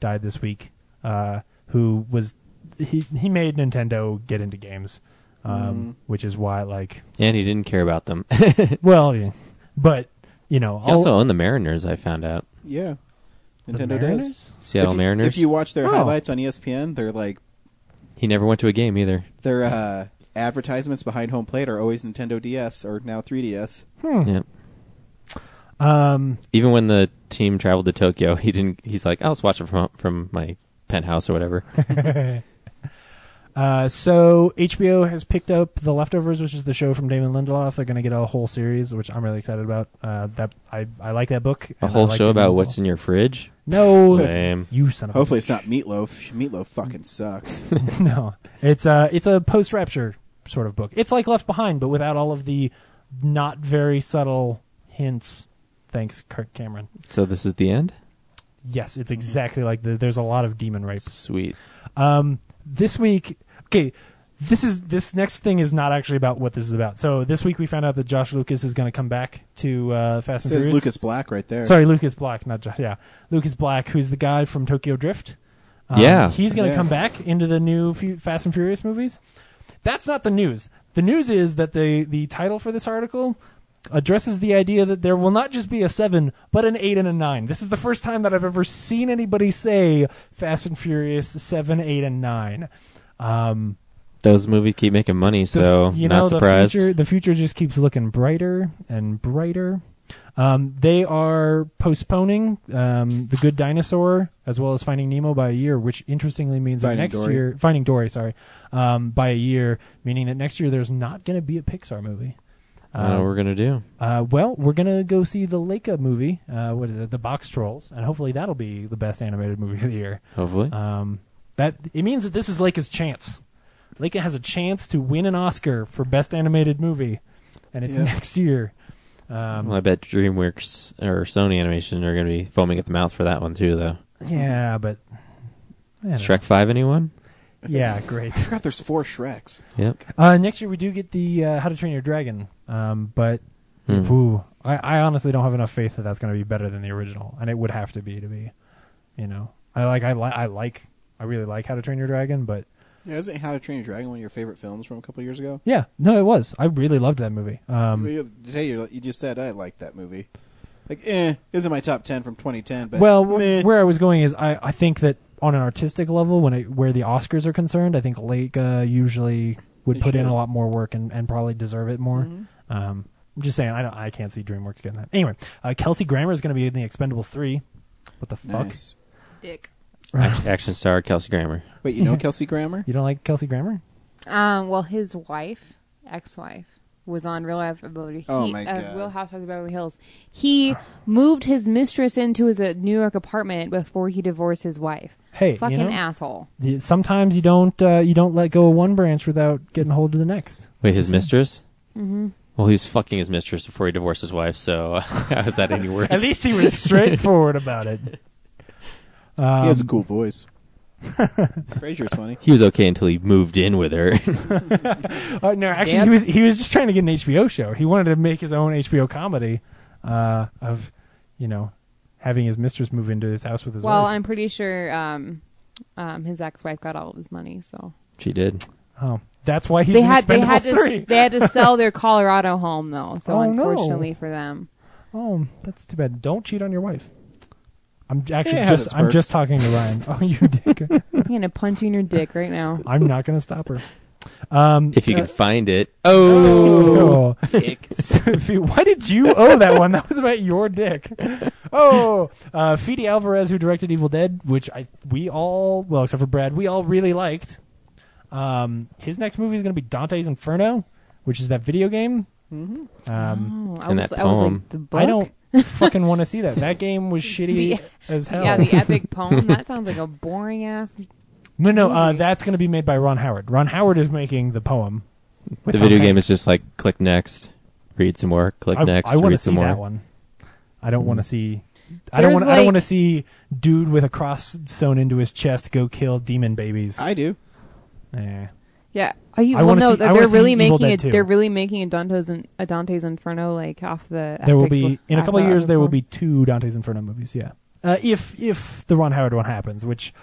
[SPEAKER 3] died this week. Uh, who was he? He made Nintendo get into games, um,
[SPEAKER 1] Mm.
[SPEAKER 3] which is why like
[SPEAKER 2] And he didn't care about them. he
[SPEAKER 3] well, yeah. but you know, all,
[SPEAKER 2] also owned the Mariners. I found out.
[SPEAKER 1] Yeah,
[SPEAKER 3] the
[SPEAKER 1] Nintendo does.
[SPEAKER 3] Mariners?
[SPEAKER 2] Seattle
[SPEAKER 1] if you,
[SPEAKER 2] Mariners.
[SPEAKER 1] If you watch their
[SPEAKER 3] Oh.
[SPEAKER 1] highlights on E ESPN, they're like
[SPEAKER 2] he never went to a game either.
[SPEAKER 1] their uh, advertisements behind home plate are always Nintendo DS or now 3DS.
[SPEAKER 2] Yeah.
[SPEAKER 3] Um,
[SPEAKER 2] Even when the team traveled to Tokyo, he didn't. He's like, I'll just watch it from from my penthouse or whatever.
[SPEAKER 3] Uh, so HBO has picked up The Leftovers, which is the show from Damon Lindelof. They're going to get a whole series, which I'm really excited about. Uh, that I, I like that book.
[SPEAKER 2] a
[SPEAKER 3] and I
[SPEAKER 2] whole
[SPEAKER 3] like
[SPEAKER 2] show
[SPEAKER 3] Damon
[SPEAKER 2] about
[SPEAKER 3] Lindelof.
[SPEAKER 2] what's in your fridge.
[SPEAKER 3] no
[SPEAKER 2] Lame.
[SPEAKER 3] you son of a
[SPEAKER 1] Hopefully, it's not Meatloaf. Meatloaf fucking sucks.
[SPEAKER 3] no. It's a it's a post rapture sort of book. It's like Left Behind, but without all of the not very subtle hints. Thanks, Kirk Cameron.
[SPEAKER 2] So this is the end.
[SPEAKER 3] Yes, it's exactly like the, there's a lot of demon rape.
[SPEAKER 2] Sweet.
[SPEAKER 3] Um, this week, okay, this is this next thing is not actually about what this is about. So this week we found out that Josh Lucas is going to come back to uh, Fast and
[SPEAKER 1] Says
[SPEAKER 3] Furious.
[SPEAKER 1] Lucas Black right there.
[SPEAKER 3] Sorry, Lucas Black, not Josh. Yeah, Lucas Black, who's the guy from Tokyo Drift. Um,
[SPEAKER 2] Yeah.
[SPEAKER 3] he's going to
[SPEAKER 1] Yeah.
[SPEAKER 3] come back into the new Fu- Fast and Furious movies. That's not the news. The news is that the the title for this article addresses the idea that there will not just be a 7 but an 8 and a 9. This is the first time that I've ever seen anybody say Fast and Furious 7, 8 and 9. Um
[SPEAKER 2] Those movies keep making money,
[SPEAKER 3] the
[SPEAKER 2] so
[SPEAKER 3] f- you
[SPEAKER 2] not
[SPEAKER 3] know,
[SPEAKER 2] surprised.
[SPEAKER 3] The future, the future just keeps looking brighter and brighter. Um, they are postponing um, the Good Dinosaur as well as Finding Nemo by a year, which interestingly means
[SPEAKER 1] Finding
[SPEAKER 3] that next
[SPEAKER 1] Dory.
[SPEAKER 3] year Finding Dory, sorry, um, by a year, meaning that next year there's not going to be a Pixar movie. Um,
[SPEAKER 2] I don't know what we're gonna do.
[SPEAKER 3] Uh, well, we're gonna go see the Leica movie. Uh, what is it? The Box Trolls, and hopefully that'll be the best animated movie of the year.
[SPEAKER 2] Hopefully,
[SPEAKER 3] Um, that it means that this is Leica's chance. Leica has a chance to win an Oscar for best animated movie, and it's
[SPEAKER 1] Yeah.
[SPEAKER 3] next year. Um,
[SPEAKER 2] well, I bet DreamWorks or Sony Animation are gonna be foaming at the mouth for that one too, though.
[SPEAKER 3] yeah, but I don't
[SPEAKER 2] Shrek Five, anyone?
[SPEAKER 3] know. Yeah, great.
[SPEAKER 1] I forgot there's four Shreks.
[SPEAKER 2] Yep.
[SPEAKER 3] Uh, next year we do get the uh, How to Train Your Dragon, um, but
[SPEAKER 2] Hmm.
[SPEAKER 3] ooh, I, I honestly don't have enough faith that that's going to be better than the original, and it would have to be to be. You know, I like I like I like I really like How to Train Your Dragon, but
[SPEAKER 1] Yeah, isn't How to Train Your Dragon one of your favorite films from a couple years ago?
[SPEAKER 3] yeah, no, it was. I really loved that movie. Um,
[SPEAKER 1] you, today you you just said I liked that movie. Like, eh, isn't my top ten from 2010, but
[SPEAKER 3] well,
[SPEAKER 1] meh.
[SPEAKER 3] wh- where I was going is I, I think that on an artistic level, when it, where the Oscars are concerned, I think Leica usually would
[SPEAKER 1] They
[SPEAKER 3] put in
[SPEAKER 1] should.
[SPEAKER 3] a lot more work and, and probably deserve it more.
[SPEAKER 1] Mhm.
[SPEAKER 3] Um, I'm just saying, I don't, I can't see DreamWorks getting that. Anyway, uh, Kelsey Grammer is going to be in the Expendables three. What the fuck?
[SPEAKER 1] nice.
[SPEAKER 4] Dick.
[SPEAKER 2] Act- Action star Kelsey Grammer.
[SPEAKER 1] Wait, you know Kelsey Grammer?
[SPEAKER 3] You don't like Kelsey Grammer?
[SPEAKER 4] Um, well, his wife, ex-wife, was on Real Life Ability.
[SPEAKER 1] Oh,
[SPEAKER 4] he,
[SPEAKER 1] my
[SPEAKER 4] Uh,
[SPEAKER 1] God.
[SPEAKER 4] Real Housewives of Beverly Hills. He moved his mistress into his uh, New York apartment before he divorced his wife.
[SPEAKER 3] Hey, you
[SPEAKER 4] fucking
[SPEAKER 3] know?
[SPEAKER 4] asshole.
[SPEAKER 3] You- Sometimes you don't uh, you don't let go of one branch without getting hold of the next.
[SPEAKER 2] Wait, his mistress? Mm-hmm. Well, he was fucking his mistress before he divorced his wife, so how is that any worse?
[SPEAKER 3] At least he was straightforward about it. Um,
[SPEAKER 1] he has a cool voice. Frasier's funny.
[SPEAKER 2] he was okay until he moved in with her.
[SPEAKER 3] Uh, no, actually, he
[SPEAKER 4] Yep.
[SPEAKER 3] was he was just trying to get an HBO show. He wanted to make his own HBO comedy uh, of, you know, having his mistress move into his house with his
[SPEAKER 4] Well,
[SPEAKER 3] wife.
[SPEAKER 4] I'm pretty sure um, um, his ex-wife got all of his money, so
[SPEAKER 2] she did.
[SPEAKER 3] oh, that's why he's
[SPEAKER 4] they
[SPEAKER 3] in
[SPEAKER 4] had they had
[SPEAKER 3] Expendables
[SPEAKER 4] to s-
[SPEAKER 3] three.
[SPEAKER 4] they had to sell their Colorado home though. So
[SPEAKER 3] Oh, no.
[SPEAKER 4] unfortunately for them,
[SPEAKER 3] Oh, that's too bad. Don't cheat on your wife. I'm j- actually
[SPEAKER 1] Yeah, it has
[SPEAKER 3] just
[SPEAKER 1] its
[SPEAKER 3] I'm
[SPEAKER 1] perks.
[SPEAKER 3] just talking to Ryan. Oh, you dick!
[SPEAKER 4] I'm gonna punch you in your dick right now.
[SPEAKER 3] I'm not gonna stop her. Um,
[SPEAKER 2] If you
[SPEAKER 3] uh,
[SPEAKER 2] can find it. Oh,
[SPEAKER 3] oh.
[SPEAKER 2] dick.
[SPEAKER 3] Sophie, why did you owe that one? That was about your dick. Oh, uh, Fede Alvarez, who directed Evil Dead, which I we all well except for Brad, we all really liked. Um, his next movie is going to be Dante's Inferno, which is that video game. Mm-hmm. Um,
[SPEAKER 4] Oh, I
[SPEAKER 2] And
[SPEAKER 4] was
[SPEAKER 2] that
[SPEAKER 4] I was
[SPEAKER 2] poem.
[SPEAKER 4] like the book.
[SPEAKER 3] I don't fucking want to see that. That game was shitty
[SPEAKER 4] Oh. The-
[SPEAKER 3] as hell.
[SPEAKER 4] yeah, the epic poem. That sounds like a boring ass.
[SPEAKER 3] no, no, uh,
[SPEAKER 4] movie.
[SPEAKER 3] that's going to be made by Ron Howard. Ron Howard is making the poem. with
[SPEAKER 2] The
[SPEAKER 3] Tom
[SPEAKER 2] video game
[SPEAKER 3] Hanks.
[SPEAKER 2] is just like click next, read some more, click
[SPEAKER 3] I,
[SPEAKER 2] next, Mm.
[SPEAKER 3] I want to
[SPEAKER 2] read
[SPEAKER 3] see
[SPEAKER 2] some more.
[SPEAKER 3] that one. I don't want to see I don't
[SPEAKER 4] There's,
[SPEAKER 3] want. I don't
[SPEAKER 4] like-
[SPEAKER 3] want to see dude with a cross sewn into his chest go kill demon babies.
[SPEAKER 1] I do.
[SPEAKER 3] Eh.
[SPEAKER 4] Yeah. Are you?
[SPEAKER 3] I
[SPEAKER 4] well,
[SPEAKER 3] wanna
[SPEAKER 4] no,
[SPEAKER 3] see- I
[SPEAKER 4] that
[SPEAKER 3] wanna
[SPEAKER 4] they're
[SPEAKER 3] see
[SPEAKER 4] really
[SPEAKER 3] Evil
[SPEAKER 4] making
[SPEAKER 3] Dead
[SPEAKER 4] it.
[SPEAKER 3] too.
[SPEAKER 4] They're really making a Dante's in, a Dante's Inferno like off the.
[SPEAKER 3] There will
[SPEAKER 4] epic
[SPEAKER 3] be
[SPEAKER 4] bef-
[SPEAKER 3] in a couple of
[SPEAKER 4] after
[SPEAKER 3] years. There will
[SPEAKER 4] before.
[SPEAKER 3] be two Dante's Inferno movies. Yeah, uh, if if the Ron Howard one happens, which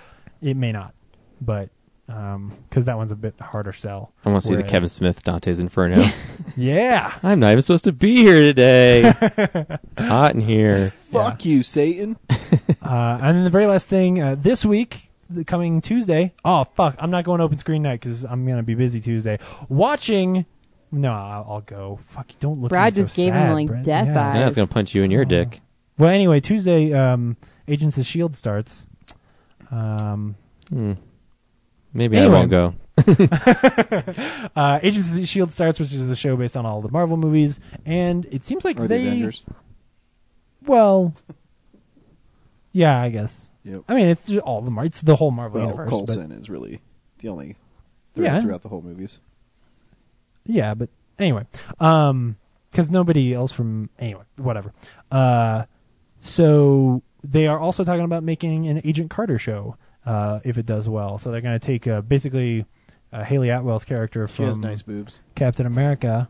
[SPEAKER 3] it may not, but because that one's a bit harder sell.
[SPEAKER 2] I want to see the
[SPEAKER 3] Whereas-
[SPEAKER 2] Kevin Smith Dante's Inferno.
[SPEAKER 3] Yeah,
[SPEAKER 2] I'm not even supposed to be here today. it's hot in here.
[SPEAKER 1] Fuck you, Satan.
[SPEAKER 3] uh, and then the very last thing uh, this week, the coming Tuesday. Oh fuck, I'm not going to open screen night because I'm gonna be busy Tuesday watching. No, I'll, I'll go. Fuck, you don't look.
[SPEAKER 4] Brad
[SPEAKER 3] at me so
[SPEAKER 4] just gave him,
[SPEAKER 3] sad,
[SPEAKER 4] like,
[SPEAKER 3] Brad.
[SPEAKER 4] death
[SPEAKER 3] Yeah.
[SPEAKER 4] eye.
[SPEAKER 2] Yeah, I was gonna punch you in
[SPEAKER 3] Oh.
[SPEAKER 2] your dick.
[SPEAKER 3] Well, anyway, Tuesday, um, Agents of Shield starts. Um,
[SPEAKER 2] Hmm. Maybe
[SPEAKER 3] Anyway.
[SPEAKER 2] I won't go.
[SPEAKER 3] uh, Agents of Shield starts, which is the show based on all the Marvel movies, and it seems like
[SPEAKER 1] Or
[SPEAKER 3] they
[SPEAKER 1] the Avengers.
[SPEAKER 3] well, yeah, I guess.
[SPEAKER 1] Yep.
[SPEAKER 3] I mean, it's just all the Mar- it's the whole Marvel
[SPEAKER 1] Well,
[SPEAKER 3] universe.
[SPEAKER 1] Colson is really the only thread
[SPEAKER 3] Yeah.
[SPEAKER 1] throughout the whole movies.
[SPEAKER 3] But, yeah, but anyway, um, because nobody else from anyway, whatever. Uh, so they are also talking about making an Agent Carter show, uh, if it does well. So they're going to take uh, basically uh, Haley Atwell's character
[SPEAKER 1] She
[SPEAKER 3] from
[SPEAKER 1] has nice boobs.
[SPEAKER 3] Captain America,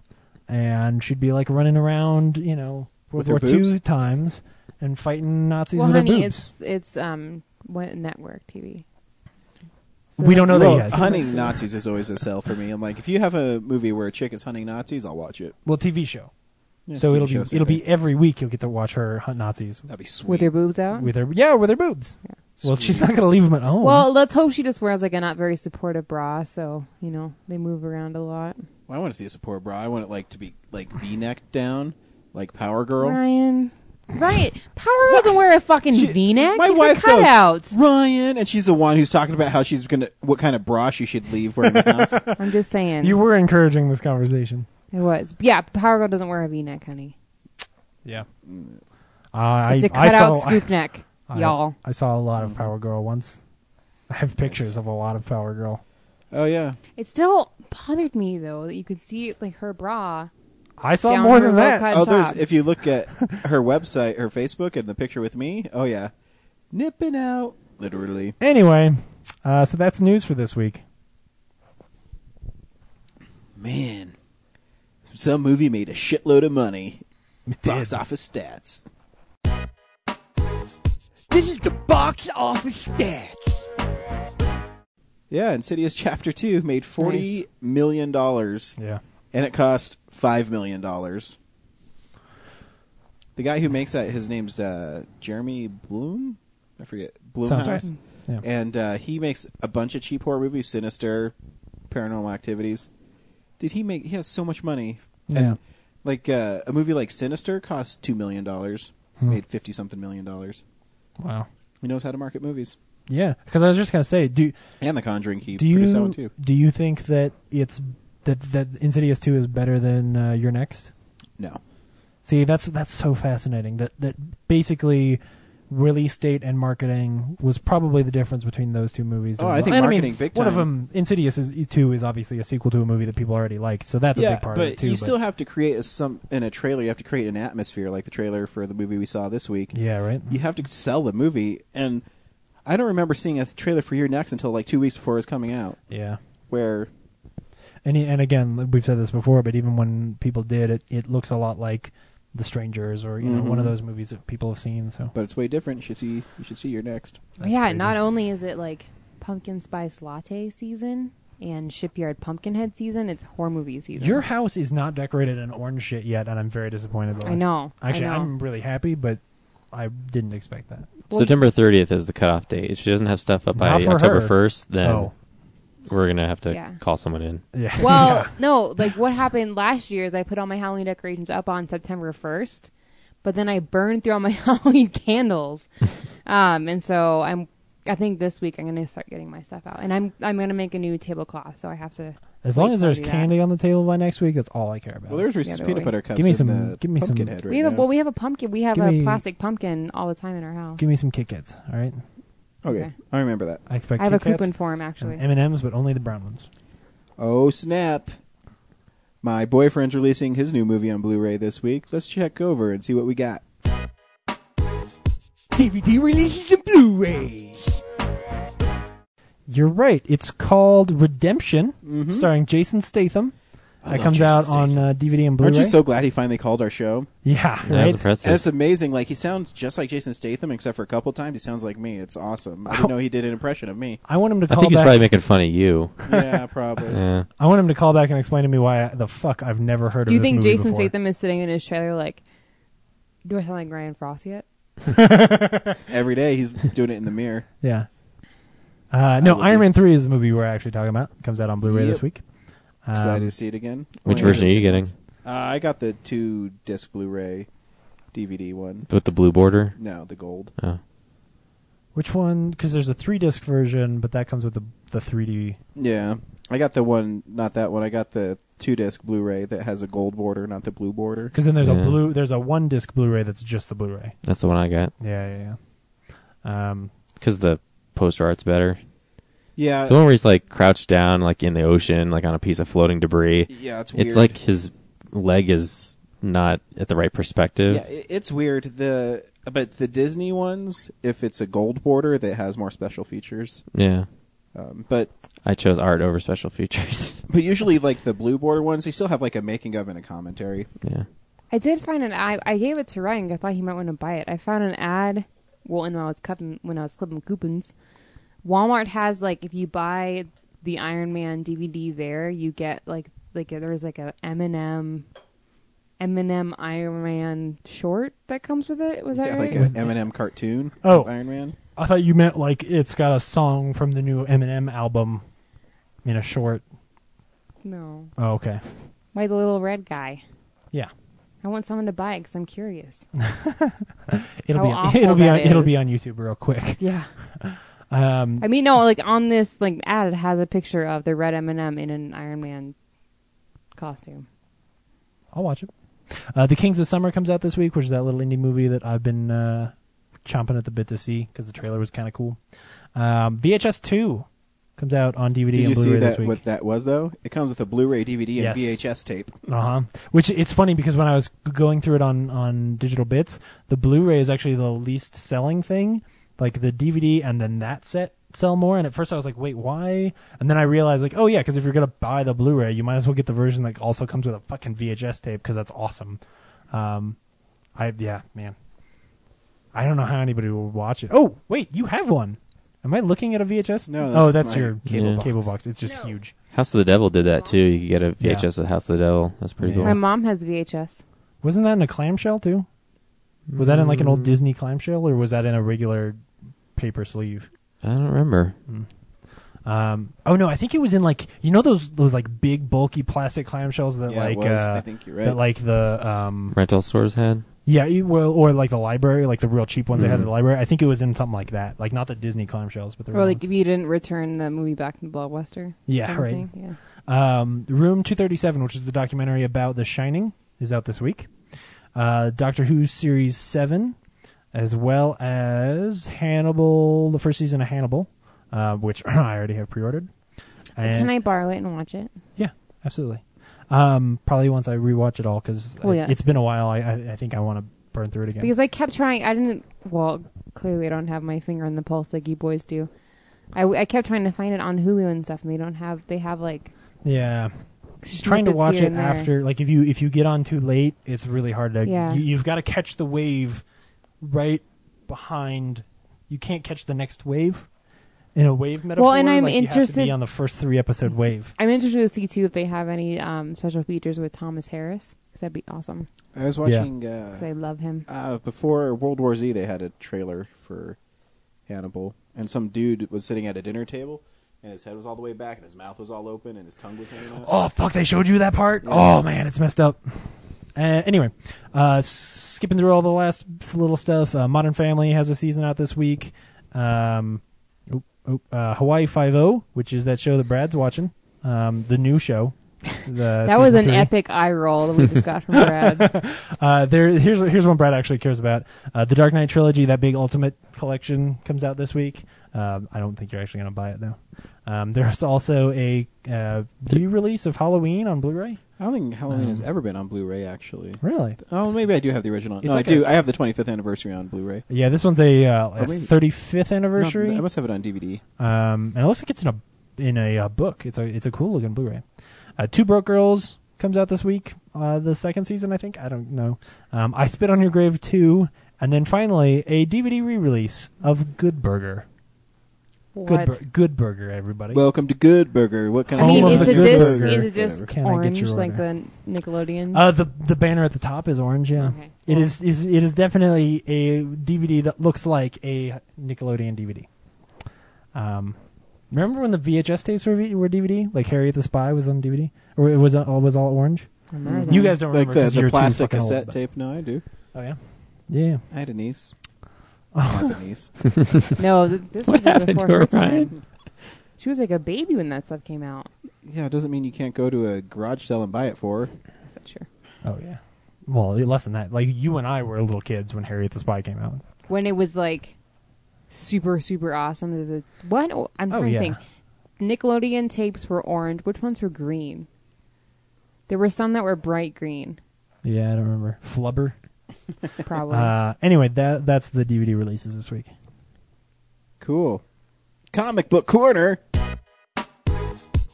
[SPEAKER 3] and she'd be like running around, you know, World
[SPEAKER 1] With
[SPEAKER 3] War
[SPEAKER 1] her
[SPEAKER 3] II
[SPEAKER 1] boobs?
[SPEAKER 3] times and fighting Nazis
[SPEAKER 4] Well,
[SPEAKER 3] with her
[SPEAKER 4] honey,
[SPEAKER 3] boobs.
[SPEAKER 4] it's it's um what network TV. So
[SPEAKER 3] we
[SPEAKER 4] they-
[SPEAKER 3] don't know
[SPEAKER 1] well,
[SPEAKER 3] that yet.
[SPEAKER 1] hunting Nazis is always a sell for me. I'm like, if you have a movie where a chick is hunting Nazis, I'll watch it.
[SPEAKER 3] Well, TV show.
[SPEAKER 1] Yeah,
[SPEAKER 3] so
[SPEAKER 1] TV
[SPEAKER 3] it'll be
[SPEAKER 1] show, same
[SPEAKER 3] it'll be
[SPEAKER 1] thing.
[SPEAKER 3] every week you'll get to watch her hunt Nazis
[SPEAKER 1] that'd be sweet.
[SPEAKER 4] with her boobs out.
[SPEAKER 3] with her yeah with her boobs. Well, she's not gonna leave them at home.
[SPEAKER 4] well, let's hope she just wears like a not very supportive bra, so you know they move around a lot.
[SPEAKER 1] Well, I want to see a support bra. I want it like to be like V necked down, like Power Girl.
[SPEAKER 4] Ryan, Ryan, Power Girl doesn't wear a fucking
[SPEAKER 1] She-
[SPEAKER 4] V-neck.
[SPEAKER 1] My
[SPEAKER 4] it's
[SPEAKER 1] wife
[SPEAKER 4] a cutout.
[SPEAKER 1] goes Ryan, and she's the one who's talking about how she's gonna what kind of bra she should leave wearing the house.
[SPEAKER 4] I'm just saying.
[SPEAKER 3] you were encouraging this conversation.
[SPEAKER 4] it was yeah. Power Girl doesn't wear a V-neck, honey.
[SPEAKER 3] Yeah. Uh, I
[SPEAKER 4] It's a
[SPEAKER 3] I
[SPEAKER 4] cutout
[SPEAKER 3] saw,
[SPEAKER 4] scoop neck,
[SPEAKER 3] I-
[SPEAKER 4] y'all.
[SPEAKER 3] I saw a lot of Power Girl once. I have pictures of a lot of Power Girl.
[SPEAKER 1] oh yeah,
[SPEAKER 4] It still bothered me though that you could see like her bra.
[SPEAKER 3] I saw
[SPEAKER 4] Down
[SPEAKER 3] more
[SPEAKER 4] her
[SPEAKER 3] than
[SPEAKER 4] low
[SPEAKER 3] that.
[SPEAKER 4] cut-
[SPEAKER 1] oh there's
[SPEAKER 4] job.
[SPEAKER 1] if you look at her website, her Facebook, and the picture with me. Oh yeah, nipping out literally.
[SPEAKER 3] Anyway, uh, so that's news for this week.
[SPEAKER 1] Man, some movie made a shitload of money. Box office stats.
[SPEAKER 5] This is the box office stats.
[SPEAKER 1] Yeah, Insidious Chapter Two made forty
[SPEAKER 4] Nice.
[SPEAKER 1] million dollars,
[SPEAKER 3] Yeah.
[SPEAKER 1] and it cost five million dollars. The guy who makes that, his name's uh, Jeremy Bloom. I forget
[SPEAKER 3] Sounds
[SPEAKER 1] Bloomhouse,
[SPEAKER 3] right. Yeah.
[SPEAKER 1] and uh, he makes a bunch of cheap horror movies, Sinister, Paranormal Activities. Did he make? He has so much money.
[SPEAKER 3] Yeah.
[SPEAKER 1] And, like uh, a movie like Sinister cost two million dollars,
[SPEAKER 3] Hmm.
[SPEAKER 1] made fifty something million dollars.
[SPEAKER 3] Wow.
[SPEAKER 1] He knows how to market movies.
[SPEAKER 3] Yeah, because I was just gonna say, do
[SPEAKER 1] And The Conjuring, he
[SPEAKER 3] do
[SPEAKER 1] produced that one too.
[SPEAKER 3] you do you think that it's that that Insidious Two is better than uh, your next?
[SPEAKER 1] No,
[SPEAKER 3] See, that's that's so fascinating. That that basically release date and marketing was probably the difference between those two movies.
[SPEAKER 1] Oh, I think
[SPEAKER 3] And I mean,
[SPEAKER 1] marketing big
[SPEAKER 3] One of
[SPEAKER 1] time.
[SPEAKER 3] them, Insidious is, Two, is obviously a sequel to a movie that people already liked, so that's a big part
[SPEAKER 1] but
[SPEAKER 3] of it too.
[SPEAKER 1] you still have to create a, some in a trailer. You have to create an atmosphere, like the trailer for the movie we saw this week.
[SPEAKER 3] yeah, right.
[SPEAKER 1] You have to sell the movie, and I don't remember seeing a trailer for Your Next until like two weeks before it was coming out.
[SPEAKER 3] Yeah.
[SPEAKER 1] Where
[SPEAKER 3] And and again, we've said this before, but even when people did it, it looks a lot like The Strangers or you know one of
[SPEAKER 1] Mhm.
[SPEAKER 3] those movies that people have seen. So
[SPEAKER 1] but it's way different. You should see you should see Your Next.
[SPEAKER 3] that's
[SPEAKER 4] yeah,
[SPEAKER 3] crazy.
[SPEAKER 4] not only is it like pumpkin spice latte season and shipyard pumpkinhead season, it's horror movie season.
[SPEAKER 3] Your house is not decorated in orange shit yet, and I'm very disappointed. By
[SPEAKER 4] I
[SPEAKER 3] it.
[SPEAKER 4] know.
[SPEAKER 3] Actually,
[SPEAKER 4] I know.
[SPEAKER 3] I'm really happy, but I didn't expect that.
[SPEAKER 4] Well,
[SPEAKER 2] September 30th is the cutoff date. If she doesn't have stuff up by
[SPEAKER 3] Not for
[SPEAKER 2] October
[SPEAKER 3] her.
[SPEAKER 2] 1st, then
[SPEAKER 3] Oh,
[SPEAKER 2] we're gonna have to
[SPEAKER 4] Yeah.
[SPEAKER 2] call someone in.
[SPEAKER 3] yeah.
[SPEAKER 4] Well, no, like what happened last year is I put all my Halloween decorations up on September 1st, but then I burned through all my Halloween candles. um, and so I'm I think this week I'm going to start getting my stuff out. And I'm I'm going to make a new tablecloth, so I have to
[SPEAKER 3] as long
[SPEAKER 4] wait
[SPEAKER 3] as
[SPEAKER 4] till I
[SPEAKER 3] there's
[SPEAKER 4] do that.
[SPEAKER 3] candy on the table by next week, that's all I care about.
[SPEAKER 1] Well, there's Reese's
[SPEAKER 4] Yeah,
[SPEAKER 1] peanut
[SPEAKER 4] really.
[SPEAKER 1] butter cups.
[SPEAKER 3] Give me
[SPEAKER 1] in
[SPEAKER 3] some-
[SPEAKER 1] the
[SPEAKER 3] give me some-
[SPEAKER 1] pumpkin head right
[SPEAKER 4] we have a,
[SPEAKER 1] now.
[SPEAKER 4] well, we have a pumpkin. We have
[SPEAKER 3] Give
[SPEAKER 4] a
[SPEAKER 3] me-
[SPEAKER 4] plastic pumpkin all the time in our house.
[SPEAKER 3] Give me some Kit Kats, all right?
[SPEAKER 1] okay.
[SPEAKER 4] okay.
[SPEAKER 1] I remember that.
[SPEAKER 3] I expect
[SPEAKER 4] I have a
[SPEAKER 3] Kit Kats
[SPEAKER 4] coupon for him actually.
[SPEAKER 3] and M&Ms, but only the brown ones.
[SPEAKER 1] Oh snap! My boyfriend's releasing his new movie on Blu-ray this week. Let's check over and see what we got.
[SPEAKER 8] DVD releases and Blu-rays.
[SPEAKER 3] You're right. It's called Redemption, starring Jason Statham.
[SPEAKER 1] Mm-hmm. I
[SPEAKER 3] that
[SPEAKER 1] love
[SPEAKER 3] comes
[SPEAKER 1] Jason
[SPEAKER 3] out
[SPEAKER 1] Statham.
[SPEAKER 3] on uh, DVD and Blu-ray.
[SPEAKER 1] Aren't you so glad he finally called our show?
[SPEAKER 3] yeah,
[SPEAKER 2] Yeah, That was
[SPEAKER 3] right.
[SPEAKER 2] impressive.
[SPEAKER 1] And it's amazing. Like he sounds just like Jason Statham, except for a couple times he sounds like me. It's awesome. I didn't know he did an impression of me.
[SPEAKER 3] I want him to
[SPEAKER 2] I
[SPEAKER 3] call
[SPEAKER 2] think he's
[SPEAKER 3] back.
[SPEAKER 2] probably making fun of you.
[SPEAKER 1] Yeah, probably.
[SPEAKER 2] Yeah.
[SPEAKER 3] I want him to call back and explain to me why I, the fuck I've never heard
[SPEAKER 4] Do
[SPEAKER 3] of
[SPEAKER 4] you
[SPEAKER 3] this
[SPEAKER 4] think
[SPEAKER 3] movie
[SPEAKER 4] Jason
[SPEAKER 3] before.
[SPEAKER 4] Statham is sitting in his trailer like, do I sound like Ryan Frost yet?
[SPEAKER 1] Every day he's doing it in the mirror.
[SPEAKER 3] Yeah. Uh, no,
[SPEAKER 1] would
[SPEAKER 3] Iron
[SPEAKER 1] be-
[SPEAKER 3] Man Three is the movie we're actually talking about. It comes out on Blu-ray
[SPEAKER 1] Yep.
[SPEAKER 3] this week. Um,
[SPEAKER 1] Excited to see it again.
[SPEAKER 2] Which
[SPEAKER 1] Only
[SPEAKER 2] version are you
[SPEAKER 1] version
[SPEAKER 2] getting?
[SPEAKER 1] was- Uh, I got the two disc Blu-ray, DVD one.
[SPEAKER 2] With the blue border?
[SPEAKER 1] No, the gold.
[SPEAKER 2] Oh.
[SPEAKER 3] Which one? Because there's a three disc version, but that comes with the the 3D.
[SPEAKER 1] Yeah, I got the one, not that one. I got the two disc Blu-ray that has a gold border, not the blue border.
[SPEAKER 3] Because then there's
[SPEAKER 2] Yeah.
[SPEAKER 3] a blue, there's a one disc Blu-ray that's just the Blu-ray.
[SPEAKER 2] That's the one I got.
[SPEAKER 3] Yeah, yeah, yeah. Um,
[SPEAKER 2] Because the poster art's better.
[SPEAKER 1] Yeah,
[SPEAKER 2] The one where he's like crouched down, like in the ocean, like on a piece of floating debris.
[SPEAKER 1] yeah, it's weird.
[SPEAKER 2] It's like his leg is not at the right perspective.
[SPEAKER 1] yeah, i- it's weird. The but the Disney ones, if it's a gold border, that has more special features.
[SPEAKER 2] Yeah.
[SPEAKER 1] Um, but
[SPEAKER 2] I chose art over special features.
[SPEAKER 1] but usually like the blue border ones, they still have like a making of and a commentary.
[SPEAKER 2] yeah.
[SPEAKER 4] I did find an ad. I gave it to Ryan. 'cause I thought he might want to buy it. I found an ad. Well, and when I was cutting, when I was clipping coupons, Walmart has like if you buy the Iron Man DVD there, you get like like there was like a Eminem, Eminem Iron Man short that comes with it. Was that
[SPEAKER 1] Yeah,
[SPEAKER 4] right?
[SPEAKER 1] like an Eminem cartoon.
[SPEAKER 3] Oh.
[SPEAKER 1] of Iron Man.
[SPEAKER 3] I thought you meant like it's got a song from the new Eminem album in a short.
[SPEAKER 4] no,
[SPEAKER 3] Oh, okay.
[SPEAKER 4] by the little red guy.
[SPEAKER 3] Yeah,
[SPEAKER 4] I want someone to buy it because I'm curious.
[SPEAKER 3] it'll
[SPEAKER 4] How
[SPEAKER 3] be
[SPEAKER 4] awful
[SPEAKER 3] it'll be
[SPEAKER 4] that
[SPEAKER 3] on, it'll be
[SPEAKER 4] is.
[SPEAKER 3] on YouTube real quick.
[SPEAKER 4] Yeah,
[SPEAKER 3] Um,
[SPEAKER 4] I mean, no, like on this like ad, it has a picture of the red Eminem in an Iron Man costume.
[SPEAKER 3] I'll watch it. Uh, the Kings of Summer comes out this week, which is that little indie movie that I've been uh, chomping at the bit to see because the trailer was kind of cool. Um, VHS two comes out on DVD
[SPEAKER 1] Did
[SPEAKER 3] and
[SPEAKER 1] you
[SPEAKER 3] Blu-ray
[SPEAKER 1] see
[SPEAKER 3] this
[SPEAKER 1] that?
[SPEAKER 3] week.
[SPEAKER 1] What that was though? It comes with a Blu-ray, DVD,
[SPEAKER 3] Yes.
[SPEAKER 1] and VHS tape.
[SPEAKER 3] Uh huh. Which it's funny because when I was going through it on on digital bits, the Blu-ray is actually the least selling thing. Like the DVD and then that set sell more. And at first I was like, wait, why? And then I realized like, oh yeah, because if you're gonna buy the Blu-ray, you might as well get the version that also comes with a fucking VHS tape because that's awesome. Um, I yeah, man. I don't know how anybody will watch it. Oh wait, you have one. Am I looking at a VHS?
[SPEAKER 1] No,
[SPEAKER 3] oh,
[SPEAKER 1] that's
[SPEAKER 3] that's
[SPEAKER 1] my
[SPEAKER 3] your
[SPEAKER 2] cable Yeah. box.
[SPEAKER 3] cable box. It's just huge.
[SPEAKER 2] House of the Devil did that too. You could get a
[SPEAKER 3] Yeah.
[SPEAKER 2] VHS of House of the Devil. That's pretty
[SPEAKER 3] Yeah.
[SPEAKER 2] cool.
[SPEAKER 4] My mom has VHS.
[SPEAKER 3] Wasn't that in a clamshell too? Was that in like an
[SPEAKER 1] Mm.
[SPEAKER 3] old Disney clamshell, or was that in a regular paper sleeve?
[SPEAKER 2] I don't remember.
[SPEAKER 3] Um, oh no, I think it was in like you know those those like big bulky plastic clamshells that
[SPEAKER 1] yeah,
[SPEAKER 3] like
[SPEAKER 1] it was.
[SPEAKER 3] uh,
[SPEAKER 1] I think you're right.
[SPEAKER 3] that like the um
[SPEAKER 2] Rental stores had.
[SPEAKER 3] yeah you- well or like the library like the real cheap ones they had at
[SPEAKER 2] Mhm.
[SPEAKER 3] the
[SPEAKER 1] Mm-hmm.
[SPEAKER 3] library. I think it was in something like that, like not the Disney clamshells, but the
[SPEAKER 4] Or
[SPEAKER 3] real
[SPEAKER 4] like
[SPEAKER 3] ones.
[SPEAKER 4] if you didn't return the movie back from the blockbuster.
[SPEAKER 3] Yeah,
[SPEAKER 4] kind of
[SPEAKER 3] right.
[SPEAKER 4] thing, Yeah.
[SPEAKER 3] Um, Room 237, which is the documentary about The Shining, is out this week. Uh, Doctor Who Series 7, as well as Hannibal, the first season of Hannibal, uh, which I already have pre ordered.
[SPEAKER 4] Uh, Can I borrow it and watch it?
[SPEAKER 3] Yeah, absolutely. Um, probably once I rewatch it all, because
[SPEAKER 4] Oh, yeah.
[SPEAKER 3] it's been a while. I, I, I think I want to burn through it again.
[SPEAKER 4] Because I kept trying. I didn't. Well, clearly I don't have my finger on the pulse like you boys do. I, w- I kept trying to find it on Hulu and stuff, and they don't have. They have like
[SPEAKER 3] yeah. trying to
[SPEAKER 4] snippets
[SPEAKER 3] watch
[SPEAKER 4] here
[SPEAKER 3] it
[SPEAKER 4] and there.
[SPEAKER 3] after like if you if you get on too late it's really hard to
[SPEAKER 4] Yeah.
[SPEAKER 3] you, you've got to catch the wave right behind you can't catch the next wave in a wave metaphor
[SPEAKER 4] and I'm
[SPEAKER 3] like, you have to
[SPEAKER 4] interested-
[SPEAKER 3] be on the first three episode wave
[SPEAKER 4] I'm interested to see too if they have any um, special features with Thomas Harris because that'd be awesome.
[SPEAKER 1] I was
[SPEAKER 3] Yeah.
[SPEAKER 1] watching. Uh,
[SPEAKER 4] Because I love him.
[SPEAKER 1] uh, before World War Z, they had a trailer for Hannibal, and some dude was sitting at a dinner table, and his head was all the way back, and his mouth was all open, and his tongue was hanging out.
[SPEAKER 3] oh fuck they showed you that part oh man it's messed up uh, anyway uh skipping through all the last little stuff uh, modern family has a season out this week um oop, oop, uh, hawaii 5 which is that show that brad's watching um the new show The
[SPEAKER 4] that was
[SPEAKER 3] season
[SPEAKER 4] an
[SPEAKER 3] three.
[SPEAKER 4] epic eye roll that we just got from Brad.
[SPEAKER 3] Uh, there, here's here's one Brad actually cares about. Uh, the Dark Knight trilogy, that big Ultimate collection, comes out this week. Um, I don't think you're actually going to buy it though. Um, there's also a uh, re-release of Halloween on Blu-ray.
[SPEAKER 1] I don't think Halloween has
[SPEAKER 3] Um,
[SPEAKER 1] ever been on Blu-ray actually.
[SPEAKER 3] Really?
[SPEAKER 1] Oh, maybe I do have the original.
[SPEAKER 3] It's
[SPEAKER 1] no,
[SPEAKER 3] like
[SPEAKER 1] I do.
[SPEAKER 3] a-
[SPEAKER 1] I have the 25th anniversary on Blu-ray.
[SPEAKER 3] Yeah, this one's a, uh, a
[SPEAKER 1] Or maybe-
[SPEAKER 3] 35th
[SPEAKER 1] No,
[SPEAKER 3] anniversary.
[SPEAKER 1] I must have it on DVD.
[SPEAKER 3] Um, and it looks like it's in a in a uh, book. It's a it's a cool looking Blu-ray. Uh, Two Broke Girls comes out this week. Uh, the second season, I think. I don't know. Um, I Spit on Your Grave two, and then finally a DVD re-release of Good Burger. Good,
[SPEAKER 4] What?
[SPEAKER 3] Bur- Good Burger, everybody.
[SPEAKER 1] Welcome to Good Burger. What kind
[SPEAKER 4] I
[SPEAKER 1] of
[SPEAKER 4] mean,
[SPEAKER 3] Home
[SPEAKER 4] is
[SPEAKER 3] of
[SPEAKER 4] the
[SPEAKER 3] the Good
[SPEAKER 4] disc
[SPEAKER 3] Burger.
[SPEAKER 4] is the disc
[SPEAKER 3] Can I get
[SPEAKER 4] orange
[SPEAKER 3] your
[SPEAKER 4] like
[SPEAKER 3] order?
[SPEAKER 4] the Nickelodeon?
[SPEAKER 3] uh, the the banner at the top is orange. Yeah,
[SPEAKER 4] Okay.
[SPEAKER 3] it is is it is definitely a DVD that looks like a Nickelodeon DVD. Um, remember when the VHS tapes were, v- were DVD? Like Harriet the Spy was on DVD, or it was all was all orange.
[SPEAKER 4] Remember
[SPEAKER 3] You
[SPEAKER 4] that.
[SPEAKER 3] guys don't
[SPEAKER 1] like
[SPEAKER 3] remember
[SPEAKER 1] the,
[SPEAKER 3] 'cause you're
[SPEAKER 1] the
[SPEAKER 3] too
[SPEAKER 1] plastic
[SPEAKER 3] fucking old,
[SPEAKER 1] cassette
[SPEAKER 3] but-
[SPEAKER 1] tape? No, I do.
[SPEAKER 3] Oh yeah, yeah.
[SPEAKER 1] I had a niece. Not a niece.
[SPEAKER 4] No, th- this was
[SPEAKER 2] What
[SPEAKER 4] like
[SPEAKER 2] happened
[SPEAKER 4] before
[SPEAKER 2] to her,
[SPEAKER 4] her time.
[SPEAKER 2] Ryan?
[SPEAKER 4] She was like a baby when that stuff came out.
[SPEAKER 1] Yeah, it doesn't mean you can't go to a garage sale and buy it for. her.
[SPEAKER 4] I said, sure.
[SPEAKER 3] Oh yeah. Well, less than that. Like you and I were little kids when Harriet the Spy came out.
[SPEAKER 4] When it was like super, super awesome. The- the- What? Oh, I'm
[SPEAKER 3] Oh,
[SPEAKER 4] trying
[SPEAKER 3] yeah.
[SPEAKER 4] to think. Nickelodeon tapes were orange. Which ones were green? There were some that were bright green,
[SPEAKER 3] Yeah, I don't remember. Flubber.
[SPEAKER 4] probably.
[SPEAKER 3] Uh, anyway, that that's the DVD releases this week.
[SPEAKER 1] Cool. Comic book corner.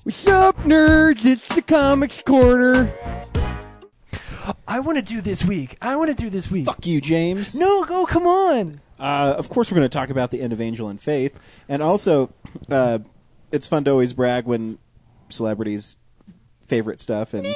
[SPEAKER 8] What's up, nerds? It's the Comics Corner.
[SPEAKER 3] I want to do this week. I want to do this week.
[SPEAKER 1] Fuck you, James.
[SPEAKER 3] No, go, come on.
[SPEAKER 1] Uh, of course, we're going to talk about the end of Angel and Faith, and also, uh, it's fun to always brag when celebrities' favorite stuff. And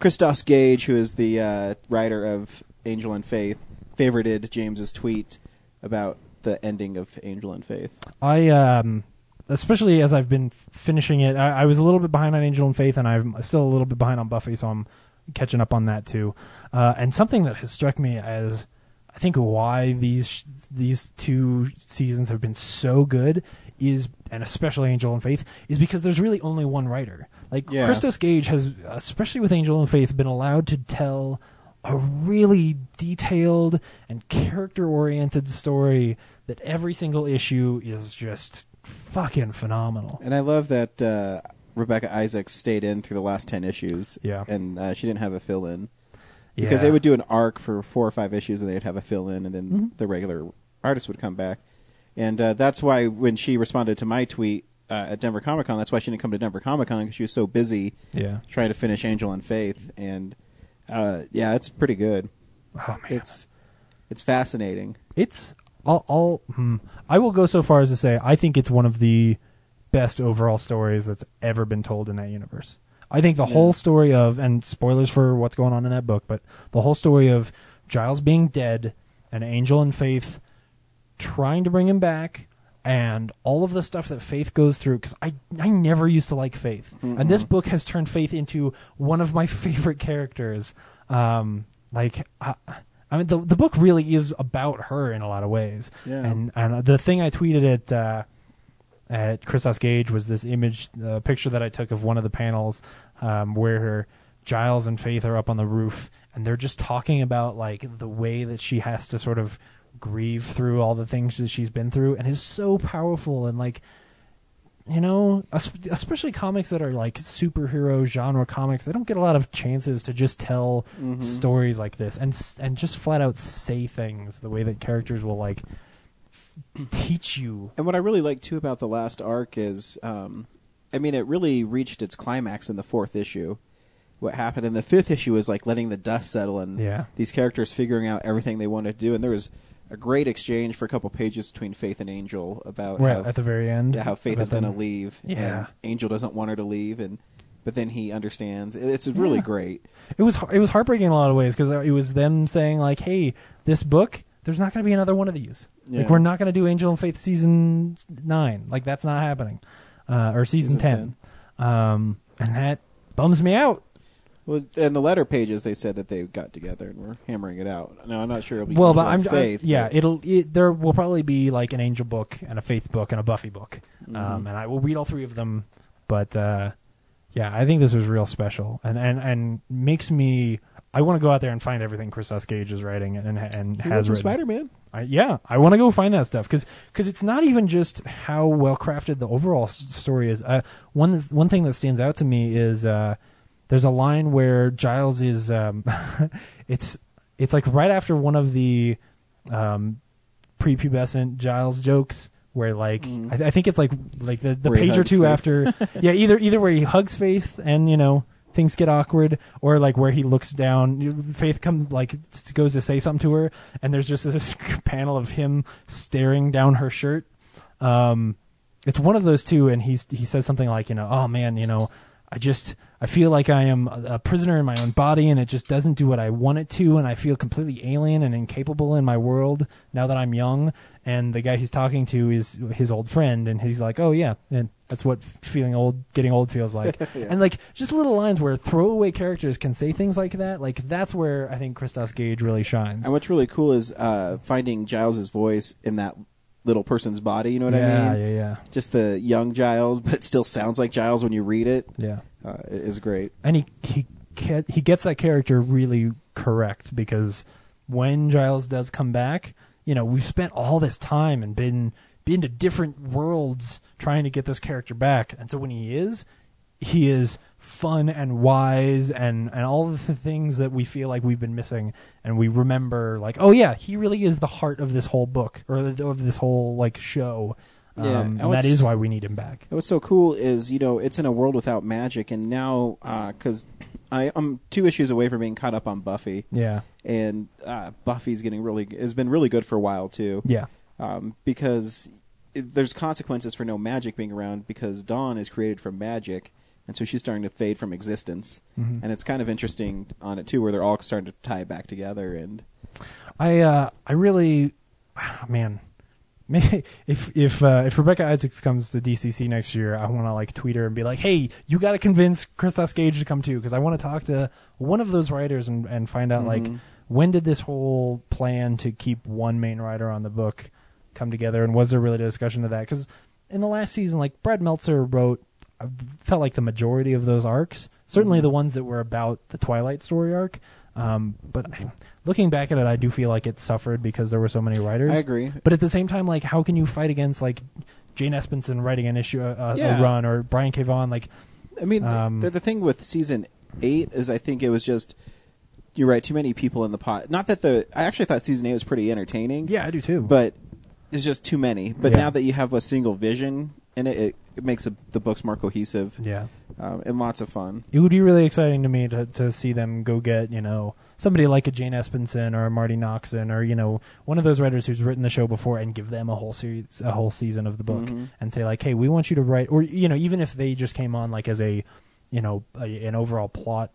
[SPEAKER 1] Christos Gage, who is the uh, writer of Angel and Faith, favorited James's tweet about the ending of Angel and Faith.
[SPEAKER 3] I um, especially as I've been f- finishing it, I, I was a little bit behind on Angel and Faith, and I'm still a little bit behind on Buffy, so I'm catching up on that too. Uh, and something that has struck me as, I think, why these sh- these two seasons have been so good is, and especially Angel and Faith, is because there's really only one writer. Like
[SPEAKER 1] Yeah.
[SPEAKER 3] Christos Gage has, especially with Angel and Faith, been allowed to tell a really detailed and character oriented story that every single issue is just fucking phenomenal.
[SPEAKER 1] And I love that uh, Rebecca Isaacs stayed in through the last ten issues.
[SPEAKER 3] Yeah.
[SPEAKER 1] and uh, she didn't have a fill in because they would do an arc for four or five issues, and they'd have a fill in, and then
[SPEAKER 3] Mm-hmm.
[SPEAKER 1] the regular artist would come back. And uh, that's why when she responded to my tweet uh, at Denver Comic Con, that's why she didn't come to Denver Comic Con because she was so busy
[SPEAKER 3] Yeah.
[SPEAKER 1] trying to finish Angel and Faith. And uh, yeah, it's pretty good.
[SPEAKER 3] Oh, man.
[SPEAKER 1] It's it's fascinating.
[SPEAKER 3] It's I'll, I'll hmm, I will go so far as to say I think it's one of the best overall stories that's ever been told in that universe. I think the whole story of and spoilers for what's going on in that book, but the whole story of Giles being dead and Angel and Faith trying to bring him back and all of the stuff that Faith goes through cuz I I never used to like Faith. And this book has turned Faith into one of my favorite characters. Um like I, I mean the the book really is about her in a lot of ways.
[SPEAKER 1] Yeah.
[SPEAKER 3] And and the thing I tweeted at uh at Christos Gage was this image, uh, picture that I took of one of the panels um, where Giles and Faith are up on the roof and they're just talking about like the way that she has to sort of grieve through all the things that she's been through and is so powerful and like you know es- especially comics that are like superhero genre comics they don't get a lot of chances to just tell stories like this and s- and just flat out say things the way that characters will like f- teach you
[SPEAKER 1] And what I really like too about the last arc is, um, I mean, it really reached its climax in the fourth issue. What happened in the fifth issue was like letting the dust settle and
[SPEAKER 3] Yeah.
[SPEAKER 1] these characters figuring out everything they wanted to do. And there was a great exchange for a couple pages between Faith and Angel about
[SPEAKER 3] Right,
[SPEAKER 1] how,
[SPEAKER 3] at the very end,
[SPEAKER 1] yeah, how Faith
[SPEAKER 3] about
[SPEAKER 1] is going to
[SPEAKER 3] them-
[SPEAKER 1] leave,
[SPEAKER 3] Yeah.
[SPEAKER 1] and Angel doesn't want her to leave, and but then he understands. It- It's really
[SPEAKER 3] Yeah.
[SPEAKER 1] great.
[SPEAKER 3] It was it was heartbreaking in a lot of ways because it was them saying like, "Hey, this book, there's not going to be another one of these.
[SPEAKER 1] Yeah.
[SPEAKER 3] Like, we're not going to do Angel and Faith season nine. Like, that's not happening, uh, or season,
[SPEAKER 1] Season
[SPEAKER 3] 10. Um, and that bums me out.
[SPEAKER 1] Well, and the letter pages they said that they got together and were hammering it out. Now I'm not sure it'll be
[SPEAKER 3] well,
[SPEAKER 1] Angel
[SPEAKER 3] but I'm
[SPEAKER 1] and Faith.
[SPEAKER 3] I, yeah.
[SPEAKER 1] but-
[SPEAKER 3] It'll it, there will probably be like an Angel book and a Faith book and a Buffy book,
[SPEAKER 1] Mm-hmm.
[SPEAKER 3] um, and I will read all three of them. But uh, yeah, I think this was real special, and and and makes me I want to go out there and find everything Christos Gage is writing and and, and
[SPEAKER 1] He
[SPEAKER 3] has
[SPEAKER 1] wrote
[SPEAKER 3] written.
[SPEAKER 1] Spider Man.
[SPEAKER 3] I, yeah, I want to go find that stuff because it's not even just how well crafted the overall s- story is. Uh, one that's- one thing that stands out to me is uh, there's a line where Giles is um, it's it's like right after one of the um, prepubescent Giles jokes where like I, I think it's like like the, the
[SPEAKER 1] Where he
[SPEAKER 3] page or
[SPEAKER 1] hugs
[SPEAKER 3] two
[SPEAKER 1] Faith.
[SPEAKER 3] after yeah either either where he hugs Faith and you know things get awkward or like where he looks down you- Faith comes like s- goes to say something to her and there's just this panel of him staring down her shirt um, it's one of those two, and he's he says something like, you know, oh man, you know, I just I feel like I am a, a prisoner in my own body, and it just doesn't do what I want it to, and I feel completely alien and incapable in my world now that I'm young. And the guy he's talking to is his old friend, and he's like, oh yeah, and that's what feeling old, getting old feels like. And like just little lines where throwaway characters can say things like that, like that's where I think Christos Gage really shines.
[SPEAKER 1] And what's really cool is uh, finding Giles's voice in that little person's body. You know what
[SPEAKER 3] yeah,
[SPEAKER 1] I mean?
[SPEAKER 3] yeah, yeah,
[SPEAKER 1] Just the young Giles, but it still sounds like Giles when you read it.
[SPEAKER 3] yeah.
[SPEAKER 1] Uh, it is great.
[SPEAKER 3] and he he ca- he gets that character really correct because when Giles does come back, you know, we've spent all this time and been been to different worlds trying to get this character back, and so when he is, he is fun and wise and and all of the things that we feel like we've been missing and we remember like oh yeah he really is the heart of this whole book or the, of this whole like show um,
[SPEAKER 1] Yeah,
[SPEAKER 3] and
[SPEAKER 1] and
[SPEAKER 3] that
[SPEAKER 1] what's-
[SPEAKER 3] is why we need him back
[SPEAKER 1] And What's so cool is you know it's in a world without magic, and now because I I'm two issues away from being caught up on Buffy,
[SPEAKER 3] yeah
[SPEAKER 1] and uh, Buffy's getting really has been really good for a while too.
[SPEAKER 3] yeah
[SPEAKER 1] um, because it, there's consequences for no magic being around because Dawn is created from magic, and so she's starting to fade from existence.
[SPEAKER 3] Mm-hmm.
[SPEAKER 1] And it's kind of interesting on it too, where they're all starting to tie back together. And
[SPEAKER 3] I uh, I really, man, may- if if uh, if Rebecca Isaacs comes to DCC next year, I want to like tweet her and be like, hey, you got to convince Christos Gage to come too, because I want to talk to one of those writers and and find out like when did this whole plan to keep one main writer on the book come together, and was there really a discussion of that? Because in the last season, like Brad Meltzer wrote. I felt like the majority of those arcs,
[SPEAKER 1] Mm-hmm.
[SPEAKER 3] certainly the ones that were about the Twilight story arc, um, but I, looking back at it, I do feel like it suffered because there were so many writers.
[SPEAKER 1] I agree.
[SPEAKER 3] But at the same time, like, how can you fight against like Jane Espenson writing an issue, uh, a, a,
[SPEAKER 1] Yeah.
[SPEAKER 3] a run, or Brian K. Vaughan? Like,
[SPEAKER 1] I mean, th-
[SPEAKER 3] Um,
[SPEAKER 1] the, the thing with season eight is, I think it was just you're right, too many people in the pot. Not that the I actually thought season eight was pretty entertaining.
[SPEAKER 3] yeah, I do too.
[SPEAKER 1] but there's just too many. But
[SPEAKER 3] Yeah.
[SPEAKER 1] now that you have a single vision in it, it, it makes the- the books more cohesive
[SPEAKER 3] yeah,
[SPEAKER 1] um, and lots of fun.
[SPEAKER 3] it would be really exciting to me to to see them go get you know somebody like a Jane Espenson or a Marty Noxon or you know one of those writers who's written the show before and give them a whole series, a whole season of the book, and say like, hey, we want you to write, or you know, even if they just came on like as a you know a, an overall plot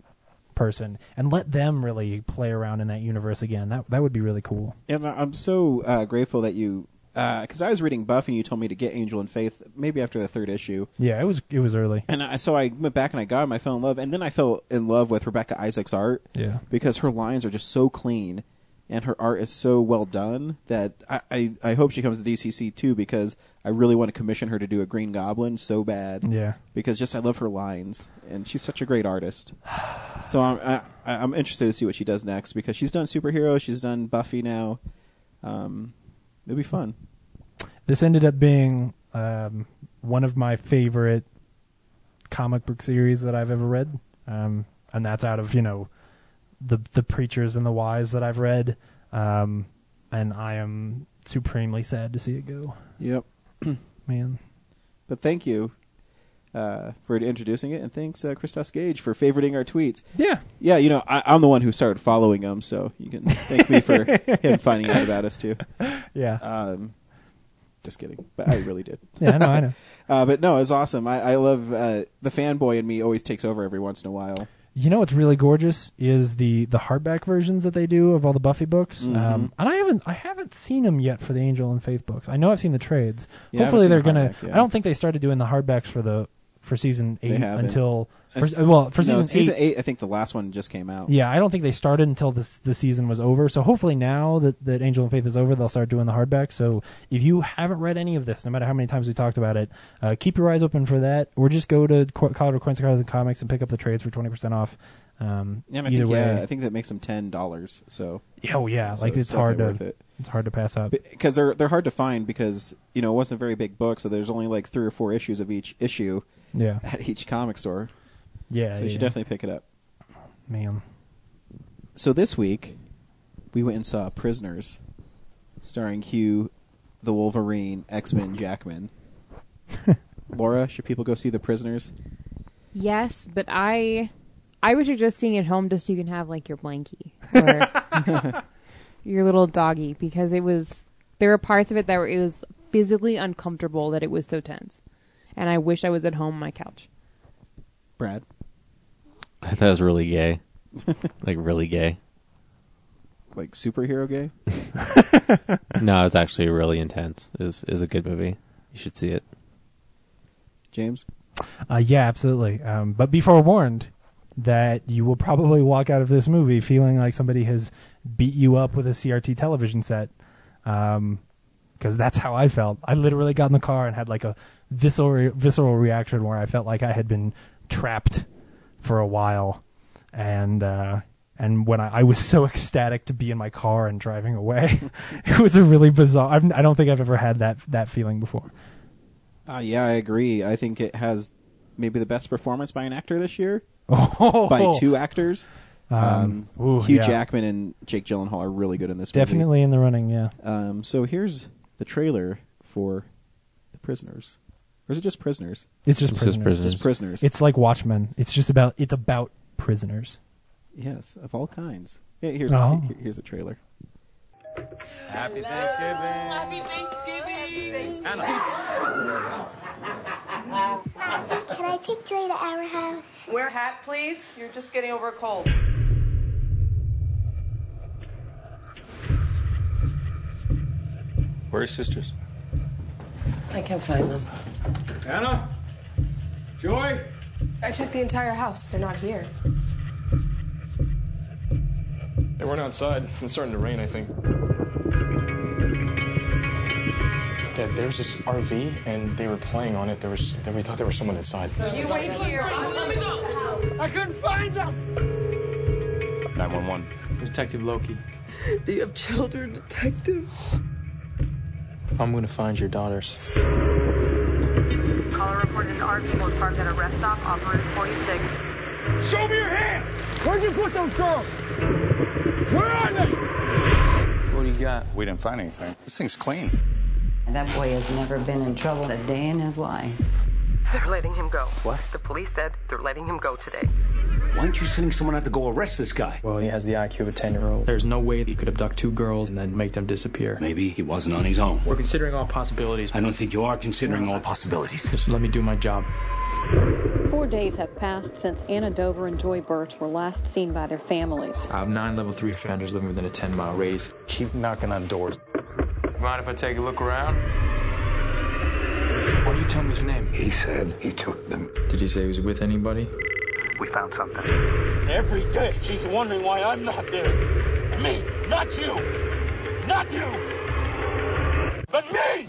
[SPEAKER 3] person and let them really play around in that universe again that that would be really cool
[SPEAKER 1] And I- I'm so uh, grateful that you, because I was reading Buff and you told me to get Angel and Faith maybe after the third issue,
[SPEAKER 3] Yeah, it was it was early.
[SPEAKER 1] and I, so I went back and I got him. I fell in love, and then I fell in love with Rebecca Isaac's art
[SPEAKER 3] Yeah.
[SPEAKER 1] because her lines are just so clean, and her art is so well done that I I, I hope she comes to DCC too because I really want to commission her to do a Green Goblin so bad.
[SPEAKER 3] Yeah.
[SPEAKER 1] because just I love her lines, and she's such a great artist. So I'm I, I'm interested to see what she does next because she's done superhero, she's done Buffy now. Um, it'll be fun.
[SPEAKER 3] This ended up being um, one of my favorite comic book series that I've ever read, um, and that's out of you know the the preachers and the wise that I've read, um, and I am supremely sad to see it go.
[SPEAKER 1] Yep.
[SPEAKER 3] Man,
[SPEAKER 1] But thank you uh, for introducing it, and thanks uh, Christos Gage for favoriting our tweets.
[SPEAKER 3] yeah,
[SPEAKER 1] Yeah, you know I, I'm the one who started following him, so you can thank me for him finding out about us too.
[SPEAKER 3] yeah,
[SPEAKER 1] Um, just kidding, but I really did.
[SPEAKER 3] yeah. I know, I know.
[SPEAKER 1] Uh, but no, it's awesome. I, I love uh, the fanboy in me always takes over every once in a while.
[SPEAKER 3] You know what's really gorgeous is the the hardback versions that they do of all the Buffy books.
[SPEAKER 1] Mm-hmm.
[SPEAKER 3] Um, and I haven't I haven't seen them yet for the Angel and Faith books. I know I've seen the trades.
[SPEAKER 1] Yeah, I haven't
[SPEAKER 3] Hopefully
[SPEAKER 1] seen
[SPEAKER 3] they're
[SPEAKER 1] the
[SPEAKER 3] gonna.
[SPEAKER 1] hardback, yeah.
[SPEAKER 3] I don't think they started doing the hardbacks for the for season
[SPEAKER 1] They
[SPEAKER 3] eight
[SPEAKER 1] haven't.
[SPEAKER 3] until for,
[SPEAKER 1] That's-
[SPEAKER 3] well for season,
[SPEAKER 1] no, season eight, I think the last one just came out.
[SPEAKER 3] Yeah, I don't think they started until this the season was over. So hopefully now that, that Angel and Faith is over, they'll start doing the hardback. So if you haven't read any of this, no matter how many times we talked about it, uh, keep your eyes open for that, or just go to Co- Colorado Coins and Comics and pick up the trades for twenty percent off. Um,
[SPEAKER 1] Yeah, and I
[SPEAKER 3] either
[SPEAKER 1] think,
[SPEAKER 3] way,
[SPEAKER 1] yeah, I think that makes them ten dollars. So
[SPEAKER 3] Oh yeah,
[SPEAKER 1] so
[SPEAKER 3] like it's, hard to.
[SPEAKER 1] definitely worth it.
[SPEAKER 3] It's hard to pass up.
[SPEAKER 1] because they're they're hard to find because you know it wasn't a very big book, so there's only like three or four issues of each issue
[SPEAKER 3] Yeah,
[SPEAKER 1] at each comic store.
[SPEAKER 3] yeah.
[SPEAKER 1] so you
[SPEAKER 3] yeah.
[SPEAKER 1] should definitely pick it up.
[SPEAKER 3] man.
[SPEAKER 1] So this week, we went and saw Prisoners, starring Hugh, the Wolverine, X Men, Jackman. Laura, should people go see The Prisoners?
[SPEAKER 4] Yes, but I I wish you're just seeing at home just so you can have like your blankie or your little doggy because it was there were parts of it that were it was physically uncomfortable that it was so tense. And I wish I was at home on my couch.
[SPEAKER 1] Brad,
[SPEAKER 2] I thought it was really gay, like really gay.
[SPEAKER 1] like superhero gay?
[SPEAKER 2] No, it was actually really intense. Is is a good movie. You should see it.
[SPEAKER 1] James,
[SPEAKER 3] Uh, yeah, absolutely. Um, but be forewarned that you will probably walk out of this movie feeling like somebody has beat you up with a CRT television set. Um 'cause because that's how I felt. I literally got in the car and had like a visceral visceral reaction where I felt like I had been trapped for a while, and uh, and when I, I was so ecstatic to be in my car and driving away, it was a really bizarre. I've, I don't think I've ever had that that feeling before.
[SPEAKER 1] uh, yeah, I agree. I think it has maybe the best performance by an actor this year
[SPEAKER 3] Oh,
[SPEAKER 1] by two actors. Um,
[SPEAKER 3] ooh,
[SPEAKER 1] Hugh
[SPEAKER 3] yeah.
[SPEAKER 1] Jackman and Jake Gyllenhaal are really good in this movie.
[SPEAKER 3] definitely in the running. Yeah.
[SPEAKER 1] Um, so here's the trailer for The Prisoners. Or is it just Prisoners?
[SPEAKER 3] It's just
[SPEAKER 2] It's
[SPEAKER 3] prisoners.
[SPEAKER 2] just
[SPEAKER 1] Just Prisoners.
[SPEAKER 3] It's like Watchmen. It's just about it's about prisoners.
[SPEAKER 1] yes, of all kinds. Yeah, here's
[SPEAKER 3] Oh.
[SPEAKER 1] here- here's the trailer.
[SPEAKER 9] Can I take Joy to our house?
[SPEAKER 10] Wear hat, please. You're just getting over a cold.
[SPEAKER 5] Where are his sisters?
[SPEAKER 10] I can't find them.
[SPEAKER 5] Anna? Joy?
[SPEAKER 11] I checked the entire house. They're not here.
[SPEAKER 5] They weren't outside. It's starting to rain, I think. Dad, there was this RV and they were playing on it. There was, we thought there was someone inside.
[SPEAKER 10] You wait here. I'll let me go.
[SPEAKER 5] 911. Detective Loki.
[SPEAKER 10] Do you have children, detective?
[SPEAKER 5] I'm gonna find your daughters.
[SPEAKER 10] Caller reported an RV was parked at a rest stop off Route 46.
[SPEAKER 11] Show me your hands! Where'd you put those girls? Where are they?
[SPEAKER 5] What do you got?
[SPEAKER 12] We didn't find anything. This thing's clean.
[SPEAKER 10] That boy has never been in trouble a day in his life. They're letting him go. What? The police said they're letting him go today.
[SPEAKER 12] Why aren't you sending someone out to go arrest this guy?
[SPEAKER 5] Well, he has the IQ of a 10 year old. There's no way he could abduct two girls and then make them disappear.
[SPEAKER 12] Maybe he wasn't on his own.
[SPEAKER 5] We're considering all possibilities.
[SPEAKER 12] I don't think you are considering all possibilities.
[SPEAKER 5] Just let me do my job.
[SPEAKER 11] Four days have passed since Anna Dover and Joy Birch were last seen by their families.
[SPEAKER 5] I have nine level 3 offenders living within a 10 mile radius.
[SPEAKER 12] Keep knocking on doors.
[SPEAKER 5] Mind if I take a look around? What do you tell me his name?
[SPEAKER 12] He said he took them.
[SPEAKER 5] Did he say he was with anybody?
[SPEAKER 12] We found something.
[SPEAKER 11] Every day she's wondering why I'm not there. Me, not you! Not you! But me!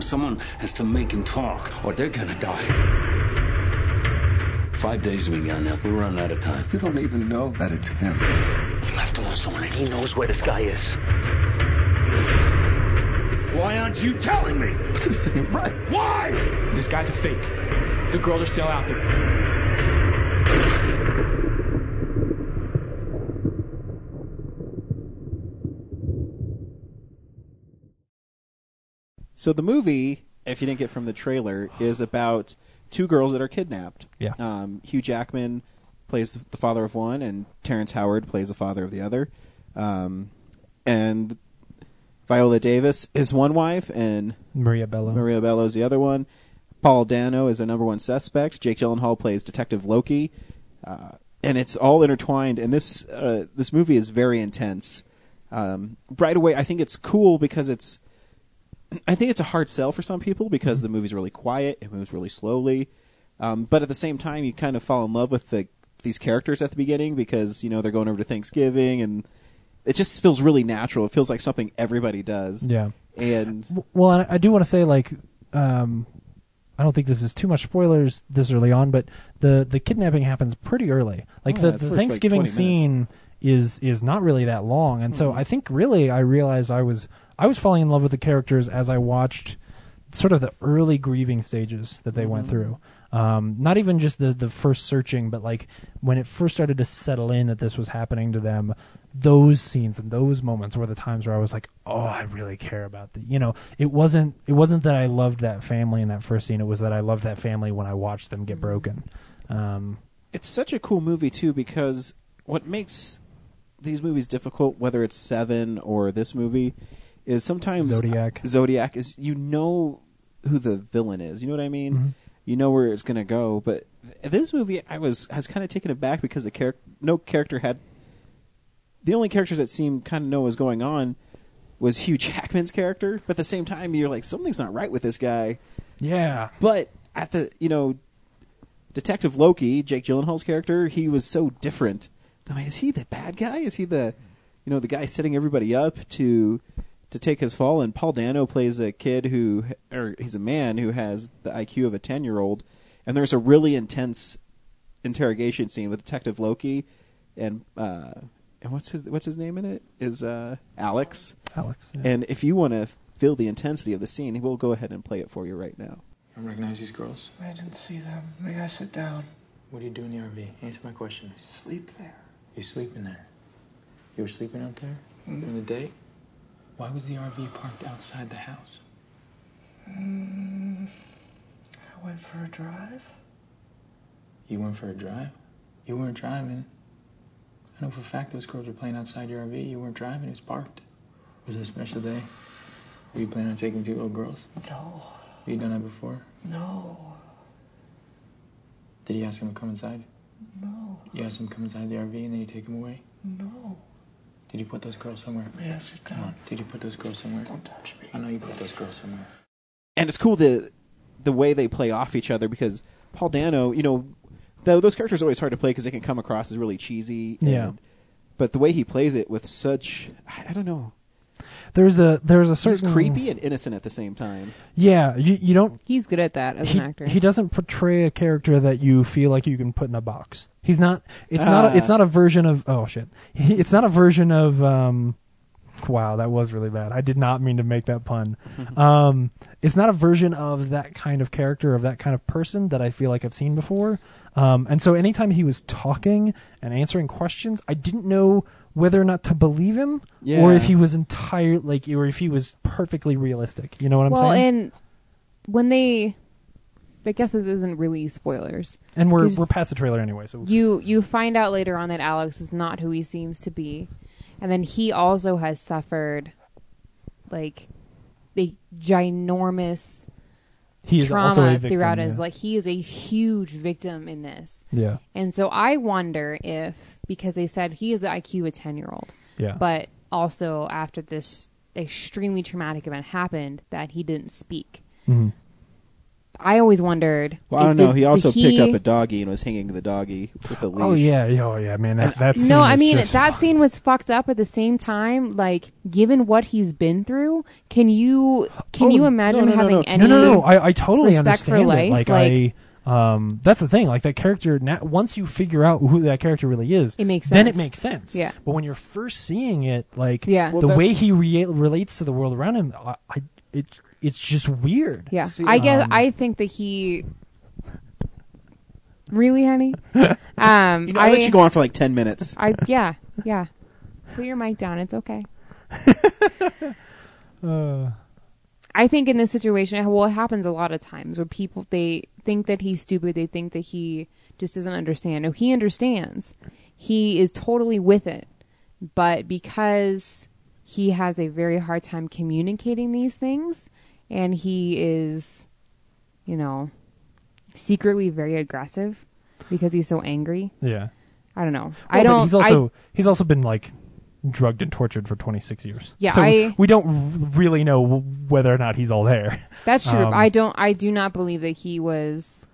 [SPEAKER 12] Someone has to make him talk, or they're gonna die. Five days we got now. We're running out of time. You don't even know that it's him. He left him with someone, and he knows where this guy is. Why aren't you telling me? This ain't right. Why?
[SPEAKER 5] This guy's a fake. The girls are still out there.
[SPEAKER 1] So the movie, if you didn't get from the trailer, is about two girls that are kidnapped.
[SPEAKER 3] Yeah.
[SPEAKER 1] Um, Hugh Jackman plays the father of one, and Terrence Howard plays the father of the other. Um, and Viola Davis is one wife, and
[SPEAKER 3] Maria Bello.
[SPEAKER 1] Maria Bello's the other one. Paul Dano is the number one suspect. Jake Gyllenhaal plays Detective Loki, uh, and it's all intertwined. And this uh, this movie is very intense. Um, right away, I think it's cool because it's. I think it's a hard sell for some people because the movie's really quiet. It moves really slowly, um, but at the same time, you kind of fall in love with the these characters at the beginning because you know they're going over to Thanksgiving, and it just feels really natural. It feels like something everybody does.
[SPEAKER 3] Yeah.
[SPEAKER 1] and
[SPEAKER 3] W- Well, I, I do want to say like um, I don't think this is too much spoilers this early on, but the the kidnapping happens pretty early. Like
[SPEAKER 1] Oh,
[SPEAKER 3] the,
[SPEAKER 1] yeah, it's
[SPEAKER 3] the
[SPEAKER 1] first, like,
[SPEAKER 3] Thanksgiving
[SPEAKER 1] 20 minutes.
[SPEAKER 3] scene is is not really that long, and so
[SPEAKER 1] Mhm.
[SPEAKER 3] I think really I realized I was I was falling in love with the characters as I watched sort of the early grieving stages that they went
[SPEAKER 1] Mhm.
[SPEAKER 3] through. Um, not even just the the first searching, but like when it first started to settle in that this was happening to them, those scenes and those moments were the times where I was like, "Oh, I really care about the." You know, it wasn't it wasn't that I loved that family in that first scene. It was that I loved that family when I watched them
[SPEAKER 1] Mm-hmm.
[SPEAKER 3] get broken. Um,
[SPEAKER 1] It's such a cool movie too because what makes these movies difficult, whether it's Seven or this movie, is sometimes
[SPEAKER 3] Zodiac.
[SPEAKER 1] Zodiac is you know who the villain is. You know what I mean? You know where it's going to go. But this movie, I was I was kind of taken aback because the character, no character had the only characters that seemed kind of know what was going on was Hugh Jackman's character, but at the same time, you're like something's not right with this guy.
[SPEAKER 3] Yeah.
[SPEAKER 1] But at the you know, Detective Loki, Jake Gyllenhaal's character, he was so different. I mean, is he the bad guy? Is he the you know the guy setting everybody up to to take his fall? And Paul Dano plays a kid who, or he's a man who has the IQ of a ten year old, and there's a really intense interrogation scene with Detective Loki and uh, and what's his what's his name in it is uh, Alex.
[SPEAKER 3] Alex. yeah.
[SPEAKER 1] And if you want to feel the intensity of the scene, we'll go ahead and play it for you right now.
[SPEAKER 5] I recognize these girls. I didn't see them. May I sit down? What do you do in the RV? Answer my questions. You sleep there. You sleep in there. You were sleeping out there during the day. Why was the RV parked outside the house?
[SPEAKER 11] Mm, I went for a drive.
[SPEAKER 5] You went for a drive. You weren't driving. I know for a fact those girls were playing outside your RV. You weren't driving. It was parked. Was it a special day? Were you planning on taking two little girls?
[SPEAKER 11] No,
[SPEAKER 5] Have you done that before?
[SPEAKER 11] no,
[SPEAKER 5] Did you ask them to come inside?
[SPEAKER 11] no,
[SPEAKER 5] You asked them to come inside the RV and then you take them away?
[SPEAKER 11] no.
[SPEAKER 5] Did you put those girls somewhere?
[SPEAKER 11] Yes, it
[SPEAKER 5] Come on. Did you put those girls somewhere? Don't touch me. I know you put those girls somewhere.
[SPEAKER 1] and it's cool the the way they play off each other because Paul Dano, you know, though those characters are always hard to play because they can come across as really cheesy. and-
[SPEAKER 3] Yeah.
[SPEAKER 1] But the way he plays it with such, I, I don't know,
[SPEAKER 3] There's a there's a
[SPEAKER 1] he's
[SPEAKER 3] certain
[SPEAKER 1] creepy and innocent at the same time.
[SPEAKER 3] Yeah, you you don't
[SPEAKER 4] He's good at that as
[SPEAKER 3] he,
[SPEAKER 4] an actor.
[SPEAKER 3] he doesn't portray a character that you feel like you can put in a box. He's not. It's not.
[SPEAKER 1] Ah.
[SPEAKER 3] A, it's not a version of. Oh shit! He, it's not a version of. Um, wow, that was really bad. I did not mean to make that pun. um, it's not a version of that kind of character of that kind of person that I feel like I've seen before. Um, and so anytime he was talking and answering questions, I didn't know whether or not to believe him or
[SPEAKER 1] Yeah.
[SPEAKER 3] if he was entire like or if he was perfectly realistic. You know what I'm
[SPEAKER 4] well,
[SPEAKER 3] saying?
[SPEAKER 4] and when they, I guess this isn't really spoilers.
[SPEAKER 3] And we're
[SPEAKER 4] 'Cause
[SPEAKER 3] we're past the trailer anyway, so
[SPEAKER 4] you you find out later on that Alex is not who he seems to be, and then he also has suffered, like, the ginormous
[SPEAKER 3] He is
[SPEAKER 4] trauma
[SPEAKER 3] also a victim,
[SPEAKER 4] throughout his
[SPEAKER 3] yeah.
[SPEAKER 4] life. He is a huge victim in this.
[SPEAKER 3] Yeah.
[SPEAKER 4] And so I wonder if because they said he is the IQ of a ten year old.
[SPEAKER 3] Yeah.
[SPEAKER 4] But also after this extremely traumatic event happened, that he didn't speak.
[SPEAKER 3] Mhm.
[SPEAKER 4] I always wondered.
[SPEAKER 1] Well, I
[SPEAKER 4] if
[SPEAKER 1] don't know.
[SPEAKER 4] this-
[SPEAKER 1] he also
[SPEAKER 4] did
[SPEAKER 1] picked
[SPEAKER 4] he-
[SPEAKER 1] up a doggy and was hanging the doggy with a leash.
[SPEAKER 3] Oh yeah, yeah, oh yeah, man. That, that scene
[SPEAKER 4] No, I
[SPEAKER 3] is
[SPEAKER 4] mean
[SPEAKER 3] just-
[SPEAKER 4] that scene was fucked up. At the same time, like given what he's been through, can you can
[SPEAKER 3] Oh,
[SPEAKER 4] you imagine
[SPEAKER 3] no, no, no,
[SPEAKER 4] having
[SPEAKER 3] no.
[SPEAKER 4] any?
[SPEAKER 3] No, no, no. I, I totally
[SPEAKER 4] respect for
[SPEAKER 3] understand
[SPEAKER 4] life?
[SPEAKER 3] it. Like, I, um, that's the thing. Like that character. Na- once you figure out who that character really is,
[SPEAKER 4] It makes
[SPEAKER 3] Then it
[SPEAKER 4] sense.
[SPEAKER 3] makes sense.
[SPEAKER 4] Yeah.
[SPEAKER 3] But when you're first seeing it, like,
[SPEAKER 4] Yeah. Well,
[SPEAKER 3] the way
[SPEAKER 4] that's-
[SPEAKER 3] he rea- relates to the world around him, I, I it, it's just weird.
[SPEAKER 4] Yeah, I guess
[SPEAKER 3] Um,
[SPEAKER 4] I think that he. Really, honey? Um,
[SPEAKER 1] You know, I, let you go on for like ten minutes.
[SPEAKER 4] I yeah yeah. Put your mic down. It's okay.
[SPEAKER 3] Uh.
[SPEAKER 4] I think in this situation, well, it happens a lot of times where people they think that he's stupid. They think that he just doesn't understand. No, he understands. He is totally with it, but because he has a very hard time communicating these things, and he is, you know, secretly very aggressive because he's so angry.
[SPEAKER 3] Yeah.
[SPEAKER 4] I don't know.
[SPEAKER 3] Well,
[SPEAKER 4] I
[SPEAKER 3] but
[SPEAKER 4] don't.
[SPEAKER 3] He's also he's also been like drugged and tortured for 26 years.
[SPEAKER 4] Yeah,
[SPEAKER 3] so
[SPEAKER 4] I-
[SPEAKER 3] we don't r- really know w- whether or not he's all there.
[SPEAKER 4] I, that's true.
[SPEAKER 3] Um,
[SPEAKER 4] I don't. I do not believe that he was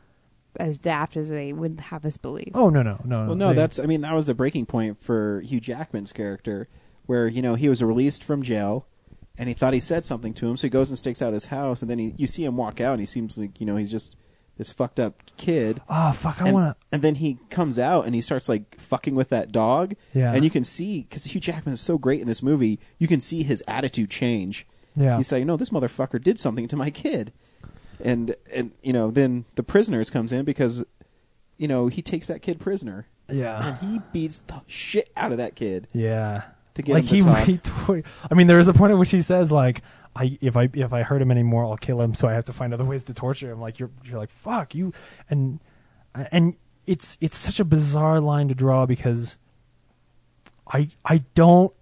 [SPEAKER 4] as daft as they would have us believe.
[SPEAKER 3] Oh no no no.
[SPEAKER 1] Well, no,
[SPEAKER 3] they-
[SPEAKER 1] that's I mean that was the breaking point for Hugh Jackman's character, where you know he was released from jail, and he thought he said something to him, so he goes and stakes out his house, and then he, you see him walk out, and he seems like you know he's just this fucked up kid.
[SPEAKER 3] Oh fuck! I
[SPEAKER 1] And-
[SPEAKER 3] wanna-
[SPEAKER 1] And then he comes out and he starts like fucking with that dog.
[SPEAKER 3] Yeah.
[SPEAKER 1] And you can see because Hugh Jackman is so great in this movie, you can see his attitude change.
[SPEAKER 3] Yeah.
[SPEAKER 1] He's like, no, this motherfucker did something to my kid, and and you know then the prisoners comes in because, you know, he takes that kid prisoner.
[SPEAKER 3] Yeah.
[SPEAKER 1] And he beats the shit out of that kid.
[SPEAKER 3] Yeah.
[SPEAKER 1] To get
[SPEAKER 3] like
[SPEAKER 1] him to talk.
[SPEAKER 3] he, he I mean, there is a point at which he says like, I if I if I hurt him anymore, I'll kill him. So I have to find other ways to torture him. Like you're you're like fuck you, and and it's it's such a bizarre line to draw because I I don't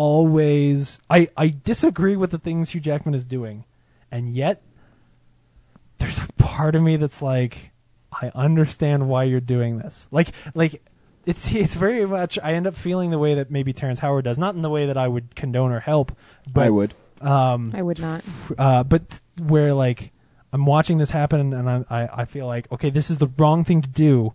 [SPEAKER 3] always I I disagree with the things Hugh Jackman is doing, and yet there's a part of me that's like I understand why you're doing this. Like like it's it's very much I end up feeling the way that maybe Terrence Howard does, not in the way that I would condone or help. But,
[SPEAKER 1] I would.
[SPEAKER 3] Um,
[SPEAKER 4] I would not.
[SPEAKER 3] uh, but where like I'm watching this happen and I, I I feel like okay, this is the wrong thing to do.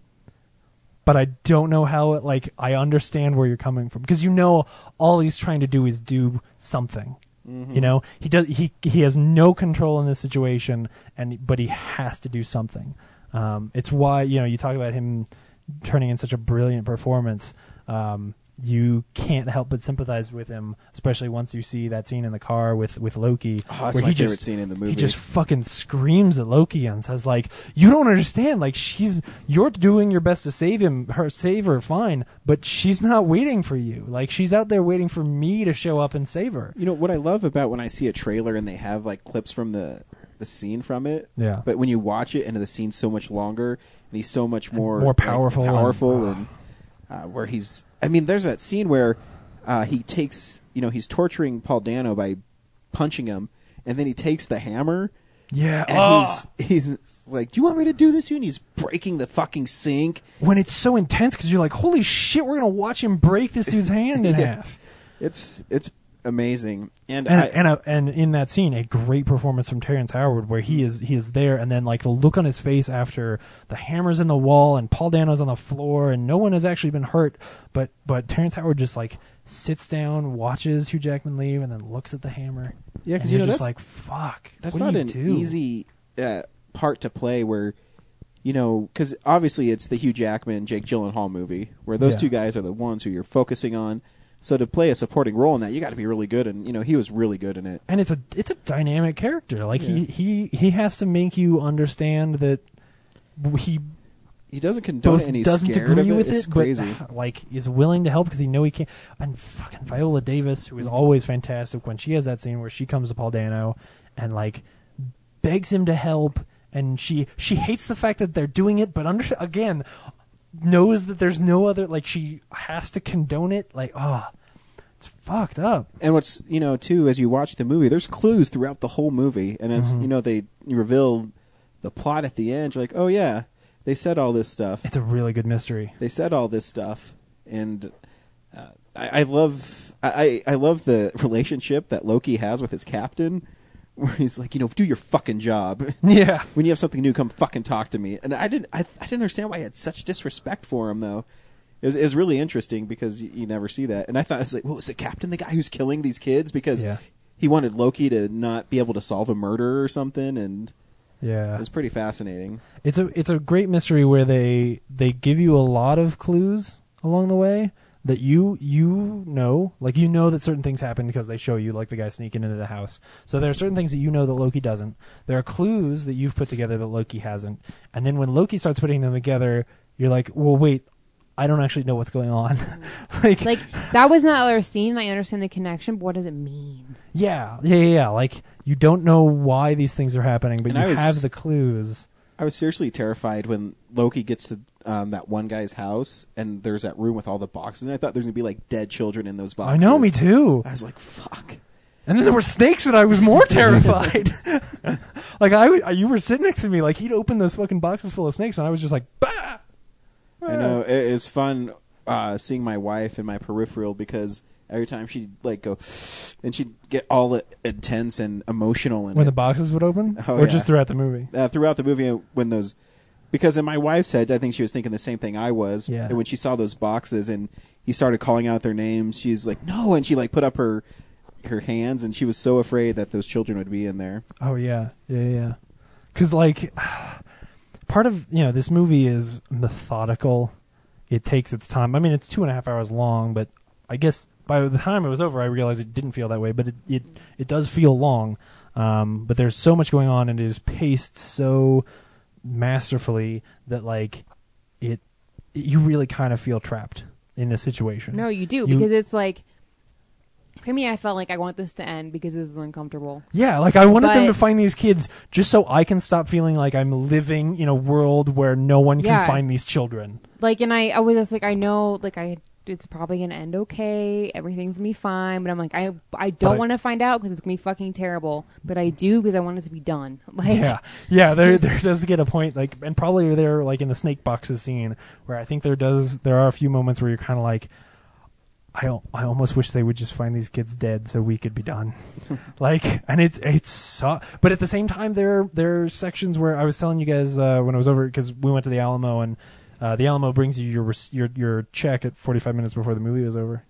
[SPEAKER 3] But I don't know how it like I understand where you're coming from because you know all he's trying to do is do something.
[SPEAKER 8] Mhm.
[SPEAKER 1] Mm-hmm.
[SPEAKER 3] You know he does he he has no control in this situation and but he has to do something. Um, it's why you know you talk about him turning in such a brilliant performance. Um, you can't help but sympathize with him, especially once you see that scene in the car with with Loki
[SPEAKER 1] Oh, that's
[SPEAKER 3] where
[SPEAKER 1] my
[SPEAKER 3] he
[SPEAKER 1] favorite
[SPEAKER 3] just-
[SPEAKER 1] scene in the movie.
[SPEAKER 3] He just fucking screams at Loki and says, "Like you don't understand. Like she's you're doing your best to save him, her save her, fine, but she's not waiting for you. Like she's out there waiting for me to show up and save her."
[SPEAKER 1] You know what I love about when I see a trailer and they have like clips from the the scene from it.
[SPEAKER 3] Yeah.
[SPEAKER 1] But when you watch it and the scene's so much longer and he's so much more
[SPEAKER 3] more
[SPEAKER 1] like,
[SPEAKER 3] powerful and-
[SPEAKER 1] powerful and, uh, where he's. I mean, there's that scene where uh, he takes you know he's torturing Paul Dano by punching him and then he takes the hammer.
[SPEAKER 3] Yeah,
[SPEAKER 1] and
[SPEAKER 3] oh.
[SPEAKER 1] he's he's like, "Do you want me to do this?" to you?" And he's breaking the fucking sink.
[SPEAKER 3] When it's so intense because you're like, "Holy shit, we're gonna watch him break this dude's hand in
[SPEAKER 1] Yeah.
[SPEAKER 3] half."
[SPEAKER 1] It's it's amazing, and,
[SPEAKER 3] and
[SPEAKER 1] I,
[SPEAKER 3] and, a, and in that scene, a great performance from Terrence Howard, where he is he is there, and then like the look on his face after the hammers in the wall, and Paul Dano's on the floor, and no one has actually been hurt, but but Terrence Howard just like sits down, watches Hugh Jackman leave, and then looks at the hammer.
[SPEAKER 1] Yeah, because
[SPEAKER 3] And
[SPEAKER 1] you know
[SPEAKER 3] you're just
[SPEAKER 1] that's
[SPEAKER 3] like fuck.
[SPEAKER 1] That's not
[SPEAKER 3] what do you
[SPEAKER 1] an
[SPEAKER 3] do?
[SPEAKER 1] easy uh, part to play. Where you know, because obviously it's the Hugh Jackman, Jake Gyllenhaal movie, where those
[SPEAKER 3] Yeah.
[SPEAKER 1] two guys are the ones who you're focusing on. So to play a supporting role in that, you got to be really good, and you know he was really good in it.
[SPEAKER 3] and it's a it's a dynamic character. Like he he he has to make you understand that he
[SPEAKER 1] He doesn't condone
[SPEAKER 3] both
[SPEAKER 1] it, and he's
[SPEAKER 3] doesn't
[SPEAKER 1] scared
[SPEAKER 3] agree
[SPEAKER 1] of it.
[SPEAKER 3] with
[SPEAKER 1] It's
[SPEAKER 3] it,
[SPEAKER 1] crazy.
[SPEAKER 3] but like is willing to help because he know he can't. And fucking Viola Davis, who is
[SPEAKER 1] Mm-hmm.
[SPEAKER 3] always fantastic when she has that scene where she comes to Paul Dano and like begs him to help, and she she hates the fact that they're doing it, but under again knows that there's no other like she has to condone it. Like ah, it's fucked up.
[SPEAKER 1] And what's you know too, as you watch the movie, there's clues throughout the whole movie, and as
[SPEAKER 3] Mhm.
[SPEAKER 1] you know they reveal the plot at the end, you're like, oh yeah, they said all this stuff.
[SPEAKER 3] It's a really good mystery.
[SPEAKER 1] They said all this stuff, and uh, I, I love I, I I love the relationship that Loki has with his captain, where he's like, you know, do your fucking job.
[SPEAKER 3] Yeah.
[SPEAKER 1] when you have something new, come fucking talk to me. And I didn't I, I didn't understand why he had such disrespect for him though. It was, it was really interesting because you, you never see that. And I thought, I was like, what was the captain, the guy who's killing these kids? Because
[SPEAKER 3] Yeah.
[SPEAKER 1] he wanted Loki to not be able to solve a murder or something. And
[SPEAKER 3] Yeah.
[SPEAKER 1] it was pretty fascinating.
[SPEAKER 3] It's a it's a great mystery where they they give you a lot of clues along the way that you you know like you know that certain things happen because they show you like the guy sneaking into the house. So there are certain things that you know that Loki doesn't. There are clues that you've put together that Loki hasn't. And then when Loki starts putting them together, you're like, "Well, wait, I don't actually know what's going on." like
[SPEAKER 4] Like that was not our scene. I understand the connection, but what does it mean?
[SPEAKER 3] yeah, yeah, yeah, yeah, like you don't know why these things are happening, but
[SPEAKER 1] And I
[SPEAKER 3] you
[SPEAKER 1] was-
[SPEAKER 3] have the clues.
[SPEAKER 1] I was seriously terrified when Loki gets to um, that one guy's house and there's that room with all the boxes. And I thought there's going to be like dead children in those
[SPEAKER 3] I
[SPEAKER 1] boxes.
[SPEAKER 3] know, me too.
[SPEAKER 1] I was like, fuck.
[SPEAKER 3] And then there were snakes, and I was more terrified. like I, w- you were sitting next to me, like he'd open those fucking boxes full of snakes, and I was just like, bah!
[SPEAKER 1] I know.
[SPEAKER 3] Ah.
[SPEAKER 1] It, it's fun uh, seeing my wife in my peripheral because every time she'd like go and she'd get all uh, intense and emotional. And
[SPEAKER 3] when the boxes would open,
[SPEAKER 1] Oh,
[SPEAKER 3] or
[SPEAKER 1] yeah.
[SPEAKER 3] just throughout the movie.
[SPEAKER 1] uh, throughout the movie when those because in my wife's head i think she was thinking the same thing i was
[SPEAKER 3] Yeah.
[SPEAKER 1] and when she saw those boxes and he started calling out their names she's like no and she like put up her her hands, and she was so afraid that those children would be in there.
[SPEAKER 3] Oh yeah, yeah, yeah. Because like, part of you know this movie is methodical. It takes its time. I mean, it's two and a half hours long, but I guess by the time it was over, I realized it didn't feel that way. But it it, it does feel long. Um, but there's so much going on, and it is paced so masterfully that like it you really kind of feel trapped in this situation.
[SPEAKER 4] No, you do because it's like for me, I felt like I want this to end because this is uncomfortable.
[SPEAKER 3] Yeah, like I wanted them
[SPEAKER 4] But-
[SPEAKER 3] to find these kids just so I can stop feeling like I'm living in a world where no one can
[SPEAKER 4] Yeah.
[SPEAKER 3] find these children.
[SPEAKER 4] like and I, I was just like I know like I it's probably gonna end okay everything's gonna be fine but I'm like I I
[SPEAKER 3] But I-
[SPEAKER 4] don't want to find out because it's gonna be fucking terrible but I do because I want it to be done like
[SPEAKER 3] yeah, yeah. There, there does get a point, like, and probably there, like in the snake boxes scene, where I think there does, there are a few moments where you're kind of like, I, al- I almost wish they would just find these kids dead so we could be done, like, and it's it's so, but at the same time there there are sections where I was telling you guys uh, when I was over because we went to the Alamo and uh, the Alamo brings you your rec- your your check at 45 minutes before the movie was over,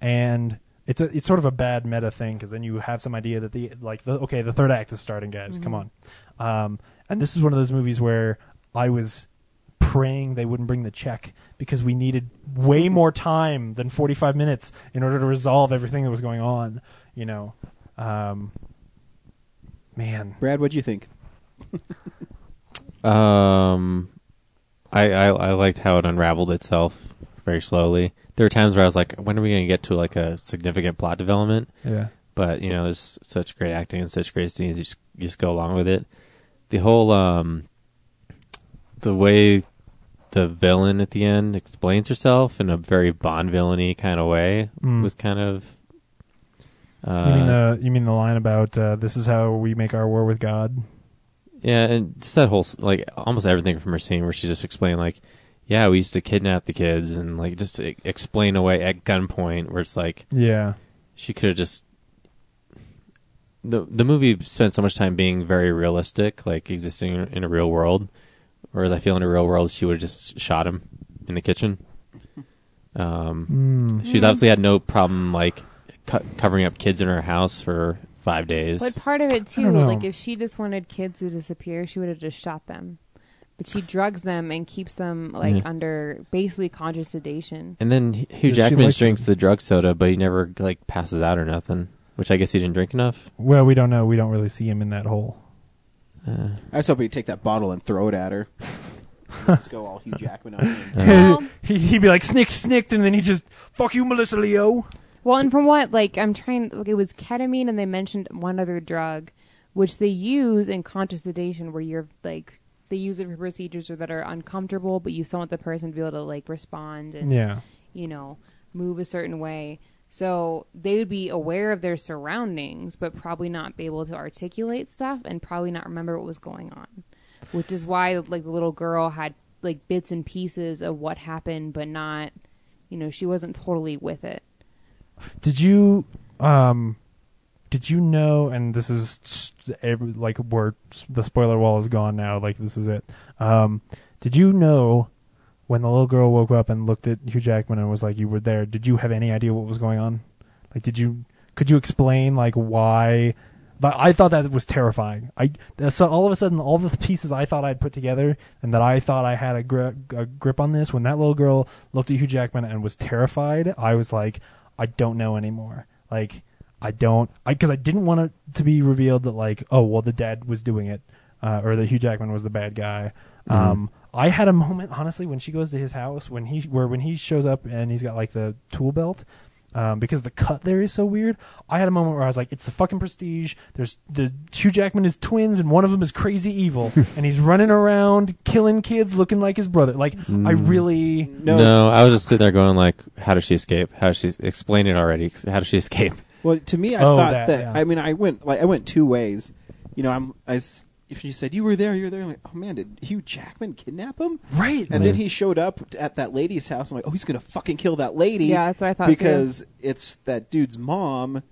[SPEAKER 3] and. It's a, it's sort of a bad meta thing because then you have some idea that the like the, okay the third act is starting guys come
[SPEAKER 13] Mhm.
[SPEAKER 3] on um, and this is one of those movies where I was praying they wouldn't bring the check because we needed way more time than 45 minutes in order to resolve everything that was going on, you know. Um, man.
[SPEAKER 1] Brad, what'd you think?
[SPEAKER 2] Um, I, I I liked how it unraveled itself very slowly. There were times where I was like, "When are we going to get to like a significant plot development?"
[SPEAKER 3] Yeah.
[SPEAKER 2] But you know, there's such great acting and such great scenes. You just you just go along with it. The whole um, the way the villain at the end explains herself in a very Bond villainy kind of way
[SPEAKER 3] Mm.
[SPEAKER 2] was kind of. Uh,
[SPEAKER 3] you mean the you mean the line about uh, this is how we make our war with God?
[SPEAKER 2] Yeah, and just that whole s- like almost everything from her scene where she just explained like, yeah, we used to kidnap the kids and like just e- explain away at gunpoint where it's like,
[SPEAKER 3] Yeah.
[SPEAKER 2] she could have just. The the movie spent so much time being very realistic, like existing in a real world, whereas I feel in a real world she would have just shot him in the kitchen. Um,
[SPEAKER 4] Mm.
[SPEAKER 2] She's
[SPEAKER 4] Mm.
[SPEAKER 2] obviously had no problem like co- covering up kids in her house for five days.
[SPEAKER 4] but part of it too
[SPEAKER 2] don't know.
[SPEAKER 4] like if she just wanted kids to disappear she would have just shot them but she drugs them and keeps them like
[SPEAKER 2] Yeah.
[SPEAKER 4] under basically conscious sedation
[SPEAKER 2] And then H- Hugh
[SPEAKER 3] Yeah, she
[SPEAKER 2] Jackman
[SPEAKER 3] likes
[SPEAKER 2] drinks the drug soda, but he never like passes out or nothing, which I guess he didn't drink enough.
[SPEAKER 3] Well, we don't know. We don't really see him in that hole.
[SPEAKER 1] I was hoping he'd take that bottle and throw it at her. Let's go all Hugh Jackman on her.
[SPEAKER 3] he, he'd be like snick snicked, and then he just fuck you, Melissa Leo.
[SPEAKER 4] Well, and from what like I'm trying, like, it was ketamine, and they mentioned one other drug, which they use in conscious sedation, where you're like they use it for procedures or that are uncomfortable, but you still want the person to be able to like respond and
[SPEAKER 3] Yeah.
[SPEAKER 4] you know move a certain way. So they would be aware of their surroundings, but probably not be able to articulate stuff, and probably not remember what was going on, which is why like the little girl had like bits and pieces of what happened, but not, you know, she wasn't totally with it.
[SPEAKER 3] Did you um did you know and this is s- every, like where s- the spoiler wall is gone now like this is it. Um did you know when the little girl woke up and looked at Hugh Jackman and was like you were there did you have any idea what was going on? Like did you could you explain like why but I thought that was terrifying. I so all of a sudden, all the pieces I thought I'd put together and that I thought I had a, gri- a grip on this, when that little girl looked at Hugh Jackman and was terrified, I was like, I don't know anymore. Like, I don't, I because I didn't want it to be revealed that like, oh well, the dad was doing it, uh, or that Hugh Jackman was the bad guy. Um, I had a moment honestly when she goes to his house when he where when he shows up and he's got like the tool belt um, because the cut there is so weird. I had a moment where I was like, "It's the fucking Prestige." There's the Hugh Jackman is twins, and one of them is crazy evil, and he's running around killing kids, looking like his brother. Like I really
[SPEAKER 2] No. I was just sitting there going like, "How does she escape? How does she explain it already? How does she escape?"
[SPEAKER 1] Well, to me, I
[SPEAKER 2] Oh,
[SPEAKER 1] thought
[SPEAKER 2] that,
[SPEAKER 1] that.
[SPEAKER 2] yeah.
[SPEAKER 1] I mean, I went like I went two ways. You know, I'm. I s- if you said you were there, you were there. I'm like, oh man, did Hugh Jackman kidnap him?
[SPEAKER 3] Right.
[SPEAKER 1] And
[SPEAKER 3] Yeah.
[SPEAKER 1] then he showed up at that lady's house. I'm like, oh, he's gonna fucking kill that lady.
[SPEAKER 4] Yeah, that's what I thought, too.
[SPEAKER 1] Because it's that dude's mom.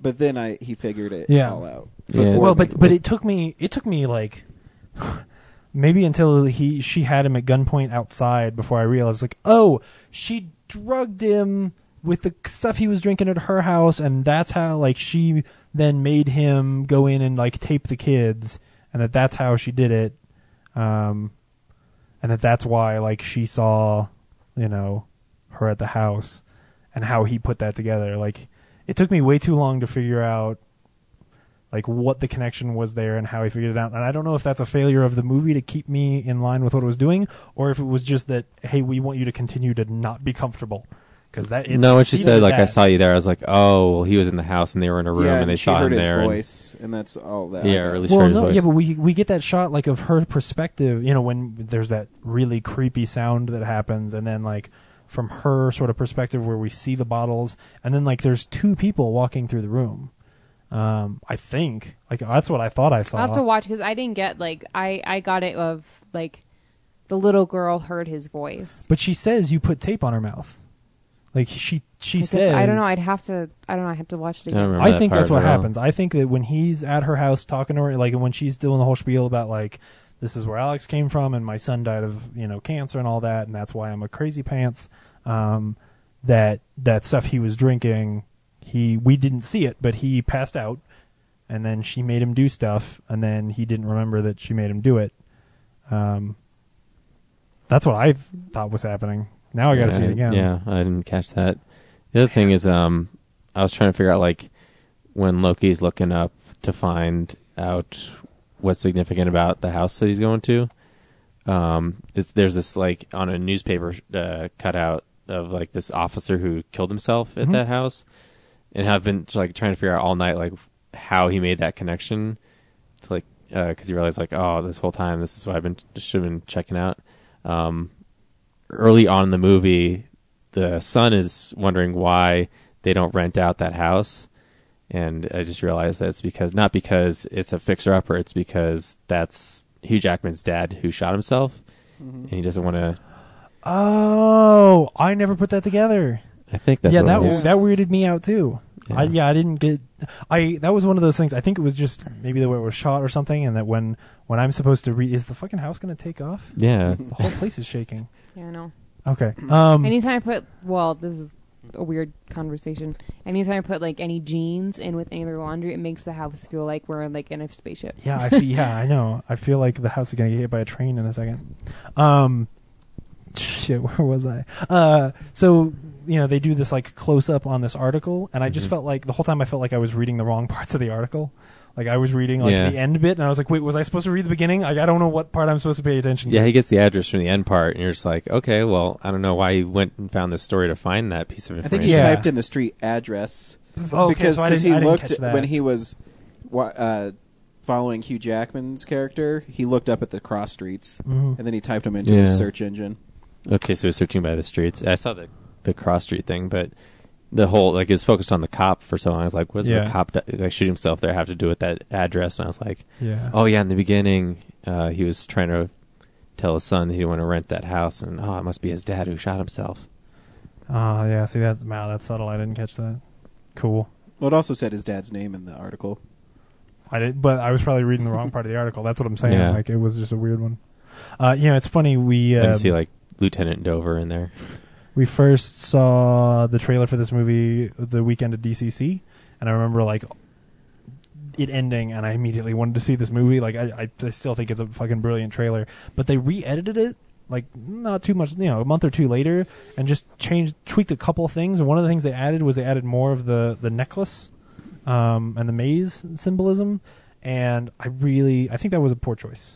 [SPEAKER 1] But then I he figured it
[SPEAKER 3] yeah.
[SPEAKER 1] all out. before
[SPEAKER 3] Well,
[SPEAKER 1] me.
[SPEAKER 3] but but it took me it took me like maybe until he she had him at gunpoint outside before I realized like, oh, she drugged him with the stuff he was drinking at her house, and that's how like she then made him go in and like tape the kids, and that that's how she did it, um, and that that's why like she saw, you know, her at the house, and how he put that together. Like, it took me way too long to figure out like what the connection was there and how he figured it out. And I don't know if that's a failure of the movie to keep me in line with what it was doing, or if it was just that hey, we want you to continue to not be comfortable because that it
[SPEAKER 2] no, when she
[SPEAKER 3] succeeded
[SPEAKER 2] said
[SPEAKER 3] at
[SPEAKER 2] like I
[SPEAKER 3] that.
[SPEAKER 2] saw you there, I was like, oh, well, he was in the house and they were in a room
[SPEAKER 1] Yeah,
[SPEAKER 2] and
[SPEAKER 1] and
[SPEAKER 2] they
[SPEAKER 1] she
[SPEAKER 2] saw
[SPEAKER 1] heard
[SPEAKER 2] him
[SPEAKER 1] his
[SPEAKER 2] there. and-
[SPEAKER 1] voice, and that's all that-
[SPEAKER 2] Yeah, or at least
[SPEAKER 3] well,
[SPEAKER 2] heard his
[SPEAKER 3] no,
[SPEAKER 2] voice.
[SPEAKER 3] yeah, but we we get that shot like of her perspective. You know, when there's that really creepy sound that happens, and then like from her sort of perspective where we see the bottles, and then like there's two people walking through the room. Um, I think like that's what I thought I saw.
[SPEAKER 4] I'll have to watch because I didn't get like I I got it of like the little girl heard his voice.
[SPEAKER 3] But she says you put tape on her mouth. Like she she
[SPEAKER 4] I guess-
[SPEAKER 3] says
[SPEAKER 4] I don't know. I'd have to. I don't know. I have to watch it
[SPEAKER 2] I
[SPEAKER 4] again.
[SPEAKER 2] remember
[SPEAKER 3] I
[SPEAKER 2] that
[SPEAKER 3] think that's
[SPEAKER 2] part
[SPEAKER 3] what
[SPEAKER 2] now.
[SPEAKER 3] happens. I think that when he's at her house talking to her, like when she's doing the whole spiel about like this is where Alex came from and my son died of you know cancer and all that, and that's why I'm a crazy pants. Um, that that stuff he was drinking, he we didn't see it, but he passed out, and then she made him do stuff, and then he didn't remember that she made him do it. Um, that's what I thought was happening. Now I got to see
[SPEAKER 2] Yeah,
[SPEAKER 3] it again.
[SPEAKER 2] Yeah, I didn't catch that. The other thing is, um, I was trying to figure out like when Loki's looking up to find out what's significant about the house that he's going to. Um, it's, there's this like on a newspaper uh, cutout of like this officer who killed himself at
[SPEAKER 3] Mm-hmm.
[SPEAKER 13] Mhm.
[SPEAKER 2] that house, and I've been like trying to figure out all night like how he made that connection to like because he realized like oh this whole time this is what I've been should have been checking out. Um, early on in the movie, the son is wondering why they don't rent out that house, and I just realized that's because not because it's a fixer upper, it's because that's Hugh Jackman's dad who shot himself,
[SPEAKER 1] Mm-hmm.
[SPEAKER 2] and he doesn't want to.
[SPEAKER 3] Oh, I never put that together.
[SPEAKER 2] I think that's
[SPEAKER 3] yeah.
[SPEAKER 2] what
[SPEAKER 3] That
[SPEAKER 2] it is.
[SPEAKER 3] that weirded me out too.
[SPEAKER 2] Yeah.
[SPEAKER 3] I, yeah, I didn't get. I that was one of those things. I think it was just maybe the way it was shot or something, and that when when I'm supposed to read, is the fucking house going to take off?
[SPEAKER 2] Yeah.
[SPEAKER 3] the whole place is shaking.
[SPEAKER 4] Yeah, I know.
[SPEAKER 3] Okay. Um.
[SPEAKER 4] anytime I put, well, this is a weird conversation. Anytime I put like any jeans in with any other laundry, it makes the house feel like we're like in a spaceship.
[SPEAKER 3] Yeah, I fe- yeah, I know. I feel like the house is gonna get hit by a train in a second. Um, shit, where was I? Uh, so you know they do this like close up on this article, and I just
[SPEAKER 2] Mhm.
[SPEAKER 3] felt like the whole time I felt like I was reading the wrong parts of the article. Like I was reading like
[SPEAKER 2] Yeah.
[SPEAKER 3] the end bit, and I was like, wait, was I supposed to read the beginning? Like I don't know what part I'm supposed to pay attention.
[SPEAKER 2] Yeah,
[SPEAKER 3] to.
[SPEAKER 2] he gets the address from the end part, and you're just like, okay, well, I don't know why he went and found this story to find that piece of
[SPEAKER 1] I
[SPEAKER 2] information.
[SPEAKER 1] think he typed in the street address
[SPEAKER 3] Oh, okay,
[SPEAKER 1] because
[SPEAKER 3] so I
[SPEAKER 1] 'cause
[SPEAKER 3] didn't- I
[SPEAKER 1] he
[SPEAKER 3] didn't
[SPEAKER 1] looked
[SPEAKER 3] catch that.
[SPEAKER 1] when he was wa- uh, following Hugh Jackman's character. He looked up at the cross streets
[SPEAKER 2] Mhm.
[SPEAKER 3] Mm-hmm.
[SPEAKER 1] and then he typed them into
[SPEAKER 2] Yeah.
[SPEAKER 1] his search engine.
[SPEAKER 2] Okay, so he was searching by the streets. I saw the the cross street thing, but the whole like it was focused on the cop for so long. I was like, what does
[SPEAKER 3] Yeah.
[SPEAKER 2] the cop di- like shoot himself there have to do with that address? And I was like,
[SPEAKER 3] Yeah.
[SPEAKER 2] oh yeah. In the beginning, uh, he was trying to tell his son that he didn't want to rent that house, and oh, it must be his dad who shot himself.
[SPEAKER 3] Oh yeah, see that's wow, that's subtle. I didn't catch that. Cool.
[SPEAKER 1] Well, it also said his dad's name in the article.
[SPEAKER 3] I did, but I was probably reading the wrong part of the article. That's what I'm saying.
[SPEAKER 2] Yeah.
[SPEAKER 3] Like it was just a weird one. Uh, you know, it's funny we
[SPEAKER 2] I
[SPEAKER 3] uh,
[SPEAKER 2] didn't see like Lieutenant Dover in there.
[SPEAKER 3] we first saw the trailer for this movie the weekend at DCC, and I remember like it ending, and I immediately wanted to see this movie. Like I, I, I still think it's a fucking brilliant trailer, but they re-edited it like not too much, you know, a month or two later, and just changed, tweaked a couple things. And one of the things they added was they added more of the the necklace um, and the maze symbolism, and I really, I think that was a poor choice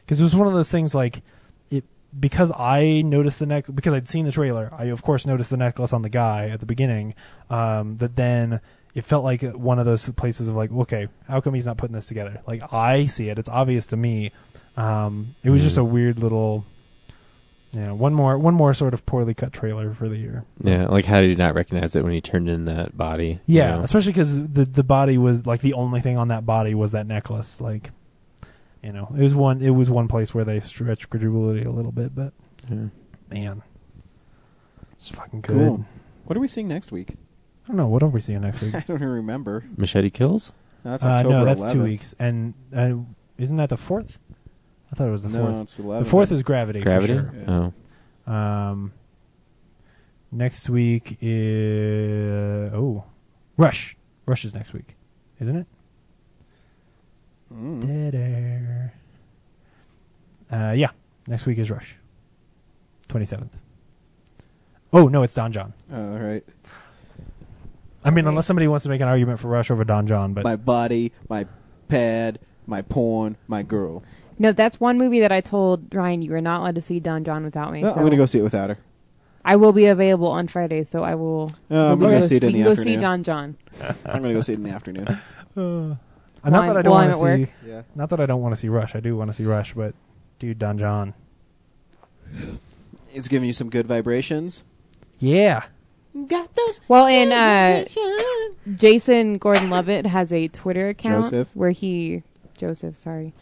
[SPEAKER 3] because it was one of those things like it because I noticed the neck because I'd seen the trailer. I of course noticed the necklace on the guy at the beginning. Um, that then it felt like one of those places of like, okay, how come he's not putting this together? Like I see it; it's obvious to me. Um, it was just a weird little, you know, one more one more sort of poorly cut trailer for the year.
[SPEAKER 2] Yeah, like how did you not recognize it when he turned in that body? you
[SPEAKER 3] Yeah,
[SPEAKER 2] know?
[SPEAKER 3] especially 'cause especially because the the body was like the only thing on that body was that necklace. Like, you know, it was one it was one place where they stretched credulity a little bit, but
[SPEAKER 2] Yeah.
[SPEAKER 3] man, it's fucking good.
[SPEAKER 1] Cool. What are we seeing next week?
[SPEAKER 3] I don't know what are we seeing next week.
[SPEAKER 1] I don't even remember.
[SPEAKER 2] Machete kills.
[SPEAKER 1] No, that's
[SPEAKER 3] uh,
[SPEAKER 1] October
[SPEAKER 3] no, that's two
[SPEAKER 1] 11th.
[SPEAKER 3] weeks, and uh, isn't that the fourth? I thought it was the
[SPEAKER 1] No,
[SPEAKER 3] fourth.
[SPEAKER 1] it's the 11th.
[SPEAKER 2] Oh.
[SPEAKER 3] fourth is gravity. for
[SPEAKER 2] Gravity?
[SPEAKER 3] sure.
[SPEAKER 2] Oh.
[SPEAKER 3] Um, Next week is oh, Rush. Rush is next week, isn't it?
[SPEAKER 1] Mm-hmm.
[SPEAKER 3] Dead air. Uh, yeah, next week is Rush. Twenty seventh. Oh no, it's Don John.
[SPEAKER 1] All right.
[SPEAKER 3] I
[SPEAKER 1] Oh.
[SPEAKER 3] mean, unless somebody wants to make an argument for Rush over Don John, but
[SPEAKER 1] my body, my pad, my porn, my girl.
[SPEAKER 4] No, that's one movie that I told Ryan you were not allowed to see Don John without me.
[SPEAKER 3] Uh,
[SPEAKER 1] No,
[SPEAKER 4] so
[SPEAKER 1] I'm gonna go see it without her.
[SPEAKER 4] I will be available on Friday, so I will.
[SPEAKER 1] Uh, I'm
[SPEAKER 4] we'll
[SPEAKER 1] gonna
[SPEAKER 4] go
[SPEAKER 1] see it
[SPEAKER 4] we
[SPEAKER 1] in the
[SPEAKER 4] can go
[SPEAKER 1] afternoon.
[SPEAKER 4] see Don John.
[SPEAKER 1] I'm gonna go see it in the afternoon.
[SPEAKER 3] Uh, not that I don't
[SPEAKER 4] while I'm
[SPEAKER 3] want to
[SPEAKER 4] at
[SPEAKER 3] see.
[SPEAKER 4] work.
[SPEAKER 1] Yeah.
[SPEAKER 3] Not that I don't want to see Rush. I do want to see Rush, but dude, Don John.
[SPEAKER 1] It's giving you some good vibrations.
[SPEAKER 3] Yeah.
[SPEAKER 1] Got those.
[SPEAKER 4] Well, and uh, Jason Gordon-Levitt has a Twitter account
[SPEAKER 1] Joseph.
[SPEAKER 4] where he Joseph, sorry,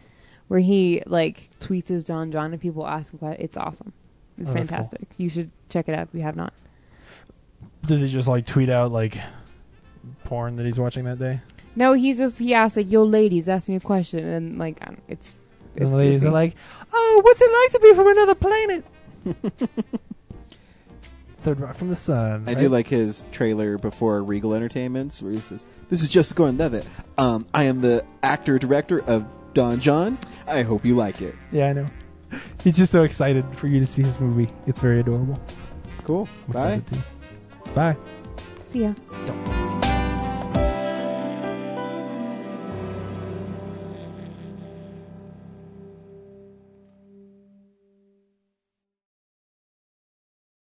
[SPEAKER 4] where he like tweets his Don John and people ask him. What, it's awesome. It's
[SPEAKER 3] Oh, that's cool.
[SPEAKER 4] fantastic. You should check it out if you have not.
[SPEAKER 3] Does he just like tweet out like porn that he's watching that day?
[SPEAKER 4] No, he's just he asks like, "Yo, ladies, ask me a question," and like I don't- it's.
[SPEAKER 3] And
[SPEAKER 4] it's
[SPEAKER 3] the ladies are
[SPEAKER 4] goofy.
[SPEAKER 3] like, "Oh, what's it like to be from another planet?" Third rock from the sun.
[SPEAKER 1] I
[SPEAKER 3] right?
[SPEAKER 1] do like his trailer before Regal Entertainments, where he says, "This is Joseph Gordon-Levitt. Um, I am the actor director of Don John. I hope you like it."
[SPEAKER 3] Yeah, I know. He's just so excited for you to see his movie. It's very adorable.
[SPEAKER 1] Cool.
[SPEAKER 3] I'm
[SPEAKER 1] Bye.
[SPEAKER 3] excited too. Bye.
[SPEAKER 4] See ya.
[SPEAKER 1] Don't